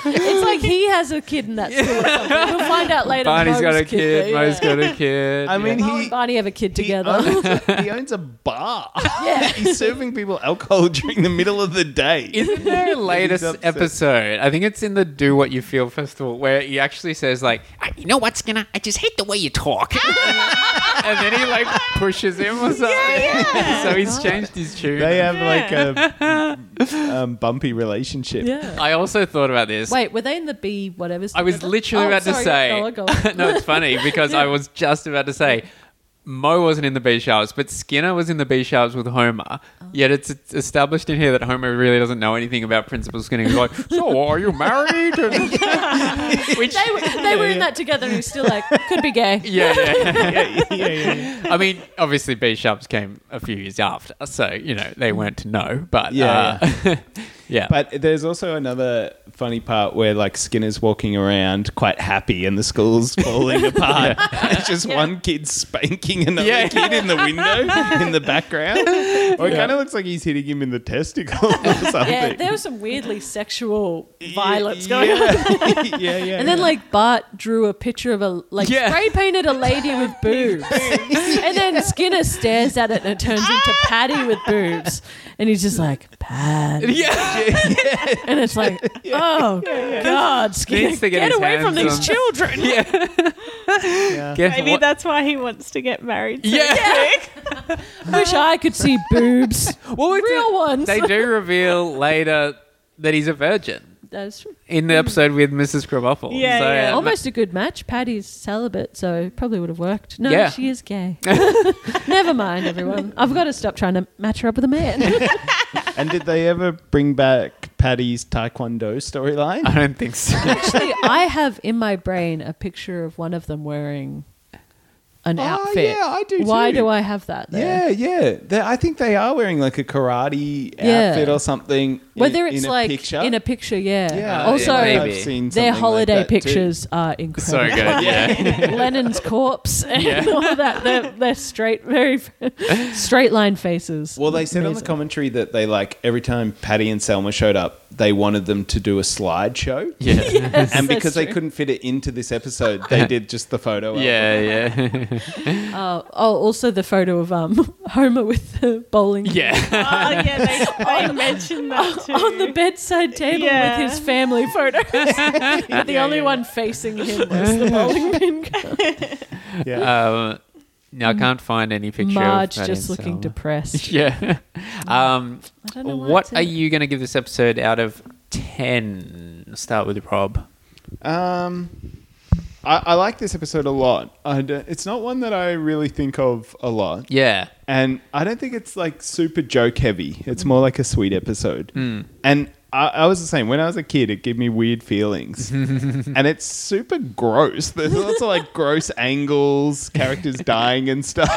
[SPEAKER 4] It's like he has a kid in that school. Or something. We'll find out later.
[SPEAKER 1] Barney's
[SPEAKER 4] Mo's
[SPEAKER 1] got a kid.
[SPEAKER 4] there,
[SPEAKER 1] Mo's
[SPEAKER 4] yeah.
[SPEAKER 1] got a kid.
[SPEAKER 3] I mean,
[SPEAKER 4] Mo
[SPEAKER 3] he,
[SPEAKER 4] and Barney have a kid
[SPEAKER 3] he,
[SPEAKER 4] together.
[SPEAKER 3] owns a, he owns a bar.
[SPEAKER 4] yeah.
[SPEAKER 3] He's serving people alcohol during the middle of the day.
[SPEAKER 1] Isn't there a latest
[SPEAKER 3] upset.
[SPEAKER 1] episode? I think it's in the Do What You Feel festival where he actually says like, "Ah,
[SPEAKER 5] I- you know what, Skinner? I just hate the way you talk.
[SPEAKER 1] and then he like pushes him or something. so he's changed his tune.
[SPEAKER 3] They
[SPEAKER 4] uh,
[SPEAKER 3] have like a um, bumpy relationship.
[SPEAKER 4] Yeah.
[SPEAKER 1] I also thought about this.
[SPEAKER 4] Wait, were they in the B whatever's?
[SPEAKER 1] I was
[SPEAKER 4] together?
[SPEAKER 1] literally
[SPEAKER 4] Oh,
[SPEAKER 1] about
[SPEAKER 4] sorry,
[SPEAKER 1] to say.
[SPEAKER 4] go on, go on.
[SPEAKER 1] no, it's funny because I was just about to say. Mo wasn't in the B sharps, but Skinner was in the B sharps with Homer.
[SPEAKER 4] Oh.
[SPEAKER 1] Yet it's it's established in here that Homer really doesn't know anything about Principal Skinner. He's like, "So are you married?" Which
[SPEAKER 4] They were, they were in that together, and he's still like, could be gay.
[SPEAKER 1] yeah, yeah.
[SPEAKER 3] yeah, yeah, yeah.
[SPEAKER 1] I mean, obviously, B sharps came a few years after, so you know they weren't to know. But
[SPEAKER 3] Yeah,
[SPEAKER 1] uh, Yeah.
[SPEAKER 3] But there's also another funny part where like Skinner's walking around quite happy and the school's falling apart. It's just one kid spanking another
[SPEAKER 1] Yeah.
[SPEAKER 3] kid in the window in the background. Or it kind of looks like he's hitting him in the testicle or something.
[SPEAKER 4] Yeah, there was some weirdly sexual violence going on.
[SPEAKER 3] yeah. on. yeah, yeah.
[SPEAKER 4] And then like Bart drew a picture of a like
[SPEAKER 1] Yeah.
[SPEAKER 4] spray painted a lady with boobs. and then Skinner stares at it and it turns into Patty with boobs. And he's just like, Patty.
[SPEAKER 1] yeah.
[SPEAKER 4] And it's like, oh God, Skinner.
[SPEAKER 1] Needs to get
[SPEAKER 4] Get
[SPEAKER 1] his
[SPEAKER 4] away from
[SPEAKER 1] hands
[SPEAKER 4] these
[SPEAKER 1] on-
[SPEAKER 4] children.
[SPEAKER 1] Get
[SPEAKER 2] Maybe
[SPEAKER 1] what-
[SPEAKER 2] that's why he wants to get married. So
[SPEAKER 1] Yeah.
[SPEAKER 2] quick.
[SPEAKER 4] Wish I could see boobs.
[SPEAKER 1] Well, it's
[SPEAKER 4] Real
[SPEAKER 1] a-
[SPEAKER 4] ones.
[SPEAKER 1] They do reveal later that he's a virgin
[SPEAKER 4] That's true.
[SPEAKER 1] in the episode with Mrs. Krabappel.
[SPEAKER 2] Yeah,
[SPEAKER 1] so,
[SPEAKER 2] yeah.
[SPEAKER 1] uh,
[SPEAKER 4] Almost a good match. Patty's celibate, so it probably would have worked. No,
[SPEAKER 1] Yeah.
[SPEAKER 4] she is gay. Never mind, everyone. I've got to stop trying to match her up with a man.
[SPEAKER 3] and did they ever bring back Patty's Taekwondo storyline?
[SPEAKER 1] I don't think so.
[SPEAKER 4] Actually, I have in my brain a picture of one of them wearing an
[SPEAKER 3] Oh,
[SPEAKER 4] outfit.
[SPEAKER 3] yeah, I do
[SPEAKER 4] Why
[SPEAKER 3] too.
[SPEAKER 4] do I have that? There?
[SPEAKER 3] Yeah, Oh, yeah. They- I think they are wearing like a karate
[SPEAKER 4] Yeah.
[SPEAKER 3] outfit or something. in-
[SPEAKER 4] Whether it's
[SPEAKER 3] in a
[SPEAKER 4] like
[SPEAKER 3] picture.
[SPEAKER 4] in a picture, yeah.
[SPEAKER 3] Yeah,
[SPEAKER 4] also,
[SPEAKER 1] yeah,
[SPEAKER 3] I've
[SPEAKER 1] maybe.
[SPEAKER 3] seen something
[SPEAKER 4] their
[SPEAKER 3] like
[SPEAKER 4] holiday
[SPEAKER 3] that too.
[SPEAKER 4] pictures are
[SPEAKER 1] so
[SPEAKER 4] incredible.
[SPEAKER 1] good. Yeah.
[SPEAKER 4] Lennon's corpse and all that. They're, they're straight, very straight line faces.
[SPEAKER 3] Well, they said on the
[SPEAKER 4] Amazing.
[SPEAKER 3] commentary that they like every time Patty and Selma showed up, they wanted them to do a slideshow.
[SPEAKER 1] Yeah. Yeah.
[SPEAKER 4] Yes,
[SPEAKER 3] And
[SPEAKER 4] that's
[SPEAKER 3] because they
[SPEAKER 4] true.
[SPEAKER 3] couldn't fit it into this episode, they did just the photo. album.
[SPEAKER 1] Yeah. Yeah.
[SPEAKER 4] Oh, oh, also the photo of um Homer with the bowling
[SPEAKER 2] Oh, yeah, they, they mentioned that too.
[SPEAKER 4] on the bedside table
[SPEAKER 2] Yeah.
[SPEAKER 4] with his family photos. but the only one facing him was the bowling pin.
[SPEAKER 1] Um, no, I can't find any picture
[SPEAKER 4] Marge
[SPEAKER 1] of Patty
[SPEAKER 4] just
[SPEAKER 1] and
[SPEAKER 4] looking
[SPEAKER 1] Selma.
[SPEAKER 4] depressed.
[SPEAKER 1] Yeah. Um,
[SPEAKER 4] I don't know why
[SPEAKER 1] what
[SPEAKER 4] it's in
[SPEAKER 1] are
[SPEAKER 4] it.
[SPEAKER 1] you going to give this episode out of 10? Start with Rob.
[SPEAKER 3] Um, I, I like this episode a lot. I don't- it's not one that I really think of a lot.
[SPEAKER 1] Yeah.
[SPEAKER 3] and I don't think it's like super joke heavy. It's more like a sweet episode.
[SPEAKER 1] Hmm.
[SPEAKER 3] And I, I was the same when I was a kid. It gave me weird feelings, and it's super gross. There's lots of like gross angles, characters dying and stuff.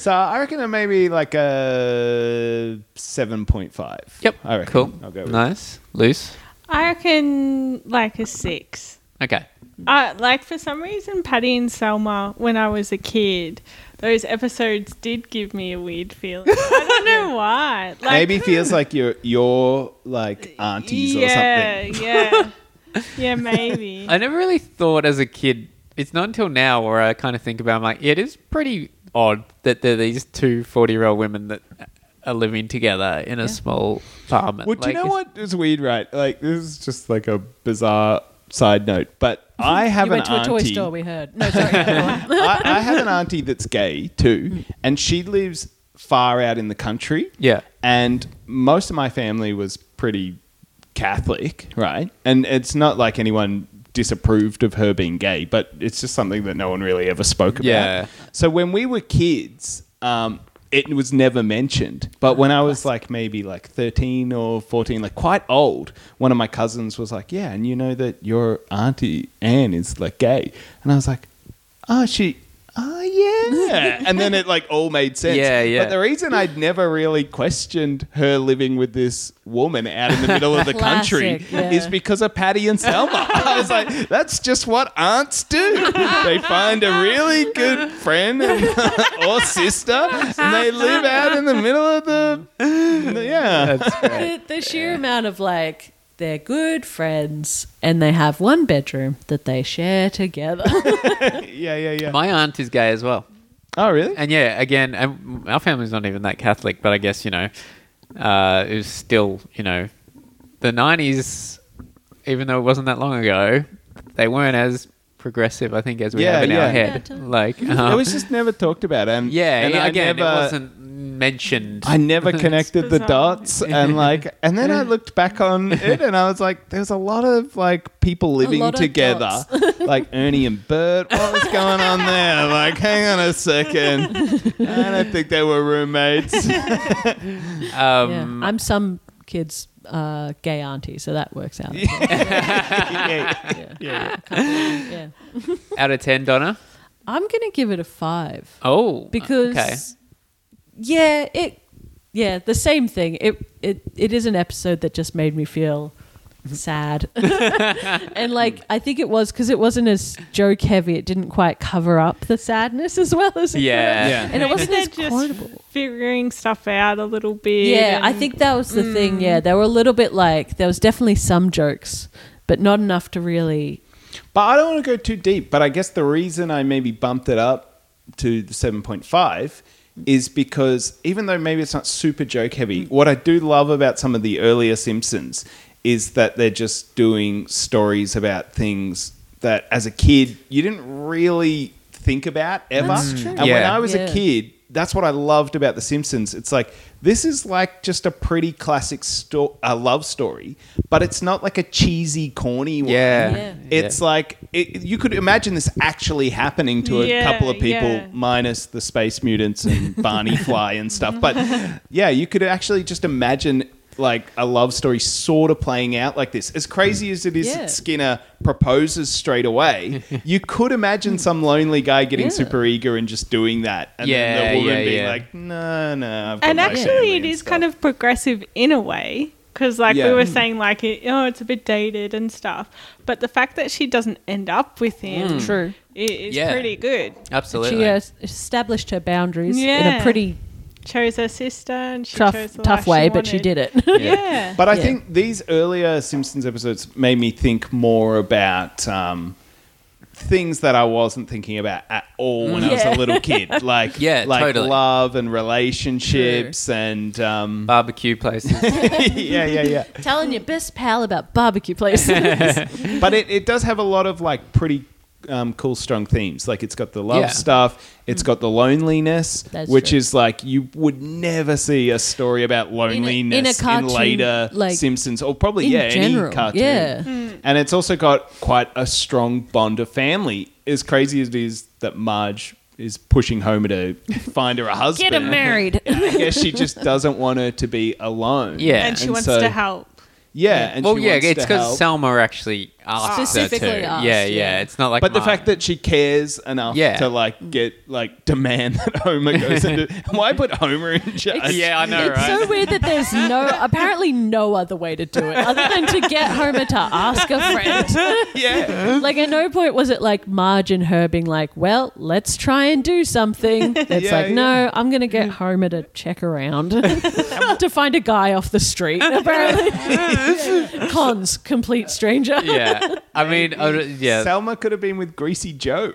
[SPEAKER 3] so I reckon it maybe like a seven point five.
[SPEAKER 1] Yep.
[SPEAKER 3] I reckon.
[SPEAKER 1] Cool.
[SPEAKER 3] I'll go with
[SPEAKER 1] nice. Loose.
[SPEAKER 2] I reckon like a six.
[SPEAKER 1] Okay.
[SPEAKER 2] Uh, like for some reason, Patty and Selma, when I was a kid, those episodes did give me a weird feeling. I don't know why. Like,
[SPEAKER 3] Maybe feels like you're you're like aunties
[SPEAKER 2] yeah,
[SPEAKER 3] or something.
[SPEAKER 2] yeah, yeah, maybe.
[SPEAKER 1] I never really thought as a kid. It's not until now where I kind of think about. I'm like, it is pretty odd that there are these two 40 year old women that are living together in a small apartment.
[SPEAKER 3] Well, do
[SPEAKER 1] Like,
[SPEAKER 3] you know
[SPEAKER 1] it's-
[SPEAKER 3] what is weird, right? Like, this is just like a bizarre side note, but I have
[SPEAKER 4] You went
[SPEAKER 3] an
[SPEAKER 4] to a toy
[SPEAKER 3] auntie.
[SPEAKER 4] store. We heard. No, sorry. go on.
[SPEAKER 3] I, I have an auntie that's gay too, and she lives far out in the country.
[SPEAKER 1] Yeah.
[SPEAKER 3] And most of my family was pretty Catholic, right? And it's not like anyone disapproved of her being gay, but it's just something that no one really ever spoke about.
[SPEAKER 1] Yeah.
[SPEAKER 3] So when we were kids, um, it was never mentioned. But when I was like maybe like 13 or 14, like quite old, one of my cousins was like, Yeah, and you know that your auntie Anne is like gay. And I was like, Oh, she, oh, yeah. and then it like all made sense.
[SPEAKER 1] Yeah, yeah.
[SPEAKER 3] But the reason I'd never really questioned her living with this woman out in the middle of the country
[SPEAKER 4] Classic, yeah.
[SPEAKER 3] is because of Patty and Selma. I was like, that's just what aunts do. They find a really good friend and- or sister and they live out in the middle of the. Yeah.
[SPEAKER 4] the, the sheer amount of like they're good friends and they have one bedroom that they share together.
[SPEAKER 3] Yeah, yeah, yeah.
[SPEAKER 1] My aunt is gay as well.
[SPEAKER 3] Oh, really?
[SPEAKER 1] And yeah, again, um, our family's not even that Catholic, but I guess, you know, uh, it was still, you know, the 90s, even though it wasn't that long ago, they weren't as progressive, I think, as we
[SPEAKER 3] Yeah,
[SPEAKER 1] have in
[SPEAKER 3] yeah.
[SPEAKER 1] our head.
[SPEAKER 4] Yeah,
[SPEAKER 1] like, um,
[SPEAKER 3] it was just never talked about. And,
[SPEAKER 1] yeah,
[SPEAKER 3] and
[SPEAKER 1] yeah,
[SPEAKER 3] I
[SPEAKER 1] again,
[SPEAKER 3] never-
[SPEAKER 1] it wasn't mentioned.
[SPEAKER 3] I never connected the
[SPEAKER 2] bizarre.
[SPEAKER 3] dots and like and then I looked back on it and I was like there's a lot of like people living
[SPEAKER 4] lot of
[SPEAKER 3] together like Ernie and Bert what was going on there like hang on a second I don't think they were roommates
[SPEAKER 4] Yeah.
[SPEAKER 1] um,
[SPEAKER 4] I'm some kids uh, gay auntie, so that works out.
[SPEAKER 3] yeah.
[SPEAKER 4] Yeah.
[SPEAKER 3] Yeah.
[SPEAKER 4] Yeah.
[SPEAKER 1] Out of 10, Donna?
[SPEAKER 4] I'm gonna give it a five
[SPEAKER 1] Oh.
[SPEAKER 4] because,
[SPEAKER 1] Okay.
[SPEAKER 4] yeah, it yeah, the same thing. It it it is an episode that just made me feel sad, and like I think it was because it wasn't as joke heavy. It didn't quite cover up the sadness as well as it
[SPEAKER 1] Yeah.
[SPEAKER 4] could have.
[SPEAKER 1] Yeah.
[SPEAKER 4] and it wasn't
[SPEAKER 2] They're
[SPEAKER 4] as
[SPEAKER 2] just
[SPEAKER 4] quotable.
[SPEAKER 2] figuring stuff out a little bit.
[SPEAKER 4] Yeah, I
[SPEAKER 2] and-
[SPEAKER 4] think that was the
[SPEAKER 1] Mm.
[SPEAKER 4] thing. Yeah, they were a little bit like there was definitely some jokes, but not enough to really.
[SPEAKER 3] But I don't want to go too deep. But I guess the reason I maybe bumped it up to the 7.5 is because even though maybe it's not super joke heavy, what I do love about some of the earlier Simpsons is that they're just doing stories about things that as a kid you didn't really think about ever.
[SPEAKER 4] That's true.
[SPEAKER 3] And when
[SPEAKER 1] Yeah.
[SPEAKER 3] I was
[SPEAKER 4] Yeah.
[SPEAKER 3] a kid, that's what I loved about The Simpsons. It's like this is like just a pretty classic sto- uh, love story, but it's not like a cheesy, corny one.
[SPEAKER 1] Yeah.
[SPEAKER 4] Yeah.
[SPEAKER 3] It's like it, you could imagine this actually happening to a
[SPEAKER 2] Yeah,
[SPEAKER 3] couple of people,
[SPEAKER 2] yeah.
[SPEAKER 3] minus the space mutants and Barney Fly and stuff. But yeah, you could actually just imagine like a love story sort of playing out like this. As crazy as it is
[SPEAKER 4] Yeah.
[SPEAKER 3] that Skinner proposes straight away, you could imagine some lonely guy getting
[SPEAKER 4] Yeah.
[SPEAKER 3] super eager and just doing that, and
[SPEAKER 1] Yeah,
[SPEAKER 3] then the woman
[SPEAKER 1] yeah,
[SPEAKER 3] being
[SPEAKER 1] yeah.
[SPEAKER 3] like, "No, no." I've got
[SPEAKER 2] and
[SPEAKER 3] my family
[SPEAKER 2] actually, it
[SPEAKER 3] and
[SPEAKER 2] is
[SPEAKER 3] stuff."
[SPEAKER 2] kind of progressive in a way because, like
[SPEAKER 3] Yeah.
[SPEAKER 2] we were saying, like it, oh, it's a bit dated and stuff. But the fact that she doesn't end up with him
[SPEAKER 4] Mm. True.
[SPEAKER 2] i- is
[SPEAKER 1] Yeah.
[SPEAKER 2] pretty good.
[SPEAKER 1] Mm. Absolutely.
[SPEAKER 4] She uh, established her boundaries in a
[SPEAKER 2] Yeah.
[SPEAKER 4] pretty
[SPEAKER 2] Chose her sister and she chose
[SPEAKER 4] tough
[SPEAKER 2] the life
[SPEAKER 4] tough way, but she
[SPEAKER 2] wanted.
[SPEAKER 4] did it.
[SPEAKER 2] Yeah.
[SPEAKER 3] But I
[SPEAKER 4] Yeah.
[SPEAKER 3] think these earlier Simpsons episodes made me think more about um, things that I wasn't thinking about at all when I was
[SPEAKER 4] Yeah.
[SPEAKER 3] a little kid, like
[SPEAKER 1] Yeah,
[SPEAKER 3] like
[SPEAKER 1] totally.
[SPEAKER 3] love and relationships and um,
[SPEAKER 1] Barbecue places.
[SPEAKER 3] yeah, yeah, yeah.
[SPEAKER 4] Telling your best pal about barbecue places.
[SPEAKER 3] But it, it does have a lot of like pretty. Um, cool strong themes like it's got the love
[SPEAKER 1] Yeah.
[SPEAKER 3] stuff it's got the loneliness
[SPEAKER 4] Mm. That's
[SPEAKER 3] which
[SPEAKER 4] true.
[SPEAKER 3] is like you would never see a story about loneliness in,
[SPEAKER 4] cartoon,
[SPEAKER 3] later
[SPEAKER 4] like,
[SPEAKER 3] simpsons or probably
[SPEAKER 4] in
[SPEAKER 3] yeah
[SPEAKER 4] general,
[SPEAKER 3] any cartoon
[SPEAKER 4] yeah.
[SPEAKER 1] Mm.
[SPEAKER 3] And it's also got quite a strong bond of family. As crazy as it is that Marge is pushing Homer to find her a husband.
[SPEAKER 4] Get him married.
[SPEAKER 3] I guess she just doesn't want her to be alone.
[SPEAKER 1] Yeah.
[SPEAKER 2] And she
[SPEAKER 3] And
[SPEAKER 2] wants
[SPEAKER 3] so-
[SPEAKER 2] to help.
[SPEAKER 3] Yeah. And
[SPEAKER 1] well,
[SPEAKER 3] she
[SPEAKER 1] yeah,
[SPEAKER 3] wants
[SPEAKER 1] it's
[SPEAKER 3] to
[SPEAKER 1] because
[SPEAKER 3] help.
[SPEAKER 1] Selma actually asked her
[SPEAKER 4] Specifically
[SPEAKER 1] to.
[SPEAKER 4] asked,
[SPEAKER 1] yeah, yeah,
[SPEAKER 4] yeah.
[SPEAKER 1] It's not like.
[SPEAKER 3] but the
[SPEAKER 1] mine.
[SPEAKER 3] fact that she cares enough
[SPEAKER 1] Yeah.
[SPEAKER 3] to like get like demand that Homer goes into why put Homer in charge?
[SPEAKER 1] Yeah, I know,
[SPEAKER 4] It's
[SPEAKER 1] right?
[SPEAKER 4] so weird that there's no, apparently no other way to do it other than to get Homer to ask a friend.
[SPEAKER 3] yeah.
[SPEAKER 4] like at no point was it like Marge and her being like, well, let's try and do something. It's
[SPEAKER 3] Yeah,
[SPEAKER 4] like, no, I'm going to get Homer to check around to find a guy off the street, apparently. Cons, complete stranger.
[SPEAKER 1] yeah. I mean, I don't- yeah.
[SPEAKER 3] Selma could have been with Greasy Joe.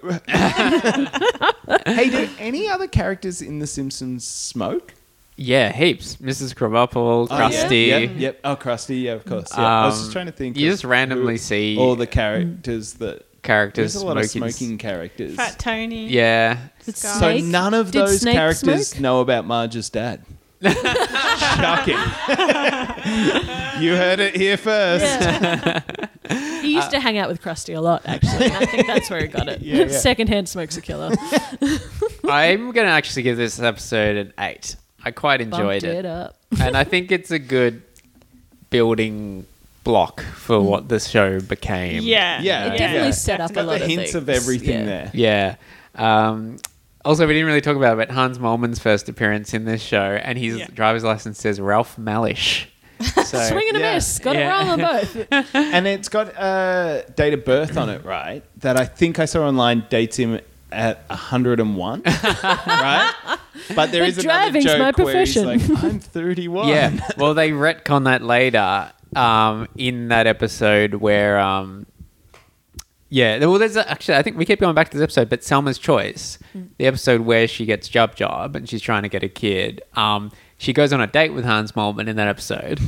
[SPEAKER 3] hey, do any other characters in The Simpsons smoke?
[SPEAKER 1] yeah, heaps. Mrs. Krabappel,
[SPEAKER 3] Oh, yeah.
[SPEAKER 1] Krusty.
[SPEAKER 3] Yep, yep. Oh, Krusty. Yeah, of course. Yeah. I was
[SPEAKER 1] Um,
[SPEAKER 3] just trying to think.
[SPEAKER 1] You
[SPEAKER 3] of
[SPEAKER 1] just randomly
[SPEAKER 3] who-
[SPEAKER 1] see
[SPEAKER 3] all the characters that.
[SPEAKER 1] characters
[SPEAKER 3] There's a lot of
[SPEAKER 1] smoking.
[SPEAKER 3] smoking characters.
[SPEAKER 2] Fat Tony.
[SPEAKER 1] Yeah.
[SPEAKER 4] Did
[SPEAKER 2] So
[SPEAKER 3] So
[SPEAKER 4] Snake-
[SPEAKER 3] none of
[SPEAKER 4] did
[SPEAKER 3] those
[SPEAKER 4] Snake
[SPEAKER 3] characters
[SPEAKER 4] smoke?
[SPEAKER 3] know about Marge's dad. Shocking. you heard it here first.
[SPEAKER 4] Yeah. he used to hang out with Krusty a lot, actually. I think that's where he got it.
[SPEAKER 3] Yeah, yeah.
[SPEAKER 4] Secondhand smoke's a killer.
[SPEAKER 1] I'm going to actually give this episode an eight. I quite enjoyed
[SPEAKER 4] Bumped
[SPEAKER 1] it.
[SPEAKER 4] it up.
[SPEAKER 1] and I think it's a good building block for what the show became.
[SPEAKER 2] Yeah.
[SPEAKER 3] Yeah,
[SPEAKER 4] It definitely
[SPEAKER 3] yeah.
[SPEAKER 4] set
[SPEAKER 3] It's
[SPEAKER 4] up a
[SPEAKER 3] got
[SPEAKER 4] lot
[SPEAKER 3] the
[SPEAKER 4] of
[SPEAKER 3] hints of
[SPEAKER 4] things.
[SPEAKER 3] everything
[SPEAKER 4] Yeah.
[SPEAKER 3] there.
[SPEAKER 1] Yeah. Um, also, we didn't really talk about it, but Hans Moleman's first appearance in this show, and his
[SPEAKER 2] Yeah.
[SPEAKER 1] driver's license says Ralph Malish. So,
[SPEAKER 4] Swing and a
[SPEAKER 3] Yeah.
[SPEAKER 4] miss. Got
[SPEAKER 1] Yeah.
[SPEAKER 4] it wrong on both.
[SPEAKER 3] And it's got a date of birth on it, right? That I think I saw online dates him at 101, right? But there
[SPEAKER 4] But
[SPEAKER 3] is another
[SPEAKER 4] driving's
[SPEAKER 3] joke
[SPEAKER 4] my
[SPEAKER 3] where he's
[SPEAKER 4] profession.
[SPEAKER 3] like, I'm 31.
[SPEAKER 1] Yeah. Well, they retcon that later um, in that episode where. Um, yeah, well, there's a, actually, I think we keep going back to this episode, but Selma's Choice, the episode where she gets Jub Jub and she's trying to get a kid, um, she goes on a date with Hans Molman in that episode.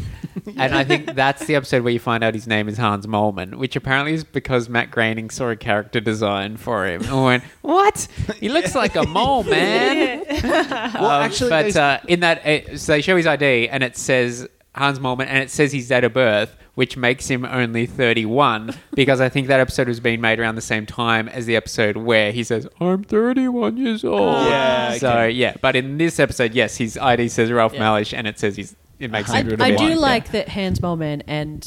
[SPEAKER 1] And I think that's the episode where you find out his name is Hans Molman, which apparently is because Matt Groening saw a character design for him and went, What? He looks like a mole, man.
[SPEAKER 3] Well,
[SPEAKER 1] Um,
[SPEAKER 3] actually,
[SPEAKER 1] but
[SPEAKER 3] they-
[SPEAKER 1] uh, in that, uh, so they show his ID, and it says Hans Molman, and it says his date of birth, which makes him only 31, because I think that episode was being made around the same time as the episode where he says, "I'm 31 years old."
[SPEAKER 3] Yeah, okay.
[SPEAKER 1] So yeah, but in this episode, yes, his ID says Ralph
[SPEAKER 4] Yeah.
[SPEAKER 1] Malish, and it says he's. It makes
[SPEAKER 4] I,
[SPEAKER 1] him.
[SPEAKER 3] Hundred
[SPEAKER 4] I
[SPEAKER 3] and
[SPEAKER 4] do
[SPEAKER 3] one, yeah.
[SPEAKER 4] like that Hans Moleman and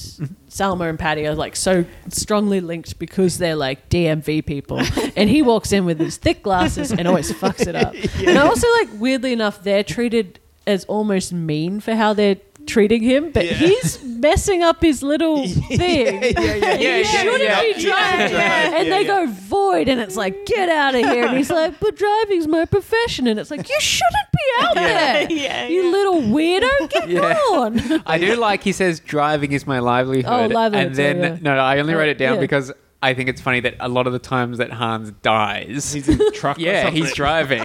[SPEAKER 4] Salma and Patty are like so strongly linked because they're like DMV people, and he walks in with his thick glasses and always fucks it up. And I also like weirdly enough, they're treated as almost mean for how they're treating him, but he's messing up his little thing.
[SPEAKER 3] yeah, yeah,
[SPEAKER 4] You shouldn't
[SPEAKER 3] yeah,
[SPEAKER 4] be
[SPEAKER 3] yeah, yeah,
[SPEAKER 4] driving.
[SPEAKER 3] yeah,
[SPEAKER 4] and
[SPEAKER 3] yeah,
[SPEAKER 4] they
[SPEAKER 3] yeah.
[SPEAKER 4] go void, and it's like, get out of here. And he's like, but driving's my profession. And it's like, you shouldn't be out there.
[SPEAKER 2] Yeah,
[SPEAKER 4] you
[SPEAKER 2] yeah.
[SPEAKER 4] little weirdo, get
[SPEAKER 1] Yeah.
[SPEAKER 4] on.
[SPEAKER 1] I do like he says driving is my livelihood.
[SPEAKER 4] Oh, livelihood,
[SPEAKER 1] And then
[SPEAKER 4] yeah.
[SPEAKER 1] no, no, I only
[SPEAKER 4] Oh,
[SPEAKER 1] wrote it down
[SPEAKER 4] yeah.
[SPEAKER 1] because I think it's funny that a lot of the times that Hans dies,
[SPEAKER 3] He's in a truck. or
[SPEAKER 1] yeah, he's
[SPEAKER 3] something.
[SPEAKER 1] driving.
[SPEAKER 2] Oh,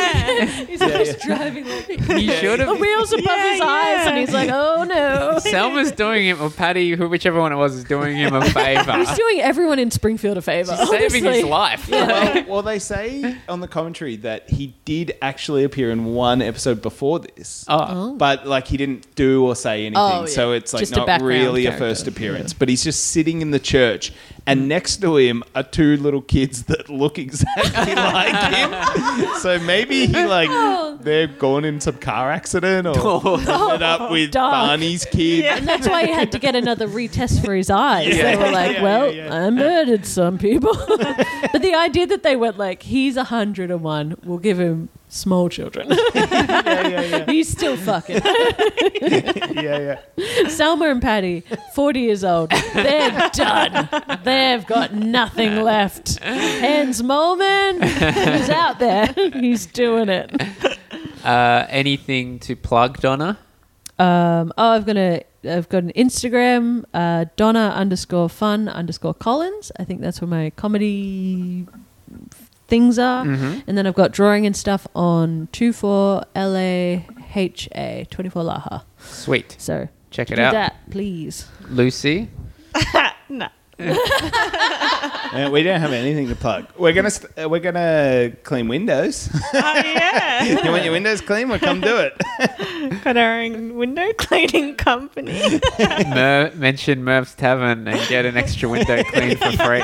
[SPEAKER 2] yeah.
[SPEAKER 4] He's always driving like
[SPEAKER 1] He should
[SPEAKER 4] the
[SPEAKER 1] have.
[SPEAKER 4] wheels above
[SPEAKER 2] Yeah,
[SPEAKER 4] his eyes,
[SPEAKER 2] yeah.
[SPEAKER 4] and he's like, oh no.
[SPEAKER 1] Selma's doing him, or Patty, who, whichever one it was, is doing him a favor.
[SPEAKER 4] He's doing everyone in Springfield a favor.
[SPEAKER 1] She's saving his
[SPEAKER 4] honestly.
[SPEAKER 1] life.
[SPEAKER 3] well, well, they say on the commentary that he did actually appear in one episode before this,
[SPEAKER 1] Oh.
[SPEAKER 3] but like he didn't do or say anything,
[SPEAKER 4] Oh, yeah.
[SPEAKER 3] so it's like
[SPEAKER 4] Just a
[SPEAKER 3] not
[SPEAKER 4] background
[SPEAKER 3] really
[SPEAKER 4] character.
[SPEAKER 3] a first appearance. But he's just sitting in the church, and next to him are two little kids that look exactly like him. So maybe he like they've gone in some car accident or ended up with
[SPEAKER 4] dark.
[SPEAKER 3] Barney's kid.
[SPEAKER 2] Yeah.
[SPEAKER 4] And that's why he had to get another retest for his eyes.
[SPEAKER 1] Yeah.
[SPEAKER 4] They were like,
[SPEAKER 3] Yeah,
[SPEAKER 4] well,
[SPEAKER 3] yeah, yeah.
[SPEAKER 4] I murdered some people. but the idea that they went like, he's 101, we'll give him small children.
[SPEAKER 3] yeah, yeah, yeah,
[SPEAKER 4] he's still fucking.
[SPEAKER 3] yeah, yeah.
[SPEAKER 4] Selma and Patty, 40 years old, they're done. They've got nothing left. Hans Molman, he's out there. he's doing it.
[SPEAKER 1] Uh, anything to plug, Donna?
[SPEAKER 4] Um, oh, I've got a, I've got an Instagram, uh, Donna underscore fun underscore Collins. I think that's where my comedy things are.
[SPEAKER 1] Mm-hmm.
[SPEAKER 4] And then I've got drawing and stuff on 24 LAHA, 24 Laha.
[SPEAKER 1] Sweet.
[SPEAKER 4] So
[SPEAKER 1] Check it
[SPEAKER 4] do
[SPEAKER 1] out.
[SPEAKER 4] that, please.
[SPEAKER 1] Lucy?
[SPEAKER 2] no.
[SPEAKER 3] Uh, we don't have anything to plug. We're gonna st- uh, we're gonna clean windows.
[SPEAKER 2] Oh, yeah.
[SPEAKER 3] you want your windows clean? Well, come do it.
[SPEAKER 2] Got our own window cleaning company.
[SPEAKER 1] Mer- mention Merv's Tavern and get an extra window clean for free.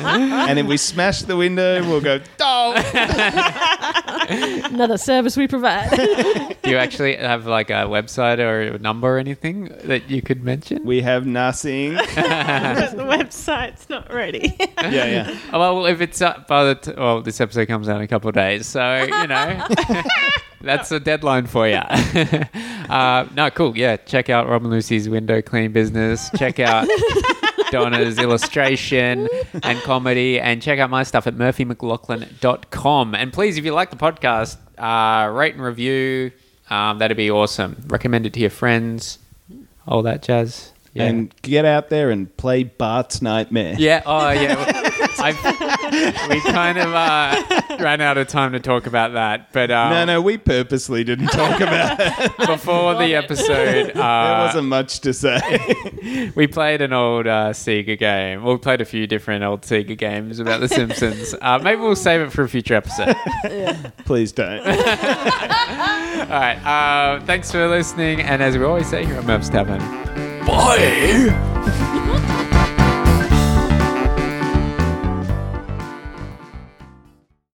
[SPEAKER 3] and if we smash the window, we'll go. Oh,
[SPEAKER 4] Another service we provide.
[SPEAKER 1] Do you actually have like a website or a number or anything that you could mention?
[SPEAKER 3] we have nothing.
[SPEAKER 2] but the website's not ready.
[SPEAKER 3] Yeah, yeah.
[SPEAKER 1] Oh, well, if it's up by the t- well, this episode comes out in a couple of days, so you know that's a deadline for you. uh, no, cool. Yeah, check out Robin Lucy's window clean business. Check out Donna's illustration and comedy, and check out my stuff at murphymclaughlin.com. And please, if you like the podcast, uh, rate and review. Um, that'd be awesome. Recommend it to your friends. All that jazz. Yeah.
[SPEAKER 3] And get out there and play Bart's Nightmare.
[SPEAKER 1] Yeah. Oh, yeah. I, we kind of uh, ran out of time to talk about that, but um,
[SPEAKER 3] No, no, we purposely didn't talk about it.
[SPEAKER 1] before the episode,
[SPEAKER 3] There
[SPEAKER 1] uh,
[SPEAKER 3] wasn't much to say.
[SPEAKER 1] we played an old uh, Sega game. Well, we played a few different old Sega games about The Simpsons. Uh, maybe we'll save it for a future episode.
[SPEAKER 3] Please don't.
[SPEAKER 1] All right. Uh, thanks for listening, and as we always say here at Murph's Tavern,
[SPEAKER 5] Bye.